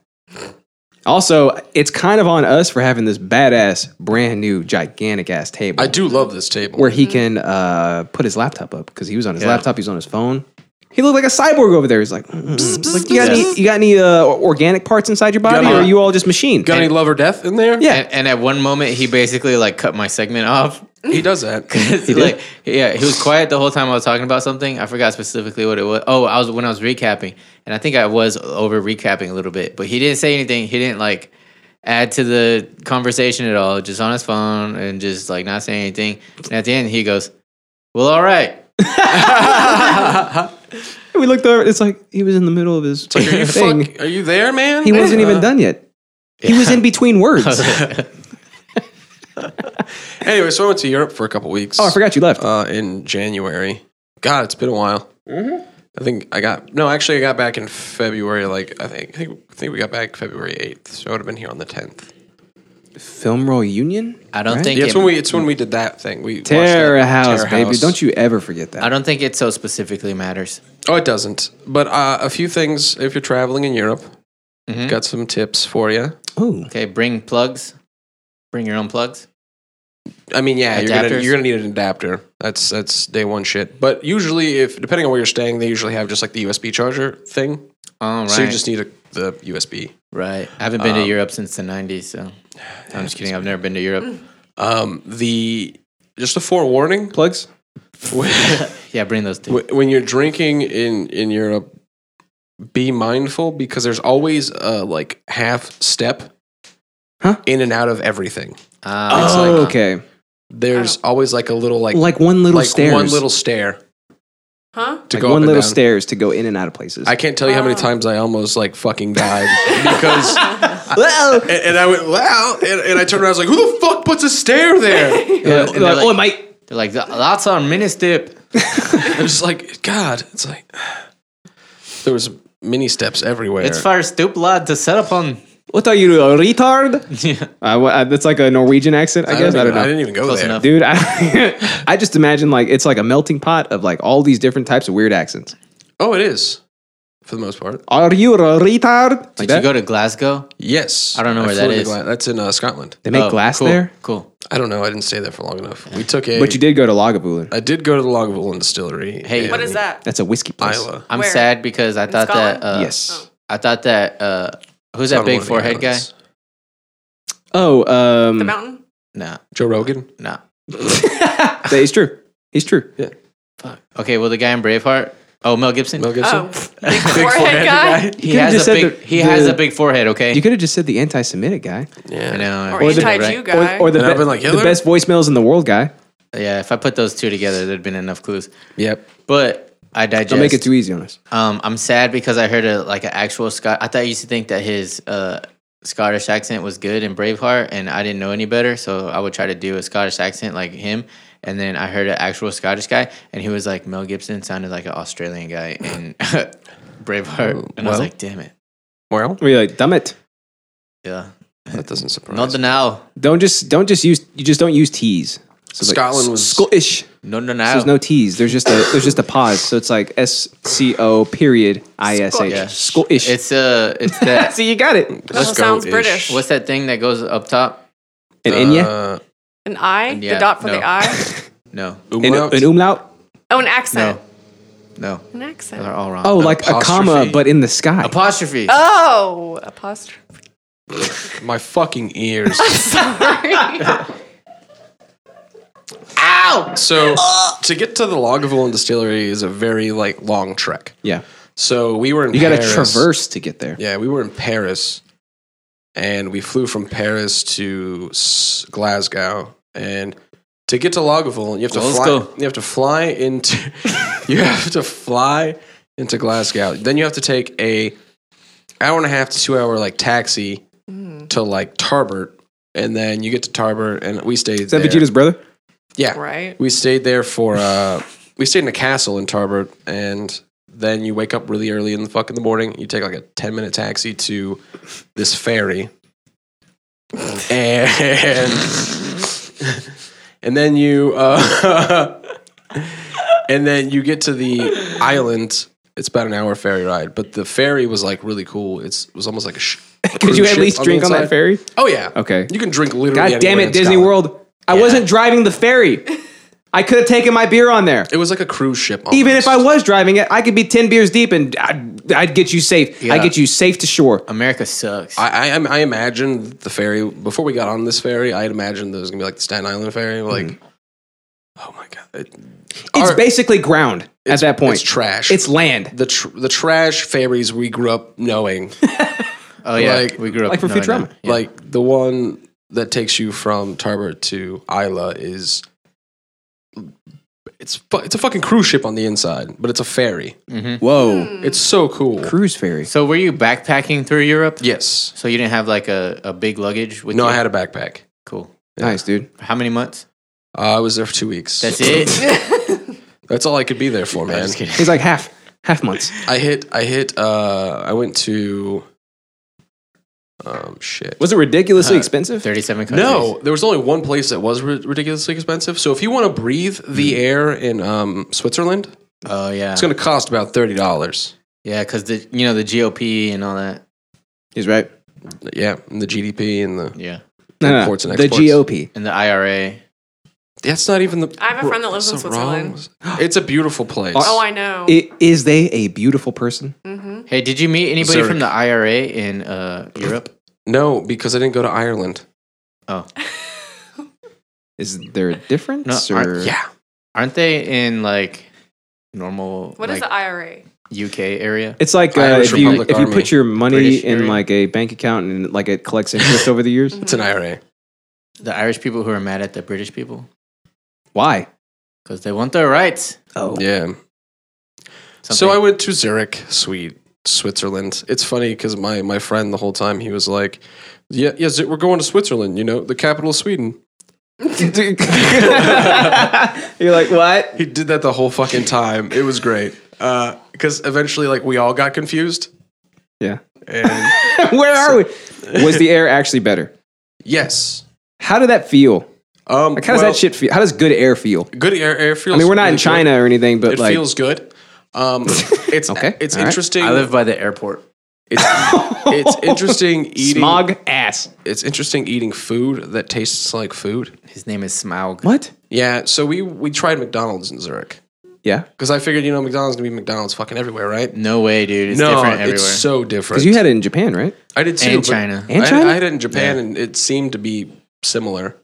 Also, it's kind of on us for having this badass, brand new, gigantic ass table.
I do love this table.
where he can uh, put his laptop up because he was on his
Yeah.
laptop, he was on his phone. He looked like a cyborg over there. He's like, mm, mm. Like, you got any, you got any uh, organic parts inside your body,
Got
or are
any-
you all just machine?
Got any love or death in there?
yeah,
And, and at one moment, he basically like cut my segment off.
*laughs* he
*laughs*
does that.
like, yeah, he was quiet the whole time I was talking about something. I forgot specifically what it was. Oh, I was when I was recapping, and I think I was over recapping a little bit, but he didn't say anything. He didn't like add to the conversation at all. Just on his phone and just like not saying anything. And at the end, he goes, "Well, all right."
And we looked over. It's like he was in the middle of his
Like, are
*laughs*
you
thing.
fuck, Uh-huh. Are you there, man? Uh,
He wasn't even done yet. He was in between
*laughs*
words. oh,
Anyway, so I went to Europe for a couple weeks.
Oh, I forgot you left.
Uh, in January. God, it's been a while.
Mm-hmm.
I think I got no. Actually, I got back in February. Like I think I think, I think we got back February eighth. So I would have been here on the tenth.
Film Roll Union.
I don't think
Yeah,
it,
it's when we it's when we did that thing. We watched that
Terra House,
Terror
baby.
House.
Don't you ever forget that.
I don't think it so specifically matters.
Oh, it doesn't. But uh, a few things if you're traveling in Europe,
Hmm?
Mhm.
got some tips for you.
Oh,
Okay, bring plugs. Bring your own plugs.
I mean, yeah, you're gonna,
Adapters?
you're gonna need an adapter. That's that's day one shit. But usually, if depending on where you're staying, they usually have just like the USB charger thing.
All right.
So you just need a, the USB.
Right. I haven't been to
Um,
Europe since the 90s, so I'm just kidding. I've never been to Europe.
Um, the just a forewarning.
plugs.
Yeah, bring those two.
Wh- when you're drinking in in Europe, be mindful because there's always a like half step
Huh?
in and out of everything.
Ah,
It's
Oh,
like-
okay.
There's always like a little like
Like one little
like
stairs.
one little stair
Huh?
to
Like
go
one
up
little
and down.
stairs to go in and out of places.
Oh. *laughs* I can't tell you how many times I almost like fucking died because I
well,
And, and I went, wow. And, and I turned around, I was like, who the fuck puts a stair there?
yeah, like,
they're like-
oh, Mike.
They're like, that's on ministip.
*laughs* I'm just like, God, it's like, there was mini steps everywhere.
It's for stupid lad to set up on.
What are you, a
*laughs*
retard?
Yeah.
Uh, what, uh, that's like a Norwegian accent, I,
I,
guess.
don't
I don't know.
even- I didn't even go
Close
there.
enough.
Dude, I, *laughs* I just imagine like it's like a melting pot of like all these different types of weird accents.
Oh, it is. For the most part.
Are you a retard? Like
Did you
that.
go to Glasgow?
Yes.
I don't know where that
flew to
is.
Gla- that's in uh, Scotland.
they make
Oh,
glass
cool,
there,
Cool.
I don't know. I didn't stay there for long enough. We took a.
but you did go to Lagavulin.
I did go to the Lagavulin distillery.
Hey,
in
What is that?
That's a whiskey place.
Iowa.
I'm
Where?
sad because I
In
thought that.
Scotland?
Uh,
Yes.
I thought that. Uh, who's
It's on
that big
one of the
forehead guy?
islands.
Oh,
The
um,
mountain?
Nah,
Joe Rogan.
nah.
that is true. He's true.
*laughs* Okay, well, the guy in Braveheart. Oh, Mel Gibson.
Mel Gibson.
Oh, *laughs* big forehead guy.
*laughs* He
could've
has
just
a
said
big.
the-
he has
the-
a big forehead. Okay.
You could have just said the anti-Semitic guy,
Yeah.
I know.
Or
I
the-
should,
anti
right?
Jew guy.
or, or the,
And I've
be-
been like,
the
Hitler?
best voicemails in the world guy.
Yeah. If I put those two together, there'd been enough clues.
Yep.
But I digest.
Don't make it too easy on us.
Um, I'm sad because I heard a like an actual Scot. I thought I used to think that his uh, Scottish accent was good in Braveheart, and I didn't know any better, so I would try to do a Scottish accent like him. And then I heard an actual Scottish guy, and he was like Mel Gibson sounded like an Australian guy in *laughs* Braveheart,
Oh,
and I was
Well.
like, damn it,
Well,
We're like, dumb it.
yeah,
that doesn't surprise.
no denial,
Don't just don't just use you just don't use T's. So it's
Scotland was-
Scottish.
no
So
denial.
there's no T's. There's just a there's just a pause. So it's like S C O period I S
Yeah.
H. Scottish.
it's uh,
*laughs*
it's that.
See, you got it. An
me.
also sounds
ish.
British.
what's that thing that goes up top?
inya,
Uh,
An eye?
Yeah,
the dot for
no.
the
*laughs*
eye?
No,
an,
umlaut.
an umlaut.
Oh, an
no,
accent.
no, Uh-huh.
An
they're
accent.
all wrong.
Oh, like a
apostrophe.
comma, but in the sky.
apostrophe.
Oh, apostrophe.
My fucking
*laughs*
ears. *laughs*
Sorry.
so to get to the Lagavulin distillery is a very like long trek.
yeah,
So we were in
you got
Paris.
to traverse to get there.
Yeah, we were in Paris, and we flew from Paris to S- Glasgow, and to get to Lagavulin, you have to
Glasgow.
fly. You have to fly into. *laughs* you have to fly into Glasgow. Then you have to take a hour and a half to two hour like taxi
Mm.
to like Tarbert, and then you get to Tarbert, and we stayed.
Is that
there.
Vegeta's brother?
Yeah,
right.
we stayed there for uh we stayed in a castle in Tarbert and then you wake up really early in the fuck in the morning, you take like a 10 minute taxi to this ferry. And and then you uh *laughs* and then you get to the island. It's about an hour ferry ride, but the ferry was like really cool. It's it was almost like a sh-
Could you
cruise
at
ship
least
the
drink on that
inside.
ferry?
Oh yeah.
Okay.
You can drink literally
God damn
anywhere
it,
in
Disney
Scotland.
World! I wasn't driving the ferry. I could have taken my beer on there.
It was like a cruise ship.
Even if
almost.
I was driving it, I could be ten beers deep, and I'd, I'd get you safe.
Yeah.
I'd get you safe to shore.
America sucks.
I, I, I imagined the ferry before we got on this ferry. I had imagined that it was gonna be like the Staten Island ferry. Like, oh my god, It-
It's
Our-
basically ground at that point.
it's trash.
It's land.
the tr- the trash ferries we grew up knowing,
oh yeah,
like-
we grew up
like for
knowing
Futurama.
that. Yeah.
like the one that takes you from Tarbert to Isla is. It's fu- it's a fucking cruise ship on the inside, but it's a ferry. Hmm.
Whoa.
It's so cool.
Cruise ferry.
So were you backpacking through Europe?
yes.
So you didn't have like a, a big luggage with
No,
you?
I had a backpack.
cool.
Nice, dude.
For How many months?
Uh, I was there for two weeks.
That's it.
*laughs* That's all I could be there for, man.
Just
*laughs*
kidding.
He's like half, half months.
I hit. I hit. Uh, I went to. Um, shit.
Was it
Uh,
ridiculously expensive?
Thirty-seven countries.
No, there was only one place that was ri- ridiculously expensive. So if you want to breathe the air in um, Switzerland,
Oh yeah.
it's going to cost about thirty dollars.
yeah, because the you know the GOP and all that.
He's right.
Yeah, and the GDP and the
Yeah.
No, no,
Imports and
the
exports.
GOP.
And the IRA.
that's not even the.
I have a friend that lives in
so wrong.
Switzerland.
*gasps* It's a beautiful place.
Oh, I know. Mm-hmm.
I- Is they a beautiful person?
Hey, did you meet anybody
Zurich.
from the IRA in uh, Europe?
no, because I didn't go to Ireland.
Oh,
Is there a difference?
No, I-
Mm-hmm.
or?
Yeah,
aren't they in like normal
What is
like,
the IRA?
UK area?
It's like uh,
Irish
if you
Republic
if you
Army.
put your money
British
in
Army.
like a bank account and like it collects interest over the
*laughs*
years.
Mm-hmm.
it's an IRA.
The Irish people who are mad at the British people
Why? *laughs*
*laughs*
because they want their rights.
Oh,
Yeah. So
Something.
I went to Zurich, Sweden. Switzerland. It's funny because my my friend the whole time he was like, "Yeah, yes, we're going to Switzerland. You know, the capital of Sweden."
You're like, what?
He did that the whole fucking time. It was great because eventually, like, we all got confused.
Yeah.
And
*laughs* Where are
*laughs*
we? Was the air actually better?
yes,
How did that feel?
um,
Like, how does
well,
that shit feel? How does good air feel?
Good air, air feels.
I mean, we're not
really
in
good.
China or anything, but
It
like,
feels good.
*laughs*
Um, it's
Okay,
It's
all right.
interesting.
I live by the airport.
*laughs* It's,
*laughs*
it's interesting eating.
smog ass.
It's interesting eating food that tastes like food.
His name is Smaug.
What?
Yeah. So we we tried McDonald's in Zurich
Yeah.
because I figured you know McDonald's gonna be McDonald's fucking everywhere, right?
No way, dude. It's
no,
different everywhere.
it's so different.
Because you had it in Japan, right?
I did too.
and
but
China.
And
I,
China?
I had it in Japan, and it seemed to be similar.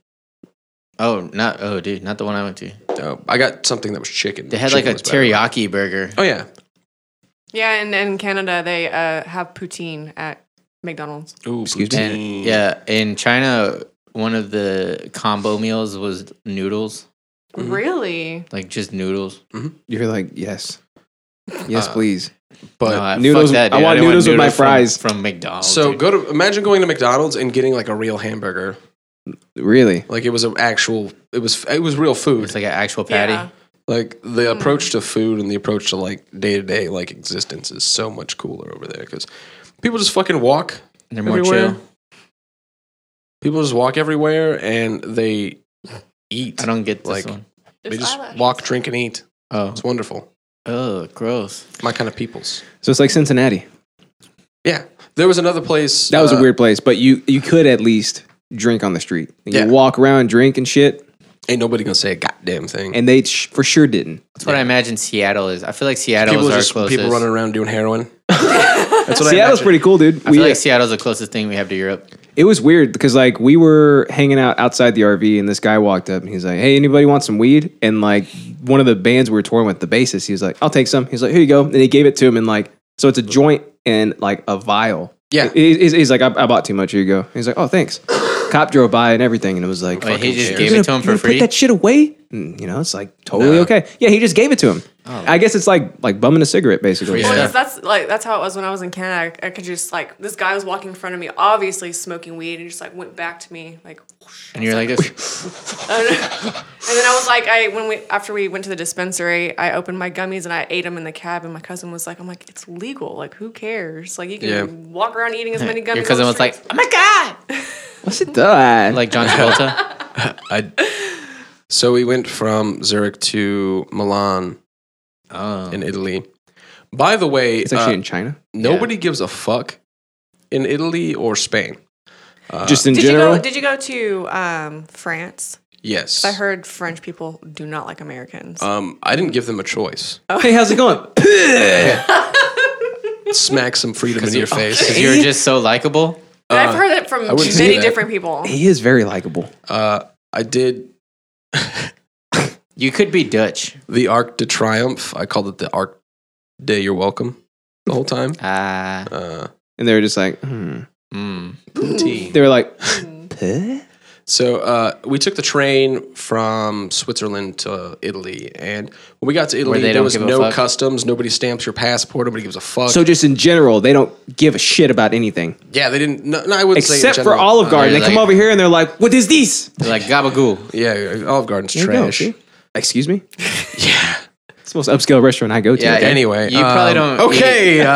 oh, not oh, dude, not the one I went to.
No, I got something that was chicken.
They had
Chicken
like a
was better.
teriyaki burger.
Oh yeah.
Yeah, and in Canada they uh, have poutine at McDonald's.
Ooh,
Excuse me?
And yeah, in China, one of the combo meals was noodles,
Mm-hmm.
Really?
like just noodles.
You're like, yes, yes,
Uh,
please.
But
No, I- fuck
noodles-
that,
I
dude.
want
didn't
noodles with my
noodles from-
fries.
from, McDonald's.
so
dude.
go to imagine going to McDonald's and getting like a real hamburger.
Really?
Like it was an actual. It was it was real food.
It's like an actual patty.
Yeah.
Like the approach to food and the approach to like day to day like existence is so much cooler over there because people just fucking walk.
They're more
Everywhere.
chill.
People just walk everywhere and they eat.
I don't get this
Like-
one.
They
Just
just
eyelashes.
walk, drink, and eat.
Oh,
It's wonderful.
oh, gross.
My kind of peoples.
So it's like Cincinnati.
Yeah, there was another place.
That was
uh,
a weird place, but you you could at least drink on the street. You
Yeah.
walk around, drink and shit,
Ain't nobody gonna say a goddamn thing.
and they sh- for sure didn't.
That's what I imagine Seattle is. I feel like Seattle
people
is
are
our
just
closest.
people running around doing
*laughs*
heroin. That's what I
Seattle's
imagine.
pretty cool, dude.
I feel
We, uh,
like Seattle's the closest thing we have to Europe.
it was weird because like we were hanging out outside the RV, and this guy walked up and he's like, "Hey, anybody want some weed?" And like one of the bands we were touring with, the bassist, he was like, "I'll take some." He's like, "Here you go," and he gave it to him, and like so it's a joint and like a vial.
Yeah.
He- he's, he's like, I, "I bought too much." Here you go. He's like, "Oh, thanks." Cop drove by and everything, and it was like,
Wait, Oh, he just
cares?
gave
You gonna-
it to him
you
for
gonna
free.
Put that shit away. And, you know, it's like totally okay. Yeah, he just gave it to him.
Oh.
I guess it's like like bumming a cigarette, basically.
Well,
Yeah.
'cause that's like that's how it was when I was in Canada. I, I could just like this guy was walking in front of me, obviously smoking weed, and just like went back to me like. whoosh.
and you're like, this.
and then *laughs* I was like, I when we after we went to the dispensary, I opened my gummies and I ate them in the cab, and my cousin was like, I'm like, it's legal, like who cares? Like you can
Yeah.
walk around eating as many gummies.
your
on
cousin
the
was like,
streets.
oh my god,
What's it that?
like John Travolta.
So we went from Zurich to Milan
oh,
in Italy. By the way,
it's actually
uh,
in China.
nobody gives a fuck in Italy or Spain.
uh,
just in
Did
general.
you go? Did you go to um, France?
Yes,
I heard French people do not like Americans.
Um, I didn't give them a choice.
hey, how's it going?
*laughs*
Smack some freedom in your face.
because you were just so likable.
But I've heard it from
I wouldn't say
many
that.
different people.
he is very likable.
Uh, I did
You could be Dutch.
the Arc de Triomphe. I called it the Arc de You're Welcome the whole time.
Ah,
Uh,
And they were just like, hmm.
mm.
poutine.
they were like, *laughs* "Huh?"
So uh, we took the train from Switzerland to Italy, and when we got to Italy,
they
there
don't
was
give a
no
fuck?
customs, nobody stamps your passport, nobody gives a fuck.
so just in general, they don't give a shit about anything
yeah, they didn't. No, no I would say in
except for
general.
Olive Garden.
they're
they come
Oh, like-
over here and they're like, "What is this?"
You're like gabagool.
Yeah, Olive Garden's
There you go,
trash.
see? Excuse
*laughs*
me. yeah, it's the most upscale restaurant I go to. *laughs*
Yeah,
okay?
Anyway,
You probably
um,
don't.
Okay,
eat
uh,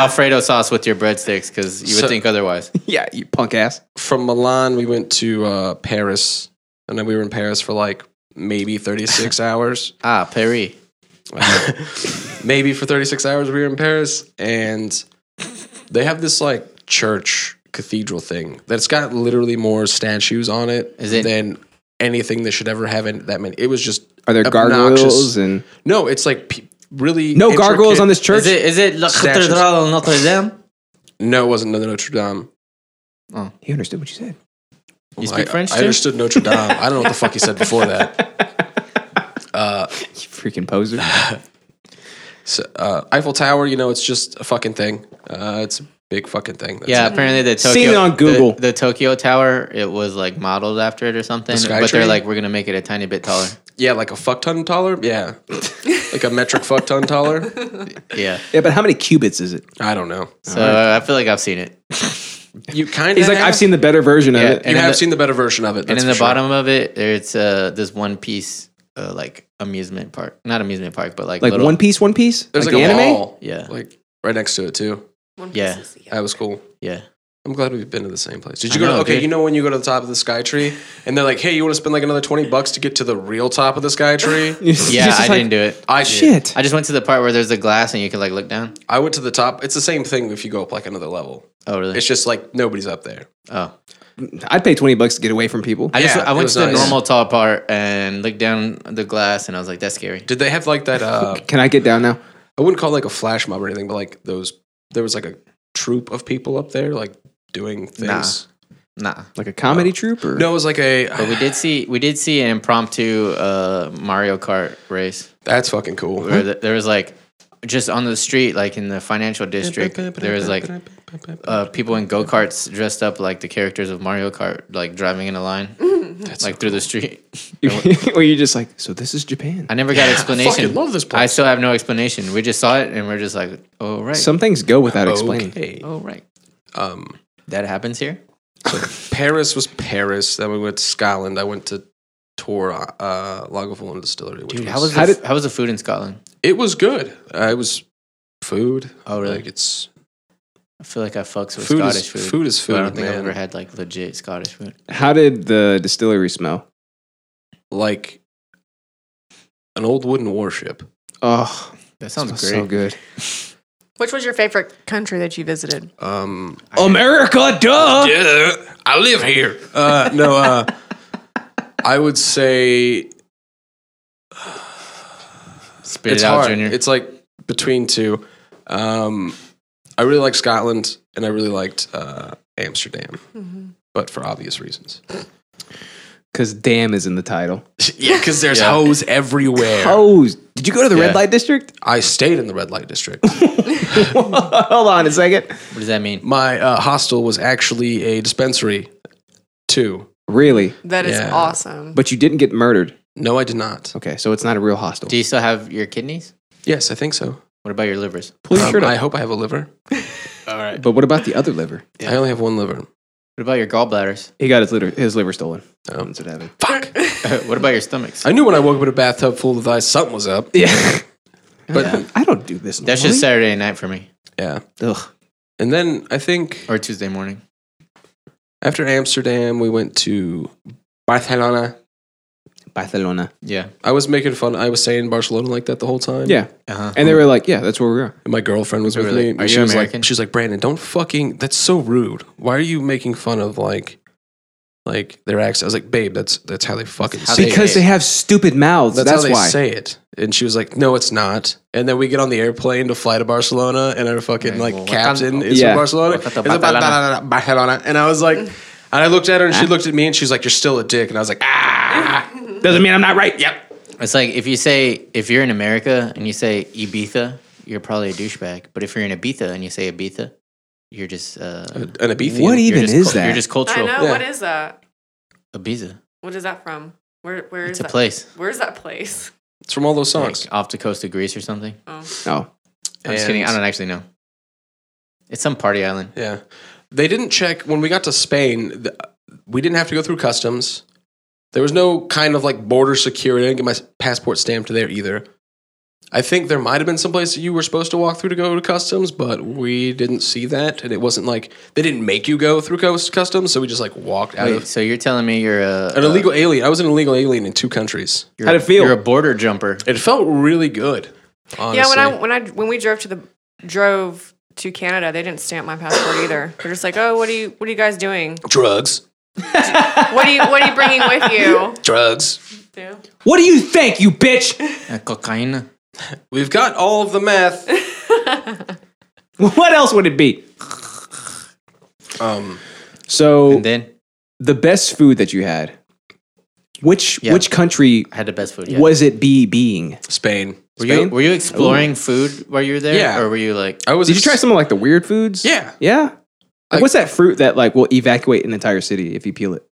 Alfredo sauce with your breadsticks because you would
So-
think otherwise.
yeah, you punk ass.
from Milan, we went to uh, Paris, and then we were in Paris for like
*laughs*
maybe 36 hours.
Ah, Paris.
maybe for 36 hours we were in Paris, and they have this like church cathedral thing that's got literally more statues on it,
Is it-
than anything that should ever have in that many. It was just
Are there
obnoxious-
gargoyles and
no, it's like pe- really
no gargoyles
intricate-
on this church?
Is it is it La
Statues.
Cathédrale Notre Dame?
No, it wasn't the Notre Dame.
He understood what you said.
You
I,
speak French
I
too?
understood Notre Dame. I don't know what the fuck he said before
*laughs*
that.
You freaking poser.
So, uh, Eiffel Tower, you know, it's just a fucking thing. Uh, it's a big fucking thing. That's
Yeah,
it.
apparently the Tokyo
Seen it on
the-
Google.
The, Tokyo Tower, it was like modeled after it or something.
The
but
Skytree?
they're like, we're gonna make it a tiny bit taller. *laughs*
yeah, like a fuck ton taller. Yeah, like a metric fuck ton taller.
Yeah.
Yeah, but how many cubits is it?
I don't know.
So I feel like I've seen it.
You kind of.
He's like, I've seen the better version of
Yeah,
it.
You
And in
have
the-
seen the better version of
and
it. that's
in the
for sure.
bottom of it, there's uh this one piece uh, like amusement park, not amusement park, but like
Like
little,
One Piece, One Piece.
there's like,
the
a
anime. *laughs*
wall,
Yeah,
like right next to it too.
One Piece
Yeah.
is-
That was cool.
yeah.
I'm glad we've been to the same place. Did
I
you go?
know,
to, okay,
dude.
you know when you go to the top of the sky tree, and they're like, "Hey, you want to spend like another twenty bucks to get to the real top of the
*laughs*
sky tree?"
Yeah, I didn't do it.
I did.
Shit.
I just went to the part where there's a glass and you can like look down.
I went to the top. It's the same thing if you go up like another level.
Oh, really?
It's just like nobody's up there.
oh,
I'd pay twenty bucks to get away from people.
I just
Yeah,
I
it
went
was
to the
nice.
normal tall part and looked down the glass and I was like, that's scary.
Did they have like
*laughs*
that? Uh,
Can I get down now?
I wouldn't call it like a flash mob or anything, but like those. There was like a troop of people up there, like doing things.
Nah,
Like a comedy troupe or *laughs*
No, it was like a.
but we did see we did see an impromptu uh Mario Kart race.
*sighs* That's fucking cool.
where th- there was like just on the street, like in the financial district, there was like uh, people in go karts dressed up like the characters of Mario Kart, like driving in a line, like through the
*laughs*
street.
Or you're just like, so this is Japan.
I never got explanation.
fucking love this
I
place.
still have no explanation. We just saw it and we're just like, oh right,
Some things go without
*laughs*
explaining.
Okay.
oh right,
Um,
that happens here.
Paris was Paris. Then we went to Scotland. I went to tour uh, Lagavulin Distillery. Which
Dude,
was,
how was
How
the,
did-
how was the food in Scotland?
it? Was good. Uh, it was food.
Oh really?
Like it's
I feel like I fucks with
Food is-
Scottish food.
food is
but I
food,
don't think I've
man.
ever had like legit Scottish food.
How did the distillery smell?
like an old wooden warship.
Oh,
That sounds
smells
great.
so good.
Which was your favorite country that you visited?
Um,
America, duh.
yeah, I live here. Uh, no, uh, I would say
Spit it out, Junior.
It's like between two. Um, I really like Scotland, and I really liked uh, Amsterdam, but for obvious reasons.
Because damn is in the title.
yeah, because there's
Yeah.
hoes everywhere.
Oh, did you go to the red
Yeah.
light district? *laughs*
I stayed in the red light district.
Hold on a second.
what does that mean?
My uh, hostel was actually a dispensary, too.
Really?
That is
Yeah.
awesome.
But you didn't get murdered.
No, I did not.
Okay, so it's not a real hostel.
Do you still have your kidneys?
Yes, I think so.
What about your livers?
Pull your
Um,
shirt
I
up.
hope I have a liver.
But what about the other liver?
I only have one liver.
What about your gallbladders? *laughs*
He got his liver, his liver stolen.
Oh.
That's what happened.
Fuck.
what about your stomachs?
I knew when I woke up in a bathtub full of ice, something was up.
*laughs* Yeah.
But-
But I don't do this.
That's just Saturday night for me,
Yeah.
Ugh.
And then I think
or Tuesday morning.
after Amsterdam, we went to Barcelona.
Barcelona.
Yeah.
I was making fun. I was saying Barcelona like that the whole time.
Yeah.
Uh-huh.
And they were like, yeah, that's where we are.
And my girlfriend was
They
with
were
me.
like,
and
"Are
she
you
was
American?"
like, she was like, Brandon, don't fucking. That's so rude. Why are you making fun of like, like their accent? I was like, babe, that's that's how they fucking
How
say
they-
it.
Because they have stupid mouths.
That's,
That's,
how they
why.
say it. And she was like, no, it's not. And then we get on the airplane to fly to Barcelona, and our fucking
Yeah,
like
well,
captain
welcome-
is
Yeah.
from Barcelona.
Welcome to
It's about
Barcelona.
Barcelona. Barcelona. And I was
*laughs*
like, and I looked at her, and she looked at me, and she's like, you're still a dick. And I was like,
*laughs*
ah.
Doesn't mean I'm not right. Yep.
It's like if you say if you're in America and you say Ibiza, you're probably a douchebag. But if you're in Ibiza and you say Ibiza, you're just uh,
An Ibiza.
What
you're
even
just
is
cul-
that?
You're just
I
cultural.
know.
Yeah.
What is that?
Ibiza.
What is that from? Where where is
It's a
that?
place
Where's that place?
It's from all those songs.
like, off the coast of Greece or something.
Oh.
I'm just kidding. I don't actually know. It's some party island.
Yeah. They didn't check when we got to Spain. th we didn't have to go through customs. There was no kind of like border security. I didn't get my s- passport stamped there either. I think there might have been some place that you were supposed to walk through to go to customs, but we didn't see that, and it wasn't like they didn't make you go through coast customs. So we just like walked out
Wait,
of
so you're telling me you're a uh,
an illegal alien. I was an illegal alien in two countries.
You're,
How'd it feel?
You're a border jumper.
It felt really good. Honestly.
Yeah, when I when I when we drove to the drove to Canada, they didn't stamp my passport either. They're just like, "Oh, what are you what are you guys doing?
drugs,
What are you what are you bringing with *laughs* you?"
drugs.
Yeah.
What do you think, you bitch? *laughs*
Uh, cocaine.
We've got all of the
*laughs*
meth.
what else would it be?
Um,
So
And then
the best food that you had. Which
Yeah.
which country
I had the best food. Yeah.
was it be being?
Spain.
Were you,
Spain?
were you exploring food while you were there?
Yeah.
Or were you like,
I was.
Did you try some of like the weird foods?
Yeah.
Yeah. Like,
Like-
what's that fruit that like will evacuate an entire city if you peel it?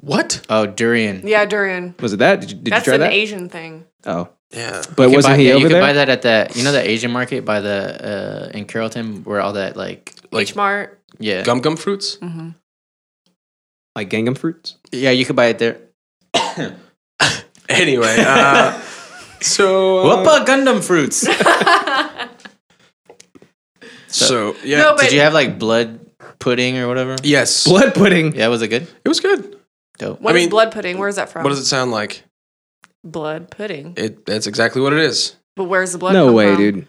What?
oh, durian?
Yeah, durian.
Was it that? Did you, did you
That's
try
an
that?
Asian thing.
oh.
Yeah.
But
You could
wasn't
buy-
he
yeah,
over
you could
there?
buy that at that you know that Asian market by the uh in Carrollton where all that like
Like-
Beach Mart.
yeah
Gum gum fruits?
Mm-hmm. *laughs*
Like Gangnam fruits.
yeah you could buy it there.
Anyway,
*laughs*
uh, so. uh,
Whoopa Gundam fruits.
So, yeah.
No, but-
*laughs* Did you have like blood pudding or whatever?
yes.
Blood pudding.
Yeah, was it good?
It was good.
Dope.
What is
I mean-
blood pudding? Where's that from?
What does it sound like?
Blood pudding.
It That's exactly what it is.
But where's the blood?
no
come
way,
from?
dude.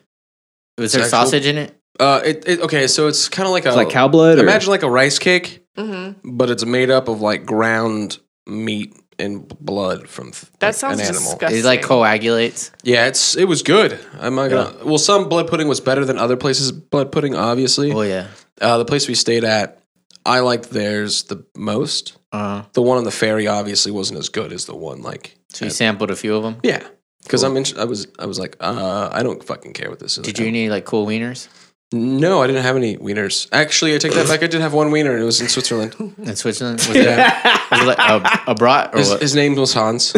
Was there
Sexual-
sausage in it?
Uh, it, it Okay, so it's kind of like a.
It's like cow Mm-hmm. blood. Or?
Imagine like a rice cake.
Mhm.
but it's made up of like ground meat and blood from th-
That
like,
sounds disgusting.
It like coagulates.
Yeah, it's it was good. I'm not gonna. Well, some blood pudding was better than other places. Blood pudding, obviously.
Oh yeah.
Uh, the place we stayed at, I liked theirs the most.
Uh,
The one on the ferry obviously wasn't as good as the one like.
so you sampled a few of them.
Yeah, because I'm. In, I was. I was like, uh, I don't fucking care what this is.
Did you need like cool wieners
No, I didn't have any wieners. Actually, I take that back. I did have one wiener, and it was in
*laughs*
Switzerland.
in Switzerland? Was it, was it like a, a brat or
His,
what?
his name was
*laughs*
Hans.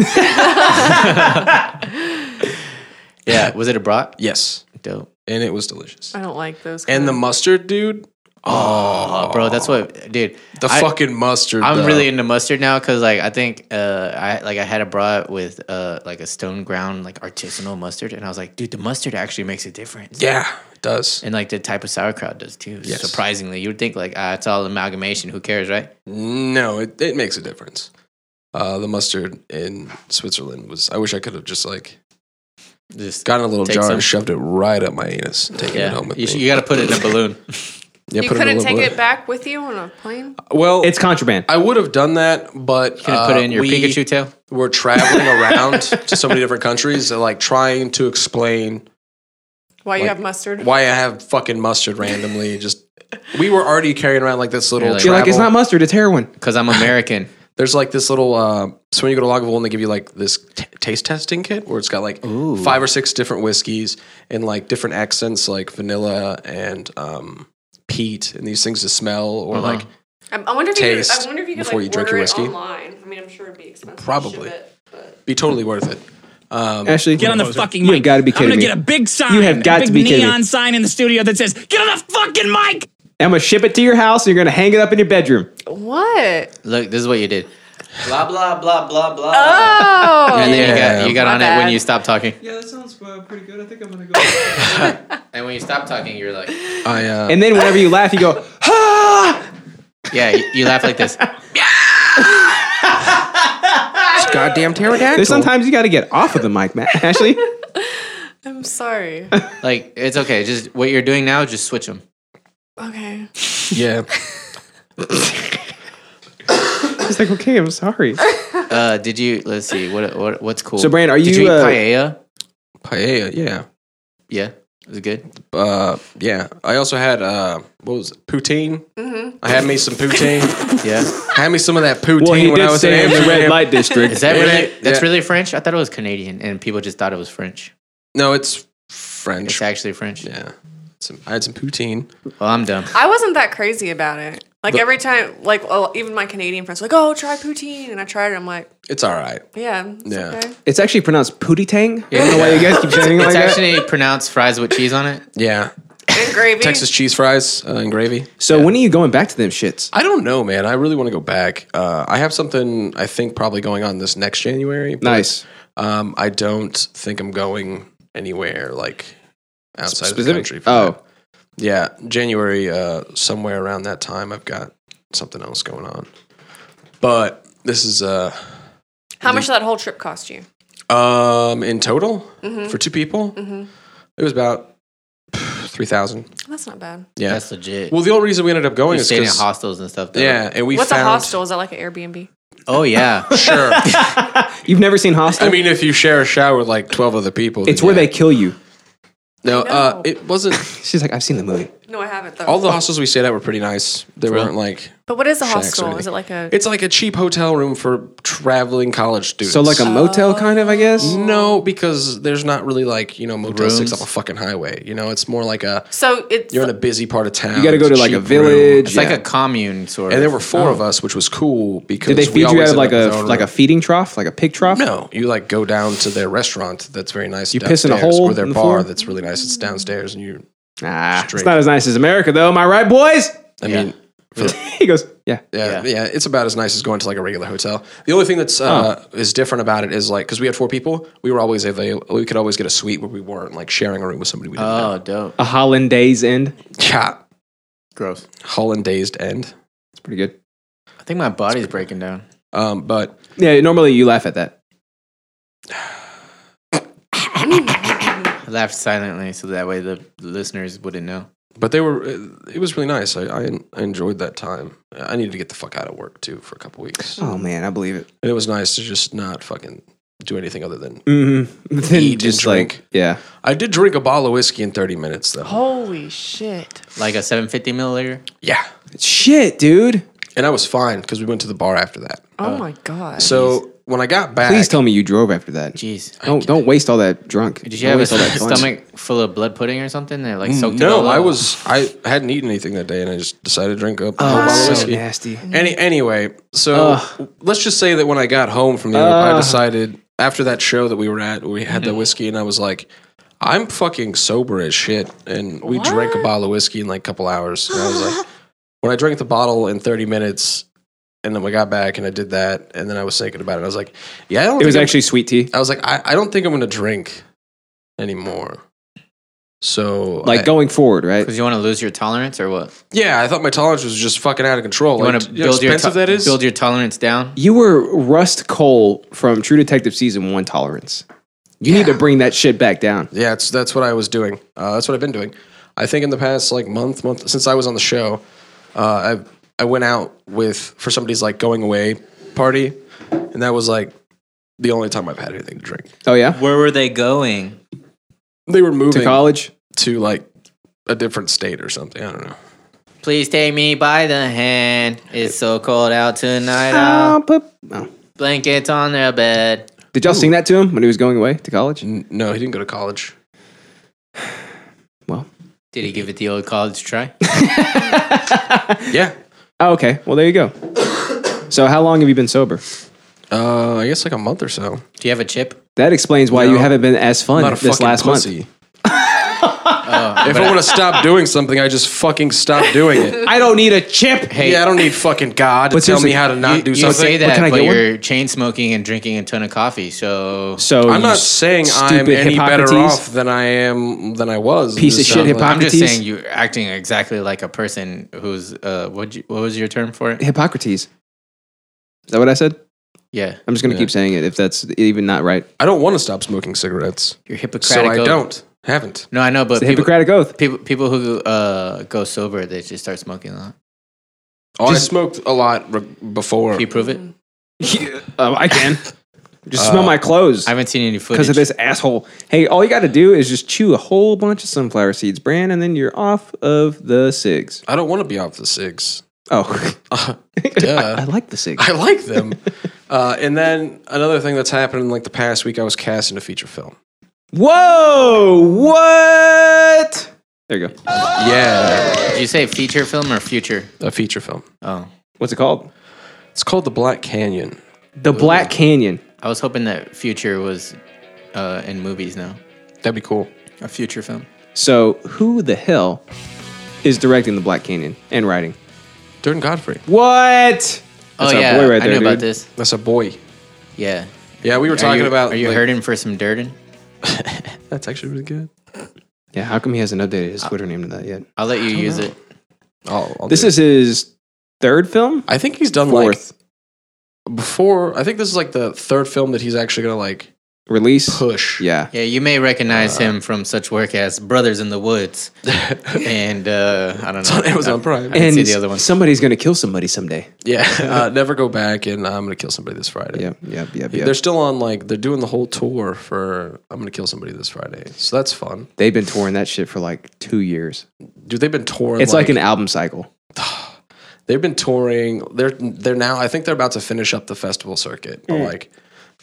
yeah, was it a
*laughs*
brat?
yes,
Dope.
and it was delicious.
I don't like those.
And the
Uh,
kinds.
mustard, dude.
Oh, bro, that's what, dude.
The
I-
fucking mustard.
I'm
though.
really into mustard now because like I think uh I like I had a brat with uh like a stone ground like artisanal mustard and I was like dude the mustard actually makes a difference
Yeah, it does.
and like the type of sauerkraut does too
Yes.
surprisingly you would think like ah it's all amalgamation who cares right
No, it, it makes a difference. Uh, the mustard in Switzerland was. I wish I could have just like
just
gotten a little
Take
jar
some.
and shoved it right up my anus, and taken it
yeah
home with
you,
me.
should- you got to put it in a balloon
yeah,
you
put in a
couldn't take
little bit.
it back with you on a plane.
Well,
It's contraband.
I would have done that, but uh,
can it put it in your
we
Pikachu tail *laughs*
We're traveling around to so many different countries, and, like trying to explain
Why you
Like,
have mustard?
why I have fucking mustard randomly. Just we were already carrying around like this little.
You're like-
You're like, it's
travel-
not mustard. It's heroin.
because I'm American
There's like this little. Uh, so when you go to Lagavulin, they give you like this t- taste testing kit where it's got like five or six different whiskeys and like different accents, like vanilla and um, peat, and these things to smell or
Uh-huh.
like
I, I wonder if you. Could,
Taste
I wonder if you could
before
like
you drink
order
your
it
whiskey?
online. I mean, I'm sure it'd be expensive. to ship
Probably.
it, but-
be totally worth it.
Ashley,
Get on the fucking
You
mic.
have got to be
I'm
kidding
gonna
me.
get a big sign.
You have got
a big
to be kidding me.
neon sign in the studio that says, "Get on the fucking mic."
I'm gonna ship it to your house, and you're gonna hang it up in your bedroom.
What?
*laughs* look this is what you did blah blah blah blah blah
Oh,
and then you got you got
My
on it
bad.
when you stopped talking
Yeah, that sounds uh, pretty good. I think I'm gonna
*laughs*
go.
and when you stopped talking you're like
I uh,
and *laughs* then whenever you laugh, you go.
yeah you, you laugh like *laughs* this
goddamn pterodactyl.
There's sometimes you got to get off of the mic, man. Ashley,
I'm sorry.
like it's okay just what you're doing now just switch them
Okay.
yeah,
it's like, okay, I'm sorry.
Uh, did you? Let's see. What? What? What's cool?
So, Brand, are
did
you,
you eat
uh,
paella?
paella. Yeah,
Yeah, it was good.
uh, yeah. I also had uh, what was it? poutine. I had me
*laughs*
some poutine.
Yeah,
had me some of that poutine
Well, he
when I
did
was in
say in the red
Amsterdam.
light district.
is that
It
really?
ain't-
That's
yeah.
really French. I thought it was Canadian, and people just thought it was French.
No, it's
It's
French.
actually French.
Yeah, some, I had some poutine.
Well, I'm dumb.
*laughs* I wasn't that crazy about it. Like every time, like oh, even my Canadian friends, were like, oh, try poutine, and I tried it. I'm like,
It's all right.
yeah, it's
Yeah.
okay.
It's actually pronounced pootie tang. I don't know why you guys keep saying it like
It's
that.
actually pronounced fries with cheese on it.
Yeah,
And gravy.
Texas cheese fries uh, and gravy.
so when are you going back to them shits?
I don't know, man. I really want to go back. Uh, I have something I think probably going on this next January. but,
Nice.
Um, I don't think I'm going anywhere like outside of the country.
Specific.
for
Oh,
that. yeah, January uh, somewhere around that time. I've got something else going on, but this is uh
How much did that whole trip cost you?
um in total
Mm-hmm.
for two people. It was about three thousand.
That's not bad.
Yeah.
That's legit.
well, the only reason we ended up going
you
is
stayed in
'cause-
hostels and stuff. Though.
Yeah, and we
What's
found
a hostel? Is that like an Airbnb?
Oh
*laughs*
yeah.
*laughs*
Sure.
you've never seen Hostel?
I mean, if you share a shower with like twelve other people,
it's
then
where
yeah.
they kill you.
No, uh,
No.
it wasn't.
She's like, I've seen the movie.
No, I haven't though.
All the hostels we stayed at were pretty nice. They weren't like
but what is a
shacks or
hostel?
anything.
Is it like a?
It's like a cheap hotel room for traveling college students.
So like a motel kind of, I
Mm.
guess.
no, because there's not really like you know motel
Rooms?
six up a fucking highway. You know, it's more like a
so it's
you're in a busy part of town.
You got to go to like a
cheap room.
village.
It's
yeah.
like a commune sort of.
And there were four of us, which was cool
Did
because
they
we
feed you
always
out of
ended
like
up
a
with our own
like a
room.
feeding trough, like a pig trough?
No, you like go down to their restaurant that's very nice.
You piss in a
downstairs,
hole
or their
in the
bar
floor?
that's really nice. It's downstairs, and you.
Ah,
Straight.
it's not as nice as America, though. Am I right, boys?
I mean,
*laughs* He goes, yeah.
yeah, yeah, it's about as nice as going to like a regular hotel. The only thing that's uh, is different about it is like because we had four people, we were always avail- we could always get a suite where we weren't like sharing a room with somebody we didn't know.
oh, dope.
A hollandaise end.
Yeah,
Gross.
hollandaised end.
It's pretty good.
I think my body's breaking down.
Um, but
Yeah, normally you laugh at that.
I laughed silently so that way the listeners wouldn't know.
but they were it was really nice. I, I, I enjoyed that time. I needed to get the fuck out of work too for a couple weeks.
Oh man, I believe it.
And it was nice to just not fucking do anything other than
Mm-hmm. Then
Eat and
just
drink.
like yeah,
I did drink a bottle of whiskey in 30 minutes though.
Oh.
holy shit.
Like a 750 milliliter?
Yeah.
shit, dude.
And I was fine because we went to the bar after that.
Oh my god.
Uh, So when I got back,
Please tell me you drove after that.
Jeez.
Don't don't waste all that drunk.
Did you have a
waste all
*laughs*
that fun.
stomach full of blood pudding or something? They're like soaked it
no,
all
I
up?
was I hadn't eaten anything that day, and I just decided to drink up a whole
Oh,
bottle of
so
whiskey.
nasty.
Any, anyway, so let's just say that when I got home from the other, I decided after that show that we were at, we had the whiskey, and I was like, I'm fucking sober as shit, and we drank a bottle of whiskey in like a couple hours, and I was like, *laughs* when I drank the bottle in 30 minutes. And then we got back, and I did that, and then I was thinking about it. and I was like, "Yeah, I don't."
It was
think I'm-
actually sweet tea.
I was like, I, I don't think I'm gonna drink anymore. So
Like
I-
going forward, right?
Because you want to lose your tolerance or what?
yeah, I thought my tolerance was just fucking out of control.
You
like,
want to
do you know
build,
how
your
expensive
to-
that is.
build your tolerance down?
You were Rust Cole from True Detective season one tolerance. You need to bring that shit back down.
yeah, it's, that's what I was doing. Uh, that's what I've been doing. I think in the past like month, month since I was on the show, uh, I I went out with for somebody's like going away party, and that was like the only time I've had anything to drink.
Oh yeah,
Where were they going?
They were moving
to college.
to like a different state or something. I don't know.
Please take me by the hand. It's so cold out *laughs* tonight.
Ah,
I'll
but- oh.
blankets on their bed.
Did y'all sing that to him when he was going away to college?
N- no, he didn't go to college.
Well,
Did he give it the old college try?
Yeah,
oh, okay. Well, there you go. So, how long have you been sober?
uh, I guess like a month or so.
Do you have a chip?
That explains why
No,
you haven't been as fun
not a
this
fucking
last month.
pussy. Uh, if I want to stop doing something, I just fucking stop doing it.
I don't need a chip. Hey,
yeah, I don't need fucking God to
But
tell me
seriously,
how to not do
you
something.
say
But
that,
can I
but
get one?
you're chain smoking and drinking a ton of coffee. So,
so
I'm
Oh, you
not saying I'm
stupid
any better
Hippocrates.
off than I am than I was.
Piece of
Just
shit
sound
hypocr-
like-
I'm just
Socrates?
saying you're acting exactly like a person who's uh, what you, what was your term for it?
Hippocrates. Is that what I said?
Yeah,
I'm just gonna keep saying it if that's even not right.
I don't want to stop smoking cigarettes,
you're Hippocratic.
so I
oath.
don't. Haven't.
No, I know, but
The
people,
Hippocratic Oath.
people people who uh, go sober, they just start smoking a lot.
Oh, I smoked a lot re- before.
Can you prove it?
Um, I
*laughs*
can. Just
Uh,
smell my clothes
I haven't seen any footage.
because of this asshole. Hey, all you got to do is just chew a whole bunch of sunflower seeds, Bran, and then you're off of the cigs.
I don't want to be off the cigs. *laughs*
Oh, *laughs* I, I
Uh, Duh.
like the cigs.
I
*laughs*
like them. Uh, and then another thing that's happened in like the past week, I was cast in a feature film.
Whoa! What? There you go.
Yeah,
Did you say feature film or future?
a feature film.
Oh,
What's it called?
It's called The Black Canyon.
The Black Canyon.
I was hoping that future was uh, in movies now.
That'd be cool.
A future film.
So, who the hell is directing The Black Canyon and writing?
Durden Godfrey.
What?
Oh
That's our
yeah,
boy right
I knew
there,
about
dude.
this.
That's a boy.
Yeah.
Yeah, we were talking
are you,
about.
Are you
like-
hurting for some Durden?
That's actually really good.
Yeah, how come he hasn't updated
Uh,
his Twitter name to that yet?
I'll let you use it.
Oh, I'll
This
do it.
is his third film?
I think he's done
Fourth.
like before. I think this is like the third film that he's actually gonna like
release.
Push.
Yeah.
Yeah, you may recognize him from such work as Brothers in the Woods, and uh, I don't know.
It's on Amazon Prime.
I didn't see
And
the other one.
somebody's gonna kill somebody someday.
*laughs* yeah. Uh, never go back, and uh, I'm gonna kill somebody this Friday.
Yep, yep, yep,
They're
yep.
still on like they're doing the whole tour for I'm gonna kill somebody this Friday. So that's fun.
They've been touring that shit for like two years.
Dude, they've been touring.
It's like, an album cycle.
they've been touring. They're they're now. I think they're about to finish up the festival circuit. But like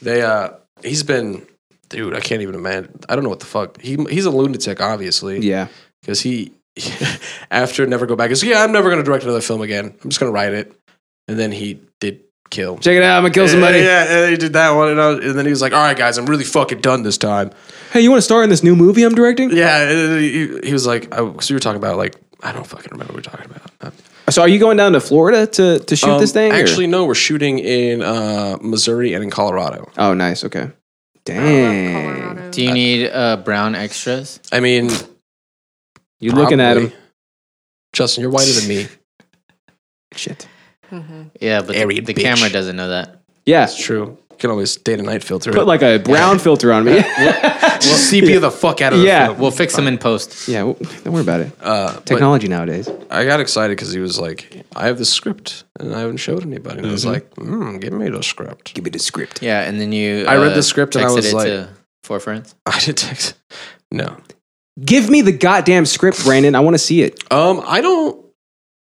they uh he's been dude. I can't even imagine. I don't know what the fuck. He he's a lunatic, obviously.
Yeah.
because he *laughs* after Never Go Back is yeah I'm never gonna direct another film again. I'm just gonna write it, and then he did kill.
Check it out. I'm gonna kill somebody.
Yeah, yeah, and he did that one, and, I was, and then he was like, "All right, guys, I'm really fucking done this time."
Hey, you want to star in this new movie I'm directing?
Yeah, and then he, he was like, "Because we were talking about like I don't fucking remember what we were talking about."
So, are you going down to Florida to to shoot
Um,
this thing? or-
Actually, no, we're shooting in uh, Missouri and in Colorado.
Oh, nice. Okay.
hmm,
Dang.
Colorado.
Do you need uh, brown extras?
I mean,
You're looking at him.
probably. Justin, you're whiter than
*laughs*
me.
Shit.
Mhm.
Yeah, but the,
Arid
the
bitch.
camera doesn't know that.
Yeah.
It's true. You can always day to night filter.
Put
But
like a brown filter on me. *laughs*
CP the fuck out of the
Yeah.
film.
We'll fix them in post.
yeah. well, Don't worry about it.
Uh, but
Technology nowadays.
I got excited because he was like, "I have the script and I haven't showed anybody." And I
Mm-hmm.
was like, mm, "Give me the script." *laughs*
Give me the script.
Yeah, and then you.
I read
uh,
the script and I
texted
was
it
like-
to four friends.
I did text. No,
Give me the goddamn script, Brandon. I want to see it.
um, I don't.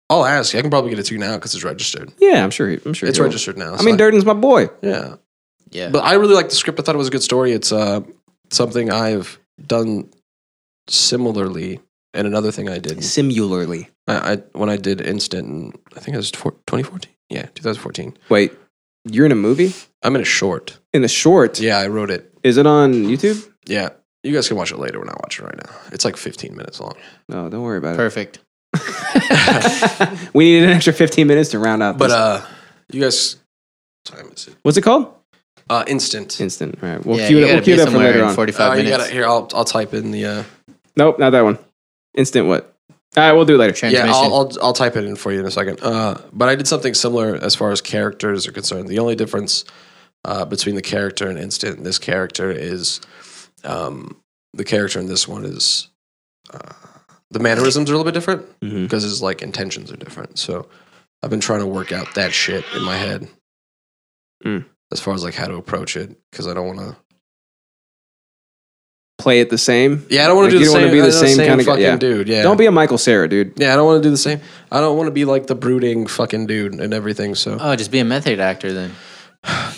I'll ask. I can probably get it to you now because it's registered.
Yeah, I'm sure. he- I'm sure.
It's
he'll-
registered now.
I mean,
so
Durden's my boy.
yeah.
Yeah,
But I really liked the script. I thought it was a good story. It's uh, something I've done similarly, and another thing I did.
Similarly.
I, I when I did Instant, in- I think it was four- 2014. Yeah, 2014.
Wait, you're in a movie?
I'm in a short.
In a short?
Yeah, I wrote it.
Is it on YouTube?
Yeah. You guys can watch it later. We're not watching it right now. It's like 15 minutes long.
No, don't worry about
perfect.
it. we need an extra 15 minutes to round out.
But
this.
uh you guys what time is it?
what's it called?
Uh instant.
Instant. All right, we'll
yeah,
cue
you
it.
gotta
We'll cue
be
it up for
somewhere
later
in
on. Oh,
45
Uh, you
minutes.
gotta here I'll I'll type in the uh
Nope, not that one. Instant what? All right, we'll do it later.
Transmission.
Yeah, I'll, I'll I'll type it in for you in a second. Uh but I did something similar as far as characters are concerned. The only difference uh between the character and instant and this character is um the character in this one is uh the mannerisms are a little bit different
Mhm.
because his like intentions are different. So I've been trying to work out that shit in my head
Mm.
as far as like how to approach it because I don't want to.
Play it the same.
Yeah, I don't want
Like,
to
you
do the
don't
same.
wanna be
I
the
don't
same kinda guy-
fucking
yeah.
dude. Yeah,
Don't be a Michael Sarah, dude.
Yeah, I don't want to do the same. I don't want to be like the brooding fucking dude and everything. So
Uh,
oh, just be a method actor then.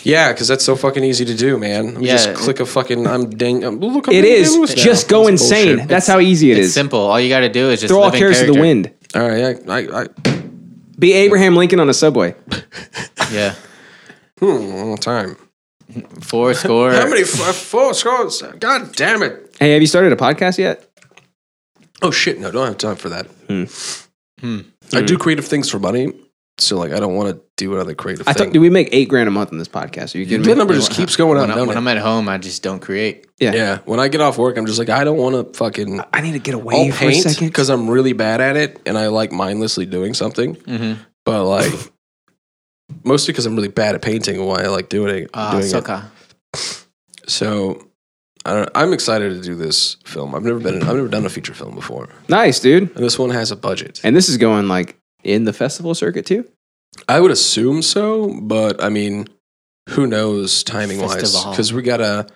yeah, because that's so fucking easy to do, man. I mean,
Yeah.
just click a fucking. I'm dang. I'm, look, I'm
It
Daniel
is.
Lewis now.
Just go
That's
insane.
bullshit.
That's how easy it
it's
is.
simple. All you gotta do is just
Throw all
live in
cares to the
character.
wind.
All right, I, I, I
Be Abraham Lincoln on a subway.
Yeah,
hmm, long time.
four
*laughs*
score.
How many f- four scores? God damn it!
Hey, have you started a podcast yet?
Oh shit! No, don't have time for that.
Hmm.
Hmm.
I do creative things for money, so like I don't want to do another creative.
I
thing.
thought did we make eight grand a month on this podcast? Are you kidding
That
me?
number just keeps going up.
when, I,
don't
when
it?
I'm at home, I just don't create.
yeah, when I get off work, I'm just like, I don't want to fucking.
I need to get away
I'll
Uh, for a
paint
second.
because I'm really bad at it, and I like mindlessly doing something.
Mm-hmm.
But like, mostly because I'm really bad at painting, and why I like doing,
Ah,
doing
soca.
it. So I don't, I'm excited to do this film. I've never been. I've never done a feature film before,
nice, dude.
and this one has a budget.
And this is going like in the festival circuit too.
I would assume so, but I mean, who knows timing wise?
Festival.
Because we gotta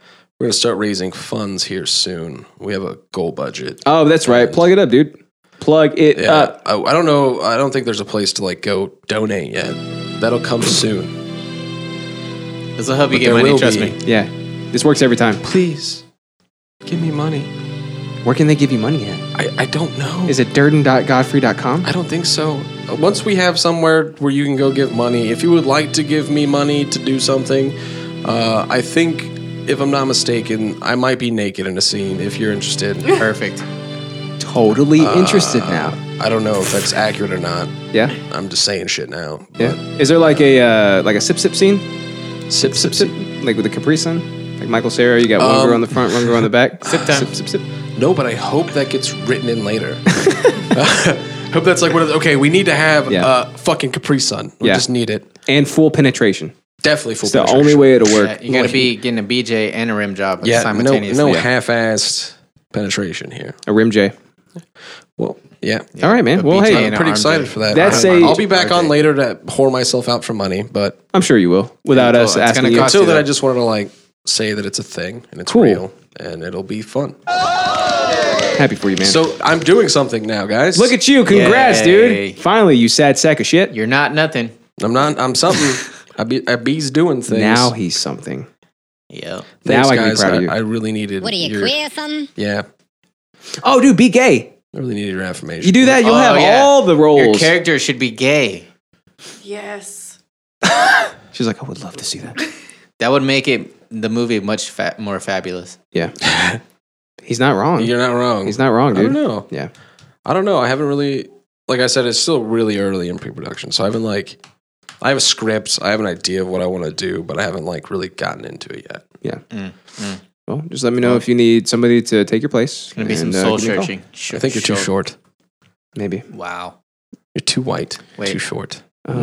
we're gonna start raising funds here soon. We have a goal budget.
Uh,
Oh, that's right. Plug it up, dude. Plug it
Yeah,
up.
I, I don't know. I don't think there's a place to like go donate yet. That'll come soon.
This will help you
But
get
there
money.
will
Trust
*laughs* be.
me.
Yeah, this works every time.
Please give me money.
Where can they give you money at?
I, I don't know.
Is it durden.godfrey.com?
I don't think so. Once we have somewhere where you can go give money, if you would like to give me money to do something, uh, I think, if I'm not mistaken, I might be naked in a scene if you're interested. *laughs*
Perfect.
Totally interested now.
I don't know if that's accurate or not.
Uh, Yeah,
I'm just saying shit now.
yeah. Is there like a uh, like a sip sip scene?
Sip, sip, sip.
like with the Capri Sun, like Michael Sarah. You got one girl on the front, one girl on the
*laughs*
back. Sip
Um, time.
Sip, sip, sip.
No, but I hope that gets written in later. *laughs* hope that's like one of the, okay, we need to have
Yeah.
uh, fucking Capri Sun. We
Yeah.
just need it.
And full penetration.
Definitely full
It's the
penetration.
only way it'll work.
Yeah, you're gonna be getting a BJ and a rim job
Yeah, no,
simultaneously.
no half-assed penetration here.
A rim J.
Well, yeah.
All right, man.
a
Well,
BJ
hey,
and
I'm
an
pretty
arm
excited
day.
for that.
That's
i
a-
I'll be back on
RJ.
later to whore myself out for money, but
I'm sure you will without
Yeah,
us
it's
asking
gonna
you.
cost
until
you
then,
that.
I just wanted to like say that it's a thing and it's
Cool.
real and it'll be fun.
Happy for you, man.
So I'm doing something now, guys.
Look at you. Congrats,
Yay.
dude. Finally, you sad sack of shit.
You're not nothing.
I'm not. I'm
*laughs*
something. I be. I be's doing things.
now he's something.
Yeah.
Now I can be
guys.
proud of you.
I, I really needed.
What are you,
your,
queer or something?
Yeah,
Oh, dude, be gay.
I really needed your affirmation.
You do that, you'll
Oh,
have
yeah.
all the
Your
roles.
character should be gay.
Yes.
She's like, I would love to see that.
*laughs* That would make it the movie much fa- more fabulous.
Yeah. he's not wrong.
You're not wrong.
he's not wrong,
Oh. I don't
dude.
know.
Yeah.
I don't know. I haven't really. Like I said, it's still really early in pre-production, so I haven't like. I have a script. I have an idea of what I want to do, but I haven't like really gotten into it yet. Mm,
Well, just let me know if you need somebody to take your place.
It's gonna be some
and, uh,
soul
give me a call.
searching. Sh-
I think you're too short.
Maybe.
Wow.
You're too white.
Wait.
Too short.
wow.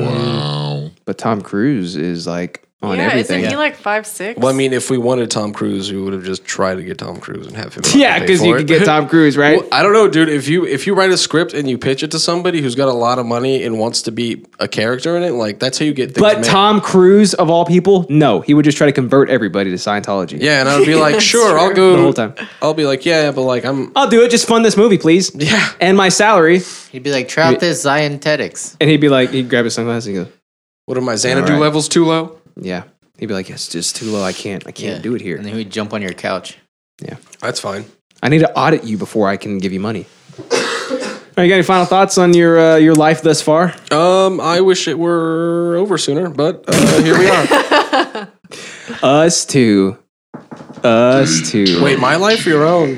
Um, But Tom Cruise is like on
yeah,
everything.
isn't he like five six?
Well, I mean, if we wanted Tom Cruise, we would have just tried to get Tom Cruise and have him.
*laughs* yeah,
pay
because
for
you
it.
could get Tom Cruise, right?
Well, I don't know, dude. If you if you write a script and you pitch it to somebody who's got a lot of money and wants to be a character in it, like that's how you get. Things
but
made.
Tom Cruise, of all people, no. He would just try to convert everybody to Scientology.
yeah, and I'd be like, sure, I'll go
The whole time.
I'll be like, yeah, but like I'm,
I'll do it. Just fund this movie, please.
yeah,
And my salary.
He'd be like, try out this Zientetics.
And he'd be like, he'd grab his sunglasses and go,
what are my Xanadu
All right.
levels too low?
yeah. He'd be like, it's just too low. I can't. I can't
Yeah.
do it here.
And then he'd jump on your couch.
That's fine.
I need to audit you before I can give you money. *coughs* All right, you got any final thoughts on your uh, your life thus far?
Um, I wish it were over sooner, but uh, here
*laughs*
we are.
Us two. Us two.
Wait, my life or your own?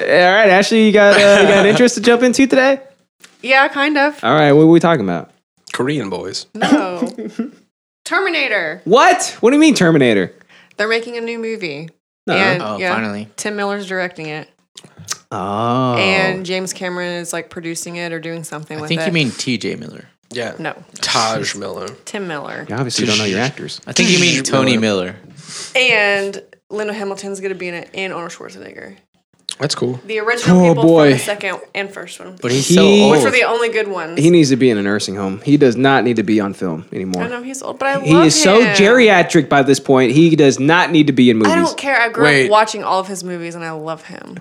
All right, Ashley, you got uh, you got an interest to jump into today?
yeah, kind *laughs* of.
All right, what are we talking about?
Korean boys.
No. Terminator.
What? What do you mean Terminator?
They're making a new movie.
No.
And,
Oh,
yeah,
finally.
Tim Miller's directing it,
Oh.
and James Cameron is like producing it or doing something
I
with
think
it.
you mean TJ Miller.
Yeah,
no,
Taj Miller.
Tim Miller.
you obviously don't know your actors.
I think you mean Tony Miller.
And Linda Hamilton's gonna be in it, and Arnold Schwarzenegger.
That's cool.
The original
Oh,
people
boy.
from the second and first one,
But he's
He-
so
Which
old.
which were the only good ones.
He needs to be in a nursing home. He does not need to be on film
I
anymore.
know he's old, but I
He
love
is so
him.
geriatric by this point. He does not need to be in movies.
I don't care. I grew
Wait.
up watching all of his movies, and I love him.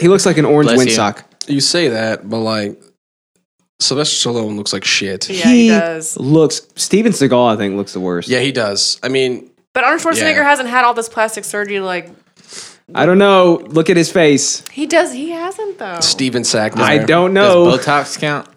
He looks like an orange
Bless you.
windsock.
You say that, but like Sylvester Stallone looks like shit.
Yeah, he does.
Looks Steven Seagal, I think, looks the worst.
Yeah, he does. I mean,
But Arnold Schwarzenegger
Yeah.
hasn't had all this plastic surgery. Like
I don't know. Look at his face.
he does. He hasn't though.
Steven Sack.
I don't
Does
know.
Botox count?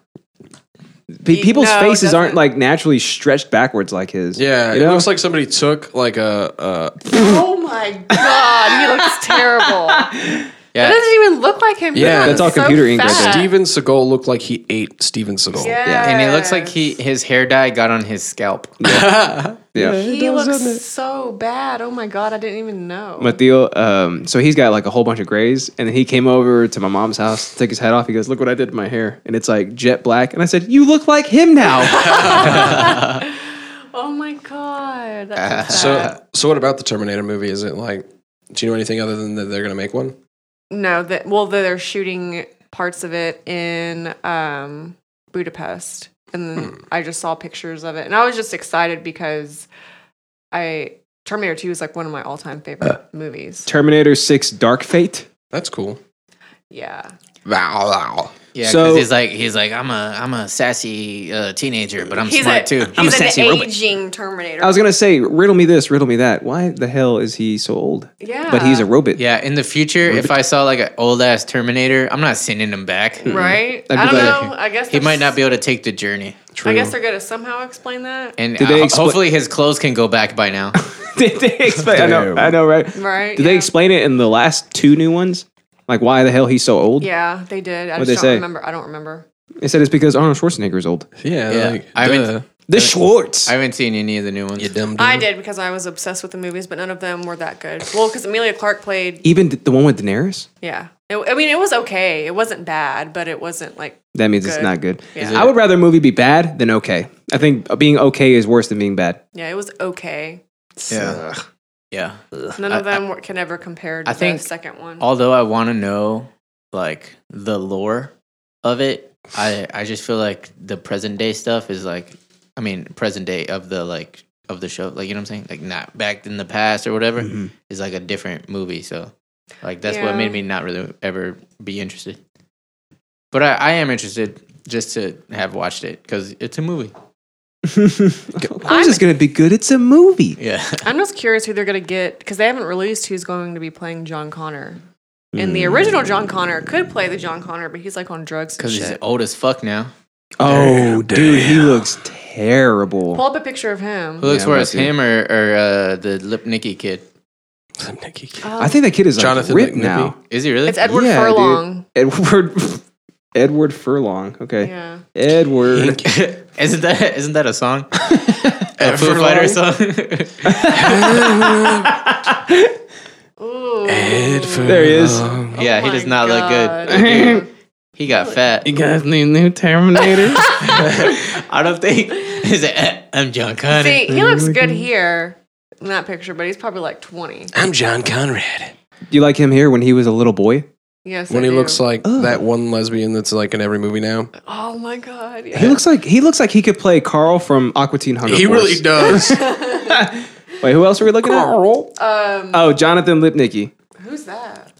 Pe- People's
No, it
faces aren't
doesn't.
like naturally stretched backwards like his.
Yeah,
You
it
know?
looks like somebody took like a. Uh,
Oh my god, he looks terrible. That
Yeah.
doesn't even look like him.
Yeah,
He
that's
all
looks
computer ink right
fat.
there.
Steven Seagal looked like he ate Steven Seagal.
Yes.
And it looks like he his hair dye got on his scalp.
yeah.
He looks so bad. Oh my god, I didn't even know.
*laughs* Matteo, um, so he's got like a whole bunch of grays, and then he came over to my mom's house, took his hat off. He goes, "Look what I did to my hair," and it's like jet black. And I said, "You look like him
*laughs*
now."
*laughs* oh my god. that's so bad.
Uh, So, so what about the Terminator movie? Is it like? Do you know anything other than that they're gonna make one?
no, that well, they're shooting parts of it in um, Budapest, and then I just saw pictures of it, and I was just excited because I Terminator Two is like one of my all-time favorite movies.
Terminator Six: Dark Fate.
That's cool.
Yeah.
Wow, wow.
Yeah, because
So-
he's like he's like I'm a I'm a sassy uh, teenager, but I'm smart
a,
too.
*laughs* He's
I'm a
an
sassy robot.
aging Terminator.
I was gonna say, riddle me this, riddle me that. Why the hell is he so old?
yeah.
But he's a robot.
Yeah, in the future, if I saw like an old ass Terminator, I'm not sending him back.
right.
That'd
I
be
don't
better.
know. I guess
He might
that's-
not be able to take the journey.
I guess they're gonna somehow explain that.
And
Did they
uh,
expl-
hopefully his clothes can go back by now.
*laughs* Did they explain? I know,
Damn.
I know, right?
Right,
Did they
yeah.
explain it in the last two new ones? Like why the hell he's so old?
Yeah, they did. I
What'd
just
they
don't
say?
remember. I don't remember.
They said it's because Arnold Schwarzenegger is old.
Yeah,
Yeah.
like,
I
duh.
haven't
The Schwartz.
I haven't seen any of the new ones.
you dumb.
I
Mm-hmm.
dumb.
did because I was obsessed with the movies, but none of them were that good. Well, because Amelia Clark played.
Even th- the one with Daenerys.
Yeah, It- I mean it was okay. It wasn't bad, but it wasn't like
That means it's
Good.
not good.
Yeah. Is
I would rather a movie be bad than okay. I think being okay is worse than being bad.
Yeah, it was okay.
Yeah. Yeah.
None
I-
of them were can ever compare to
I think
the second one.
although I want to know like the lore of it, I I just feel like the present day stuff is like, I mean, present day of the like of the show, like you know what I'm saying, like not back in the past or whatever,
Mm-hmm.
is like a different movie. So, like that's what
Yeah.
made me not really ever be interested. But I, I am interested just to have watched it because it's a movie.
*laughs* Of course, it's gonna be good. It's a movie.
*laughs* Yeah,
I'm just curious who they're going to get because they haven't released who's going to be playing John Connor. And the original John Connor could play the John Connor, but he's like on drugs and
because he's
shit.
old as fuck now.
Oh, dude, he looks terrible.
Pull up a picture of him.
Who looks
Yeah, I'm
worse,
about to-
him or, or uh, the Lipnicki kid?
Nicky.
I think that kid is
Jonathan
Jonathan ripped
Lipnicki.
now.
Is he really?
Oh. it's Edward
Yeah, dude.
Furlong.
Edward *laughs* Edward Furlong. Okay,
Yeah.
Edward.
*laughs* isn't that isn't that
*laughs*
a song? a Foo
Everlong?
Fighter song. *laughs*
Ooh.
There he is.
yeah,
Oh
he
my
does not
God.
look good. Dude, he
*laughs*
got fat.
guys need new Terminator.
*laughs* I don't think. *laughs* He's like, "Eh, I'm John Connor.
See, he looks good here in that picture, but he's probably like 20.
I'm John Conrad.
Do you like him here when he was a little boy?
Yes.
When
I
he
do.
looks like that one lesbian that's like in every movie now.
Oh my God. Yeah.
He looks like he looks like he could play Carl from Aqua Teen Hunger.
He
Force.
really *laughs* does.
*laughs* Wait, who else are we looking at?
*laughs* Um,
Oh, Jonathan Lipnicki.
who's that?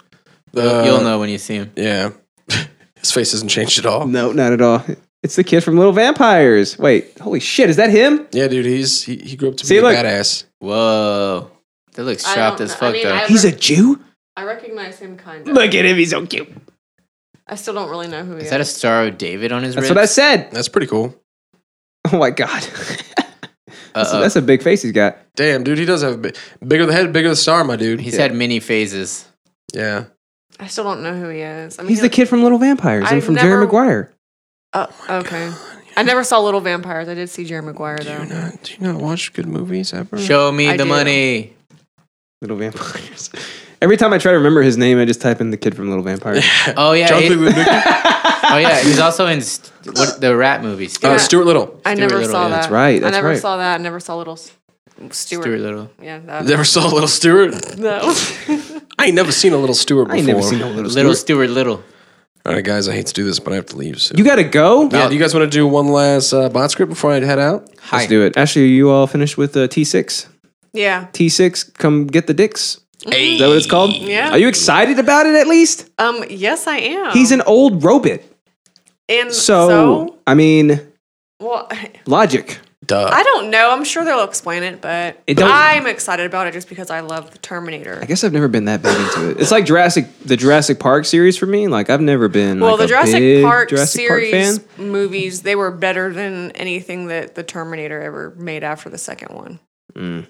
You'll
Uh,
know when you see him.
Yeah. *laughs* His face hasn't changed at all.
No, not at all. It's the kid from Little Vampires. Wait, holy shit, is that him?
Yeah, dude, he's he, he grew up to
See,
be
look.
a badass.
Whoa, that looks
I
chopped
don't
as
know. I
fuck
mean,
though.
I-
He's a Jew.
I recognize him kind of.
Look at him. He's so cute.
I still don't really know who he is.
Is that a Star of David on his
That's
ribs?
what I said.
That's pretty cool.
Oh my god, *laughs* that's,
Uh-oh.
that's a big face he's got.
Damn, dude, he does have a bit bigger the head, bigger the star, my dude.
He's had many phases.
Yeah.
I still don't know who he is. I mean,
He's the
he-
kid from Little Vampires and
I've
from
never-
Jerry Maguire.
Oh, okay. I never saw Little Vampires. I did see Jerry Maguire
Do
though.
you not do you not watch good movies ever?
Show me
Mm, I
the
*laughs*
do.
money.
Little Vampires. *laughs* Every time I try to remember his name, I just type in the kid from Little Vampires.
Oh yeah,
John
he-
Cleveland Nicky.
oh yeah.
*laughs*
He's also in st- what the rat movie.
Oh,
Stuart,
Uh, Stuart Little.
I
Stuart
never
Little,
saw
yeah.
that.
That's right, that's
I never
right.
saw that. I never saw Little S- Stuart.
Stuart Little.
Yeah, that. *laughs*
Never saw Little Stuart.
No.
I ain't never seen a Little Stuart before.
I ain't never seen no Little.
Little Stuart Little.
All right, guys, I hate to do this, but I have to leave soon.
You gotta go.
yeah, do you guys want to do one last uh, bot script before I head out?
Let's do it. Ashley, are you all finished with uh, T6?
*laughs* yeah.
T6, come get the dicks. Is that what it's called?
Yeah.
Are you excited about it at least?
Um. Yes, I am.
He's an old robot.
and
Oh. So, I mean,
well.
logic.
Duh.
I don't know. I'm sure they'll explain it, but
It don't-
I'm excited about it just because I love the Terminator.
I guess I've never been that big into it. It's like Jurassic, the Jurassic Park series for me. Like I've never been.
well,
like,
the
a
Jurassic
big
Park
Jurassic
series
Park fan.
movies, they were better than anything that the Terminator ever made after the second one. Hmm.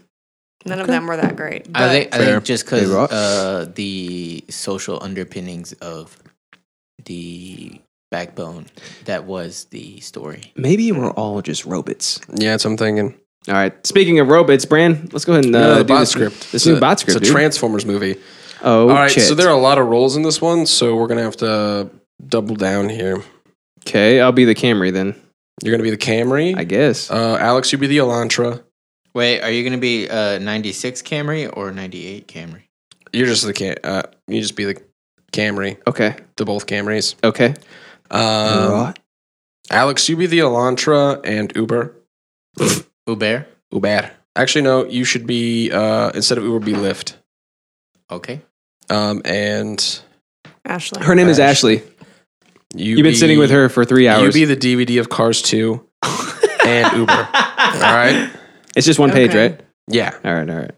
None of them were that great.
I
but-
think, I
Fair.
think just because
Hey, Rock.
uh, the social underpinnings of the backbone that was the story.
Maybe we're all just robots.
yeah, that's what I'm thinking.
All right. Speaking of robots, Bran, let's go ahead and uh,
No, the
do
bot
this,
script.
This new
a-
bot script.
It's a
dude.
Transformers movie.
oh,
All right, so
shit.
there are a lot of roles in this one, so we're gonna have to double down here.
okay. I'll be the Camry then,
You're gonna be the Camry.
I guess.
Uh, Alex, you be the Elantra.
Wait, are you going to be uh, 96 Camry or 98 Camry?
You're just the Cam. Uh, you just be the Camry.
okay.
The both Camrys.
Okay.
Um,
Alright.
Alex, you be the Elantra and Uber.
Uber?
Uber. Actually, no. You should be uh, instead of Uber, be Lyft.
Okay.
Um, and
Ashley.
Her name is
Ashley.
Ashley.
you.
You've been
be-
sitting with her for three
You
hours.
be the DVD of Cars
*laughs*
Two and Uber. All right.
it's just one page,
Okay.
right?
Yeah.
All right. All right.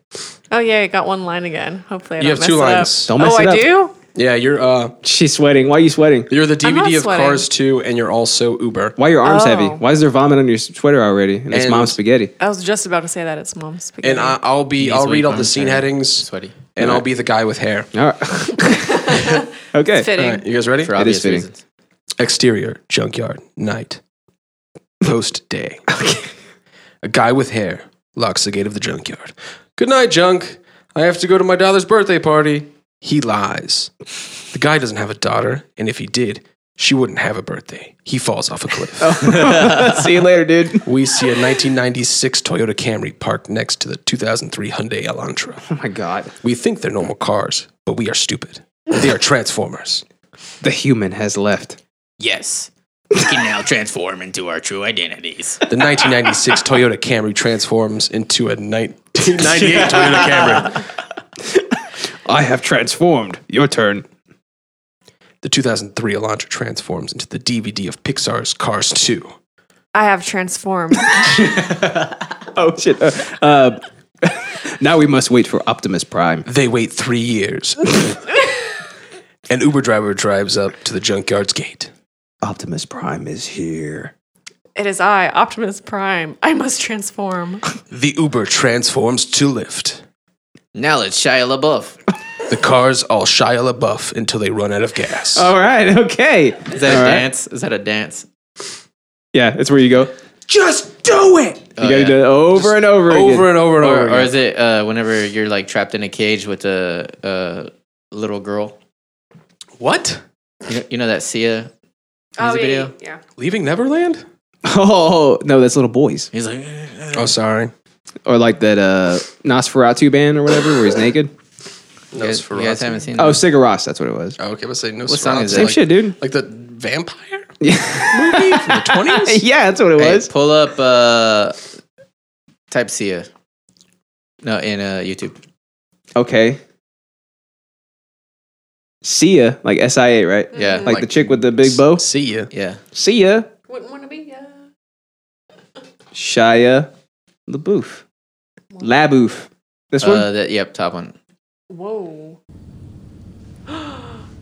Oh yeah, I got one line again. Hopefully, I
You
don't
have two
mess it up.
lines.
Don't mess
oh,
it
I
up.
do.
Yeah, you're uh,
She's sweating. Why are you sweating?
you're the
I'm not
DVD of
sweating.
Cars Two, and you're also Uber.
Why are your arms
Oh.
heavy? Why is there vomit on your sweater already? And it's
And-
mom's spaghetti.
I was just about to say that it's mom's spaghetti.
And I, I'll be I'll
Easily
read all the
found
scene
there.
headings,
Sweaty.
and I'll be the guy with hair.
All right. okay.
fitting.
All right, you guys ready?
For
It is
obvious
fitting.
reasons.
Exterior, junkyard, night. Post day. A guy with hair locks the gate of the junkyard. Good night, junk. I have to go to my daughter's birthday party. He lies. The guy doesn't have a daughter, and if he did, She wouldn't have a birthday. He falls off a cliff.
*laughs* See you later, dude.
We see a 1996 Toyota Camry parked next to the 2003 Hyundai Elantra.
Oh my god.
We think they're normal cars, but we are stupid. They are Transformers.
The human has left.
Yes. We can now transform into our true identities.
The 1996 Toyota Camry transforms into a *laughs* 1998 Toyota Camry.
I have transformed. Your turn.
The 2003 Elantra transforms into the DVD of Pixar's Cars 2.
I have transformed.
Oh shit. Uh, uh, *laughs* now we must wait for Optimus Prime.
They wait three years. *laughs* An Uber driver drives up to the junkyard's gate.
Optimus Prime is here.
*laughs* it is I, Optimus Prime. I
*laughs*
must transform.
The Uber transforms to Lyft.
Now let's Shia LaBeouf.
The cars all Shia LaBeouf until they run out of gas.
All right. Okay.
Is that
All
a
right.
dance? Is that a dance?
Yeah, it's where you go. You
Just do it!
Oh,
gotta
yeah.
do it over and over, again. *laughs*
Over and over and over.
Or, or
again.
is it uh, whenever you're like trapped in a cage with a, a little girl?
what?
You know, you know that Sia
Oh,
music video?
yeah.
Leaving Neverland?
Oh no, that's little boys
He's like,
Oh, sorry.
or like that uh, Nosferatu band or whatever, where he's naked.
Mm-hmm.
No,
you guys, you guys haven't seen
Oh,
that?
Sigur Rós, that's what it was.
Oh, okay, but say no.
What song is that?
Sferatu,
Same
like-
shit, *laughs* dude.
Like the vampire
Yeah,
movie from
*laughs*
the twenties.
yeah, that's what it
Hey,
was.
pull up uh, type Sia. No, in uh, YouTube.
Okay. Sia, like S I A,
Mm-hmm.
right?
Yeah.
Like, the chick with the big bow.
See ya.
yeah.
Sia,
Wouldn't want to be, yeah.
Shia, LaBeouf, LaBeouf. This one.
Uh, that, yep, top one.
Whoa.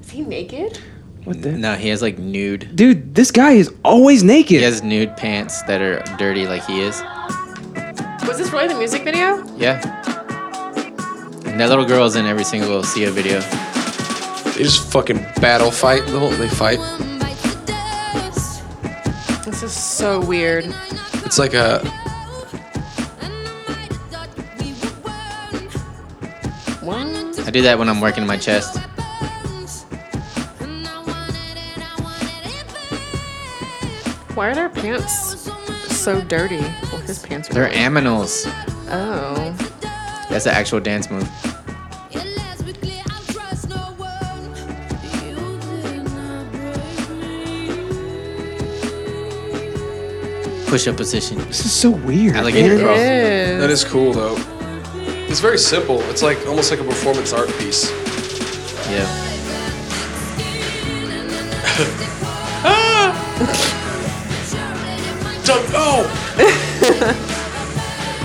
is he naked?
what the?
No, he has like nude.
Dude, this guy is always naked.
He has nude pants that are dirty like he is.
Was this really the music video?
Yeah. And that little girl's in every single Sia video.
They just fucking battle fight. The whole they fight.
This is so weird.
It's like a
What?
I do that when I'm working my chest.
Why are their pants so dirty? Well, his pants are
They're aminals.
Oh.
That's the actual dance move. Push up position.
This is so weird. man.
Alligator crawl.
that is cool though. It's very simple. It's like almost like a performance art piece.
Yeah.
Don't- oh,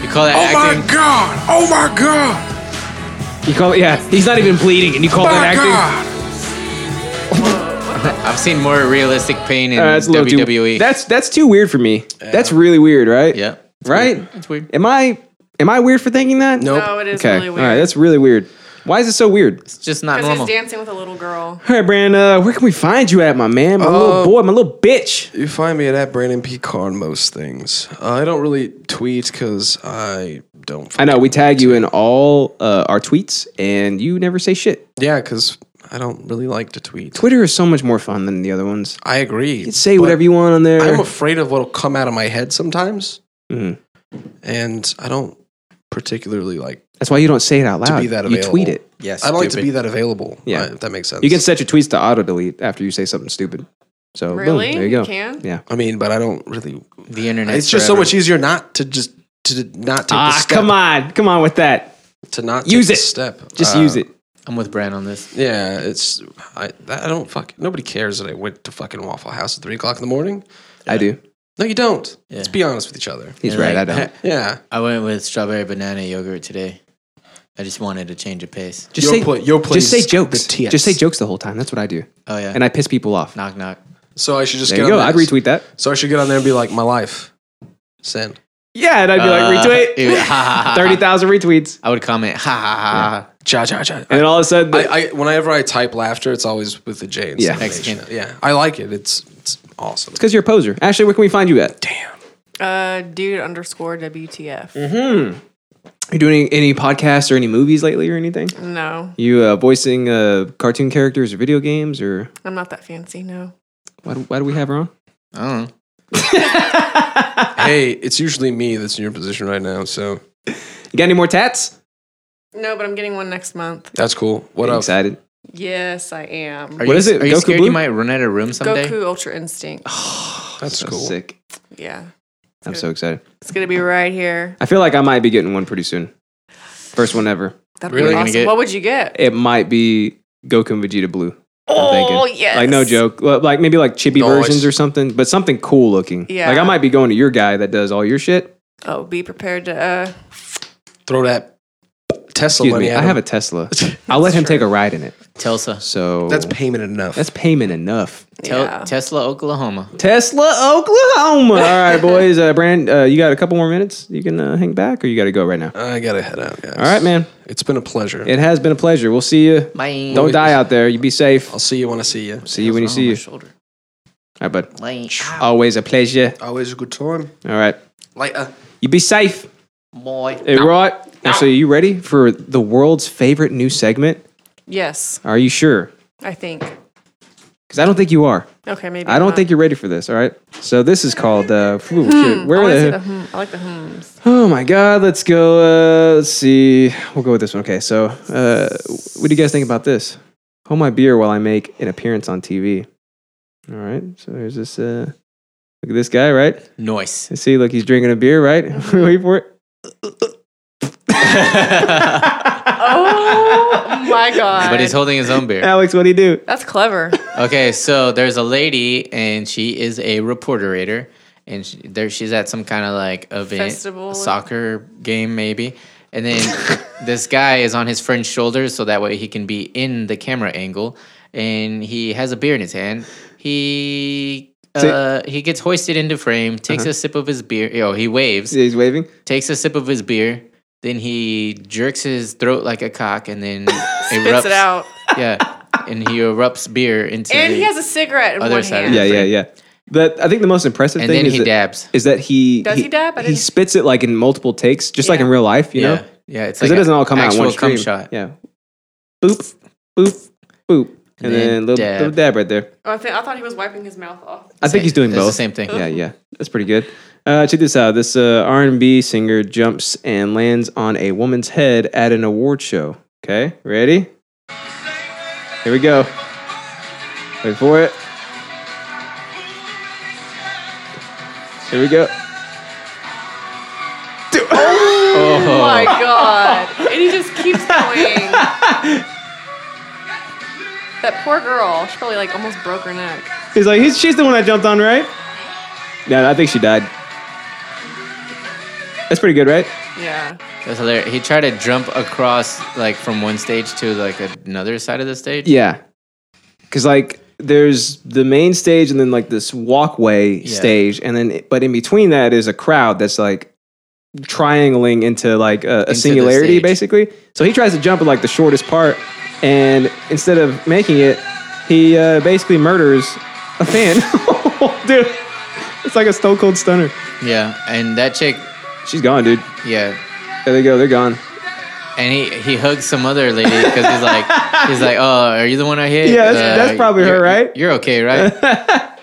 You call that
oh my
acting?
god! Oh my god!
You call it? Yeah, he's not even bleeding, and you call that
My
acting?
god!
I've seen more realistic pain in
Uh, that's a little too-
WWE.
that's that's too weird for me. That's really weird, right?
E. yeah.
Right?
It's weird.
Am I am I weird for thinking that?
Nope.
No, Oh, it is
Okay.
really weird.
All right. That's really weird. Why is it so weird?
It's just not
Because
normal.
he's dancing with a little girl.
All right, Brandon. Uh, where can we find you at, my man? My little
Oh.
Uh,
boy. My little bitch.
You find me at, at Brandon Pecan most things. I don't really tweet because I don't.
I know we tag you in all uh, our tweets, and you never say shit.
Yeah, because I don't really like to tweet.
Twitter is so much more fun than the other ones.
I agree.
You can say
but
whatever you want on there.
I'm afraid of what'll come out of my head sometimes,
Mhm.
and I don't particularly like.
That's why you don't say it out
To
loud.
be that
you tweet
available.
it.
yes.
I don't like to be that available.
Yeah.
I- if that makes sense.
You can set your tweets to auto delete after you say something stupid. So boom,
Really?
there you go.
can?
Yeah.
I mean, but I don't really.
the internet.
it's just so much easier not to just to not take the
Ah,
step.
come on, come on with that.
To not
Use
take
it.
The step.
Just
Uh,
use it.
I'm with Brand on this.
Yeah, it's I. I don't fuck. Nobody cares that I went to fucking Waffle House at three o'clock in the morning.
I do.
No, you don't.
Yeah.
Let's be honest with each other.
He's
Yeah,
right. I
like-
*laughs*
don't.
Yeah.
I went with strawberry banana yogurt today. I just wanted to change of pace.
Just
Your
say
pla- your place
Just say
is
jokes.
the TX.
Just say jokes the whole time. That's what I do,
Oh yeah.
and I piss people off.
knock knock.
So I should just
there
get
you go.
on
I'd
this.
retweet that.
So I should get on there and be like, my life, send.
Yeah, and I'd be
Uh,
like *laughs*
*laughs* dude, ha,
retweet.
ha, ha,
Thirty
ha.
thousand retweets,
I would comment ha ha ha. ha.
Ja, ja, ja.
and then all of a sudden,
I, I, whenever I type laughter, it's always with the J. instead
Yeah.
of H.
Mexican.
Yeah. I like it. It's it's awesome.
because you're a poser. Ashley, where can we find you at?
Damn.
Uh, dude underscore WTF.
Mm. Mm-hmm. You doing any, any podcasts or any movies lately or anything?
No,
You uh, voicing uh, cartoon characters or video games or
I'm not that fancy. No.
Why do, why do we have her on?
I don't know.
hey, it's usually me that's in your position right now, so
You got any more tats?
*laughs*
No, but I'm getting one next month.
that's cool. What
I'm
else?
excited.
Yes, I am.
Are
What
you,
is it,
Are you
Goku
scared
Blue?
you might run out of room someday?
Goku Ultra Instinct.
That's
so
cool.
Sick.
Yeah.
I'm so excited.
It's gonna be right here.
I feel like I might be getting one pretty soon. First one ever.
That'd
Really?
be
Gonna
awesome.
get-
What would you get?
It might be Goku and Vegeta Blue. I'm
Oh
thinking.
yes.
Like no joke. Li- Like maybe like chibi
Nice.
versions or something, but something cool looking.
Yeah.
Like I might be going to your guy that does all your shit.
Oh, be prepared to uh
Throw that Tesla
Excuse
money
me.
at
I
him.
have a
*laughs*
Tesla. I'll let him take a ride in it.
Tulsa.
So
That's payment enough.
that's payment enough.
Tel-
yeah.
Tesla, Oklahoma.
Tesla, Oklahoma. All
*laughs*
right, boys. Uh, Brand, uh, you got a couple more minutes. You can uh, hang back, or you got to go right now.
I gotta head out, guys.
All right, man.
It's been a pleasure.
It has been a pleasure. We'll see you.
Bye.
Don't die out there. You be safe.
I'll see you when I see you.
See you when you see you. All
Shoulder.
right, bud.
Like,
Always a pleasure.
Always a good time.
All right.
Later.
You be safe.
boy.
Hey, right. Ashley, are you ready for the world's favorite new segment?
Yes,
Are you sure?
I think.
Because I don't think you are.
Okay, maybe.
I don't think you're ready for this. All right. So this is called. Uh, phew, shit,
I,
where
wanna
the-
see the hmm. I like the hums. *laughs*
Oh my God! Let's go. Uh, let's see. We'll go with this one. Okay. So, uh, what do you guys think about this? Hold my beer while I make an appearance on TV. All right. So here's this. Uh, look at this guy, right?
Noise.
*laughs* You see, look, he's drinking a beer, right? *laughs*
Mm-hmm.
Wait for it.
Oh my god.
*laughs* But he's holding his own beer.
Alex, what do you do?
That's
*laughs*
clever.
Okay, so there's a lady, and she is a reporterator, and she, there she's at some kind of like event,
Festival.
soccer game maybe,
*laughs*
and then this guy is on his friend's shoulders, so that way he can be in the camera angle, and he has a beer in his hand. He. Uh, he gets hoisted into frame, takes a sip of his beer. Yo, he waves,
See, he's waving.
takes a sip of his beer, then he jerks his throat like a cock, and then erupts
*laughs* Spits it out.
yeah, and he erupts beer into.
And
the,
he has a cigarette in
Other
one
side of
hand.
Yeah, yeah, yeah. But I think the most impressive
and
thing
then
is
he
that,
dabs.
is that he
Does he dab? I
he
didn't-
spits it like in multiple takes, just like
Yeah.
in real life, you
yeah,
know.
yeah, it's
because
like
it doesn't all come out in
actual
one
cum
stream.
shot.
Yeah, boop, boop, boop, and,
And
then,
then
little,
dab.
little dab right there.
Oh, I, think, I thought he was wiping his mouth off.
I think he's doing
It's
both.
the same thing.
Yeah, yeah, that's pretty good. Uh, check this out. This uh, R&B singer jumps and lands on a woman's head at an award show. Okay, ready? Here we go. Wait for it. Here we go.
Oh my god. And he just keeps going. that poor girl. She probably like almost broke her neck.
He's like, he's, she's the one I jumped on, right? Yeah, I think she died. That's pretty good, right?
Yeah.
That's hilarious. He tried to jump across like from one stage to like another side of the stage.
Yeah. Cause like there's the main stage and then like this walkway stage and then but in between that is a crowd that's like triangling into like a, a
the
singularity
stage.
basically. So he tries to jump at like the shortest part and instead of making it, he uh, basically murders a fan. *laughs* dude, it's like a stone cold stunner.
yeah, and that chick,
She's gone, dude.
yeah,
There they go. They're gone.
and he he hugs some other lady because he's
*laughs*
like he's like, oh, are you the one I hit? Uh,
Yeah, that's- that's probably her,
you're-
right?
You're okay,
*laughs*
right?
All right,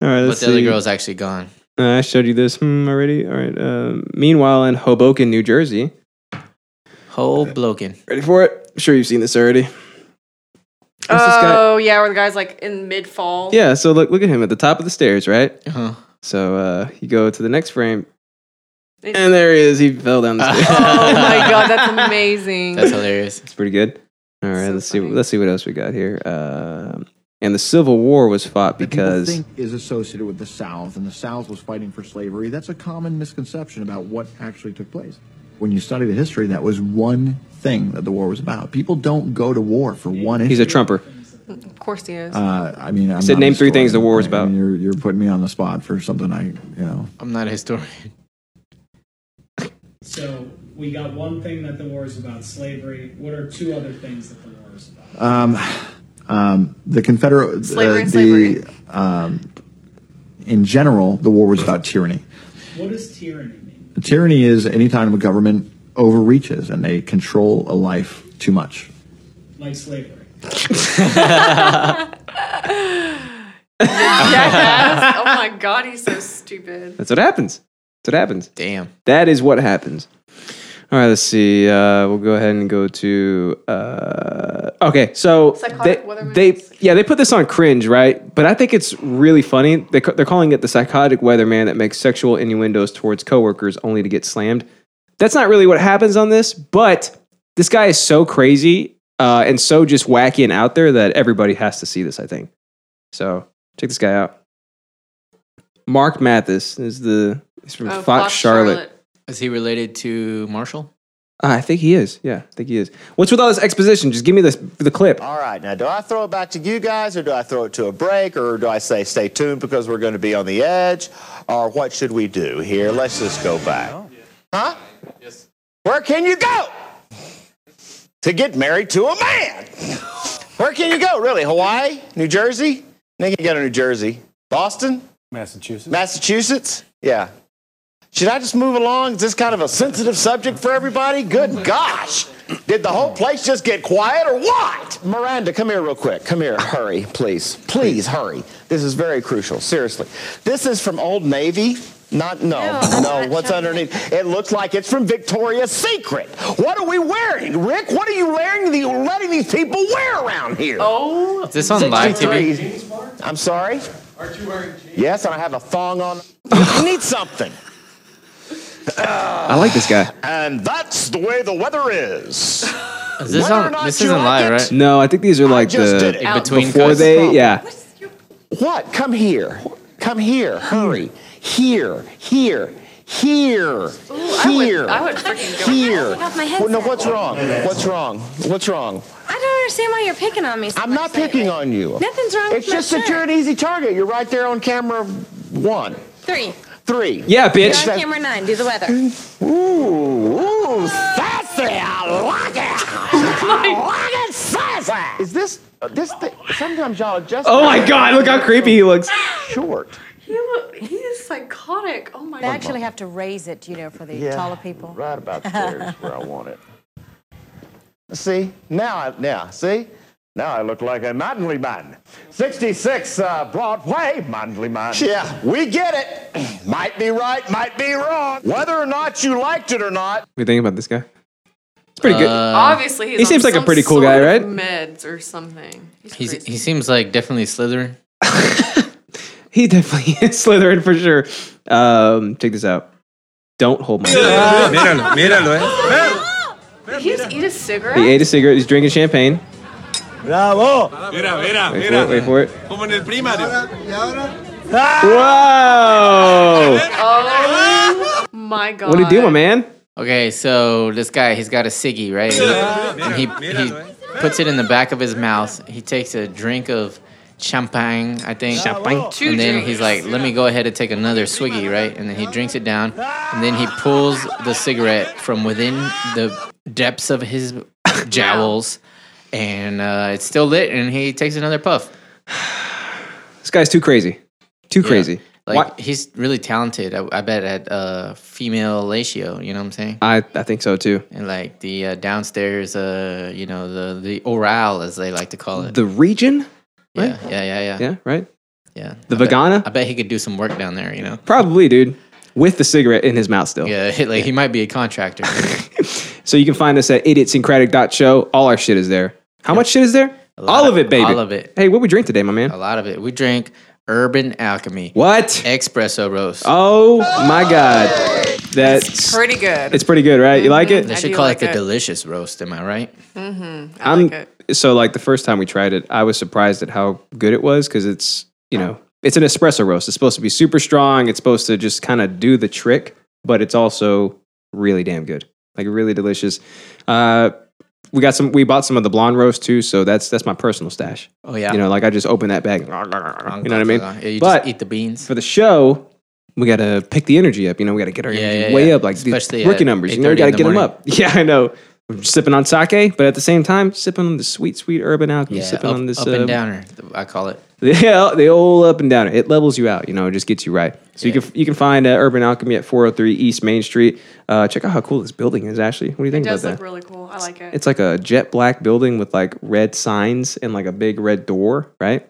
but
let's
the other
see.
girl's actually gone.
Uh, I showed you this hmm, already. All right. Um meanwhile, in Hoboken, New Jersey,
Whole bloken.
Ready for it? I'm sure you've seen this already. What's this guy-
Uh,
oh yeah, where the guy's like in mid fall.
Yeah, so look look at him at the top of the stairs, right?
Uh-huh.
So uh you go to the next frame. *laughs* And there he is. He fell down
*laughs*
the stairs.
Oh
*laughs*
my god, that's amazing.
That's hilarious.
That's pretty good. All right,
So
let's see
funny.
let's see what else we got here. Um and the Civil War was fought
that
because
people think is associated with the South, and the South was fighting for slavery. That's a common misconception about what actually took place. When you study the history, that was one thing that the war was about. People don't go to war for one issue.
he's a trumper.
of course he is.
uh, I mean, I'm
said,
not a
"Name three things the
historian.
war was
I mean,
about."
you're, you're putting me on the spot for something I, you know.
I'm not a historian. *laughs*
So we got one thing that the war is about slavery. What are two other things that the war is about?
Um, um, the Confederate,
Slavery
uh,
and slavery.
the, um, in general, the war was about tyranny.
What does tyranny mean?
Tyranny is any time a government overreaches and they control a life too much.
Like slavery.
Jackass. oh my god, he's so stupid.
That's what happens. That's what happens.
Damn.
That is what happens. All right, let's see. Uh, we'll go ahead and go to. Uh, okay, so
Psychotic Weatherman?
they, they, yeah, they put this on cringe, right? But I think it's really funny. They, ca- they're calling it the psychotic weatherman that makes sexual innuendos towards coworkers only to get slammed. That's not really what happens on this, but this guy is so crazy uh, and so just wacky and out there that everybody has to see this. I think. So check this guy out. Mark Mathis is the he's from
Oh,
Fox, Charlotte.
Is he related to Marshall?
Uh, I think he is. Yeah, I think he is. What's with all this exposition? Just give me this the clip.
All right, now do I throw it back to you guys, or do I throw it to a break, or do I say stay tuned because we're going to be on the edge, or what should we do here? Let's just go back, huh? Where can you go to get married to a man? Where can you go, really? Hawaii, New Jersey? They can go to New Jersey, Boston, Massachusetts, Massachusetts. Yeah. Should I just move along? Is this kind of a sensitive subject for everybody? Good gosh. Did the whole place just get quiet or what? Miranda, come here real quick. Come here. Hurry, please. Please hurry. This is very crucial. Seriously. This is from Old Navy. Not, no, no. what's underneath? It looks like it's from Victoria's Secret. What are we wearing? Rick, what are you wearing? The, letting these people wear around here?
Is this on live TV?
63. I'm sorry? Aren't you wearing jeans? Yes, and I have a
*laughs*
thong on. you need something.
I like this guy.
And that's the way the weather is.
Is this
Whether or
on?
not
This
you
isn't
like
live,
it-
right?
No, I think these are like
just did
the
it.
In between
before
cuts.
they. Yeah,
What? Come here. Come here. Hurry. Here. Here. Here.
I would-
here.
I would freaking go-
Here.
Off my
Well, no,
headset.
what's wrong? What's wrong? What's wrong?
I don't understand why you're picking on me. So
I'm
much
not picking
lately.
on you.
Nothing's wrong
It's
with my
just that
shirt.
you're an easy target. You're right there on camera one,
Three.
three.
yeah,
You're
bitch.
on camera nine. Do the weather.
Ooh, ooh, sassy. I like it.
*laughs* Oh
I like it, sassy. Is this, uh, this thing, sometimes y'all are just
Oh my god, look how creepy he looks.
short.
He look, he is psychotic. Oh my
They
god.
actually have to raise it, you know, for the
Yeah,
taller people.
Right about there
*laughs*
is where I want it. See now, I, now see now I look like a manly man. Sixty-six uh, Broadway, manly man. Yeah, we get it. might be right, might be wrong. Whether or not you liked it or not.
What do you think about this guy? It's pretty
Uh,
good.
Obviously, he's
he seems
on
like a
some
pretty cool
sort
guy, right?
of Meds or something. He's,
He's,
crazy.
he seems like definitely Slytherin.
He definitely *laughs* is Slytherin for sure. Um, check this out. Don't hold my.
Míralo, míralo, eh.
Oh! Did he just eat a cigarette?
He ate a cigarette. He's drinking champagne.
Bravo!
eh, Mira, mira,
Wait for it. Wait for it.
Como en el primario.
Whoa!
my god.
What do you do, my man?
Okay, so this guy, he's got a ciggy, right? And he, he puts it in the back of his mouth. He takes a drink of champagne, I think. Champagne.
Two
And then
drinks.
he's like, let me go ahead and take another swiggy, right? And then he drinks it down. And then he pulls the cigarette from within the depths
*coughs*
of his jowls. And uh, it's still lit, and he takes another puff.
This guy's too crazy. Too crazy.
Like,
Why-
he's really talented, I, I bet, at uh, female ratio, you know what I'm saying?
I I think so too.
and like the uh, downstairs, uh, you know, the the oral as they like to call it.
The region.
yeah, yeah, yeah, yeah, yeah,
Yeah. Right. The
I bet-
Vagana?
I bet he could do some work down there. You know.
Probably, dude. With the cigarette in his mouth still.
Yeah, *laughs* like he might be
*laughs*
a contractor.
So you can find us at idiotsyncratic.show. All our shit is there. How much shit is there?
lot.
all of it, baby.
All of it.
Hey, what we drink today, my man?
a lot of it. We drink Urban Alchemy
What?
espresso roast.
Oh my god. That's
Pretty good.
it's pretty good, right? You like
they
it?
I
should
do
call
like
it the
it.
delicious roast. Am I right?
I like it.
so like the first time we tried it, I was surprised at how good it was because it's you know it's an espresso roast. It's supposed to be super strong. It's supposed to just kind of do the trick, but it's also really damn good. Like really delicious. Uh, we got some. We bought some of the blonde roast too. So that's that's my personal stash.
Oh yeah.
You know, like I just open that bag. You know what I mean?
Yeah, you
But-
just eat the beans.
For the show, we got to pick the energy up. You know, we got to get our
Yeah,
energy
yeah,
way
yeah.
up, like these
Especially
rookie
at
numbers. You know, we
8:30
got
in
to
the
get them
morning.
up. *laughs* Yeah, I know. We're sipping on sake, but at the same time, sipping on the sweet, sweet urban alchemy.
Yeah, up,
sipping on this
up
uh,
and downer. I call it.
*laughs* yeah, the old up and down. It levels you out, you know, it just gets you right. So you can you can find uh, Urban Alchemy at 403 East Main Street. Uh, check out how cool this building is, Ashley. What do you
It
think about
does
that?
look really cool. I like it.
it's like a jet black building with like red signs and like a big red door, right?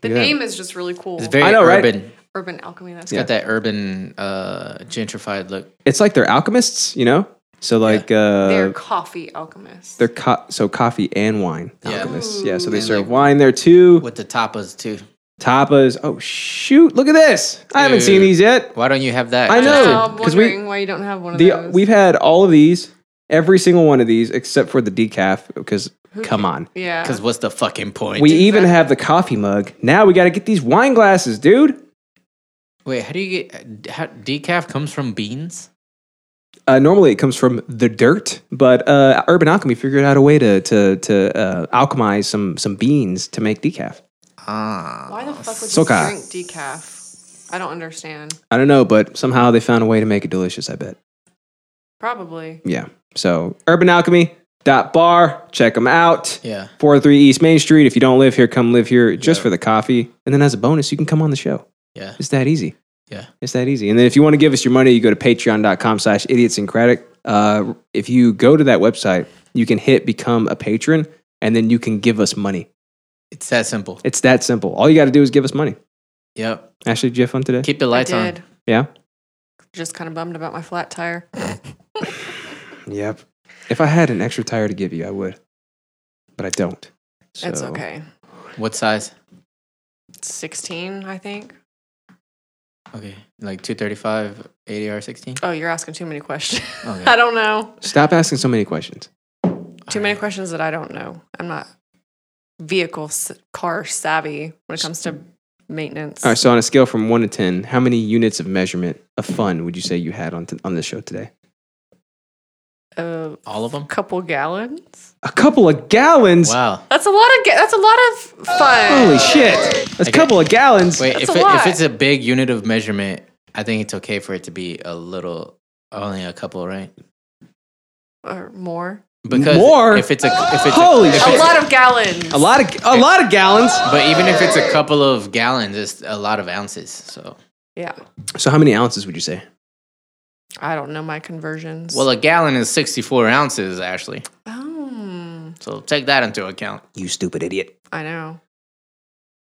The
Yeah.
name is just really cool.
It's very urban.
Urban alchemy. That's
It's
good.
got that urban uh, gentrified look.
It's like they're alchemists, you know. So like uh,
They're coffee alchemists.
they're co- so coffee and wine
Yeah.
alchemists. Yeah, so they
And,
serve wine there too
with the tapas too.
Tapas. Oh shoot! Look at this. I haven't seen
Dude,
these yet.
Why don't you have that?
I know
I'm
because we
wondering why you don't have one of
the
those.
we've had all of these, every single one of these except for the decaf. Because come on,
Yeah.
Because what's the fucking point?
we even have the coffee mug. Now we got to get these wine glasses, dude.
Wait, how do you get how, decaf comes from beans?
Uh, normally it comes from the dirt, but uh, Urban Alchemy figured out a way to to to uh, alchemize some some beans to make decaf.
Ah,
Why the fuck would
Soca.
you drink decaf? I don't understand.
I don't know, but somehow they found a way to make it delicious. I bet.
Probably.
Yeah. So Urban Alchemy dot bar, check them out.
Yeah.
403 East Main Street. If you don't live here, come live here just for the coffee. And then as a bonus, you can come on the show.
Yeah.
It's that easy.
Yeah.
It's that easy. And then if you want to give us your money, you go to patreon.com slash idiosyncratic. Uh, if you go to that website, you can hit become a patron and then you can give us money.
It's that simple.
It's that simple. All you got to do is give us money.
Yep.
Ashley, did you have fun today?
Keep the
I
lights on.
did.
Yeah.
Just kind of bummed about my flat tire.
Yep. If I had an extra tire to give you, I would. But I don't.
It's
So-
okay.
What size?
16, I think.
Okay, like 235 ADR 16.
Oh, you're asking too many questions.
Oh,
Okay.
*laughs* I don't know.
Stop asking so many questions.
Too many questions that I don't know. I'm not vehicle s- car savvy when it comes to maintenance.
All right, so on a scale from one to ten, how many units of measurement of fun would you say you had on t- on this show today?
Uh,
All of them?
Couple gallons.
A couple of gallons.
Wow.
That's a lot of ga- that's a lot of fun.
Holy shit! That's a couple of gallons.
Wait,
That's
if,
a
it, if
lot.
it's a big unit of measurement, I think it's okay for it to be a little, only a couple, right?
Or more.
Because
More?
if it's a if it's
Holy
a, if
A
it's-
lot of gallons.
a lot of a lot of gallons.
But even if it's a couple of gallons, it's a lot of ounces. So
Yeah.
So how many ounces would you say?
I don't know my conversions.
uh
well, a gallon is sixty four ounces, Ashley.
oh,
So take that into account.
You stupid idiot.
I know.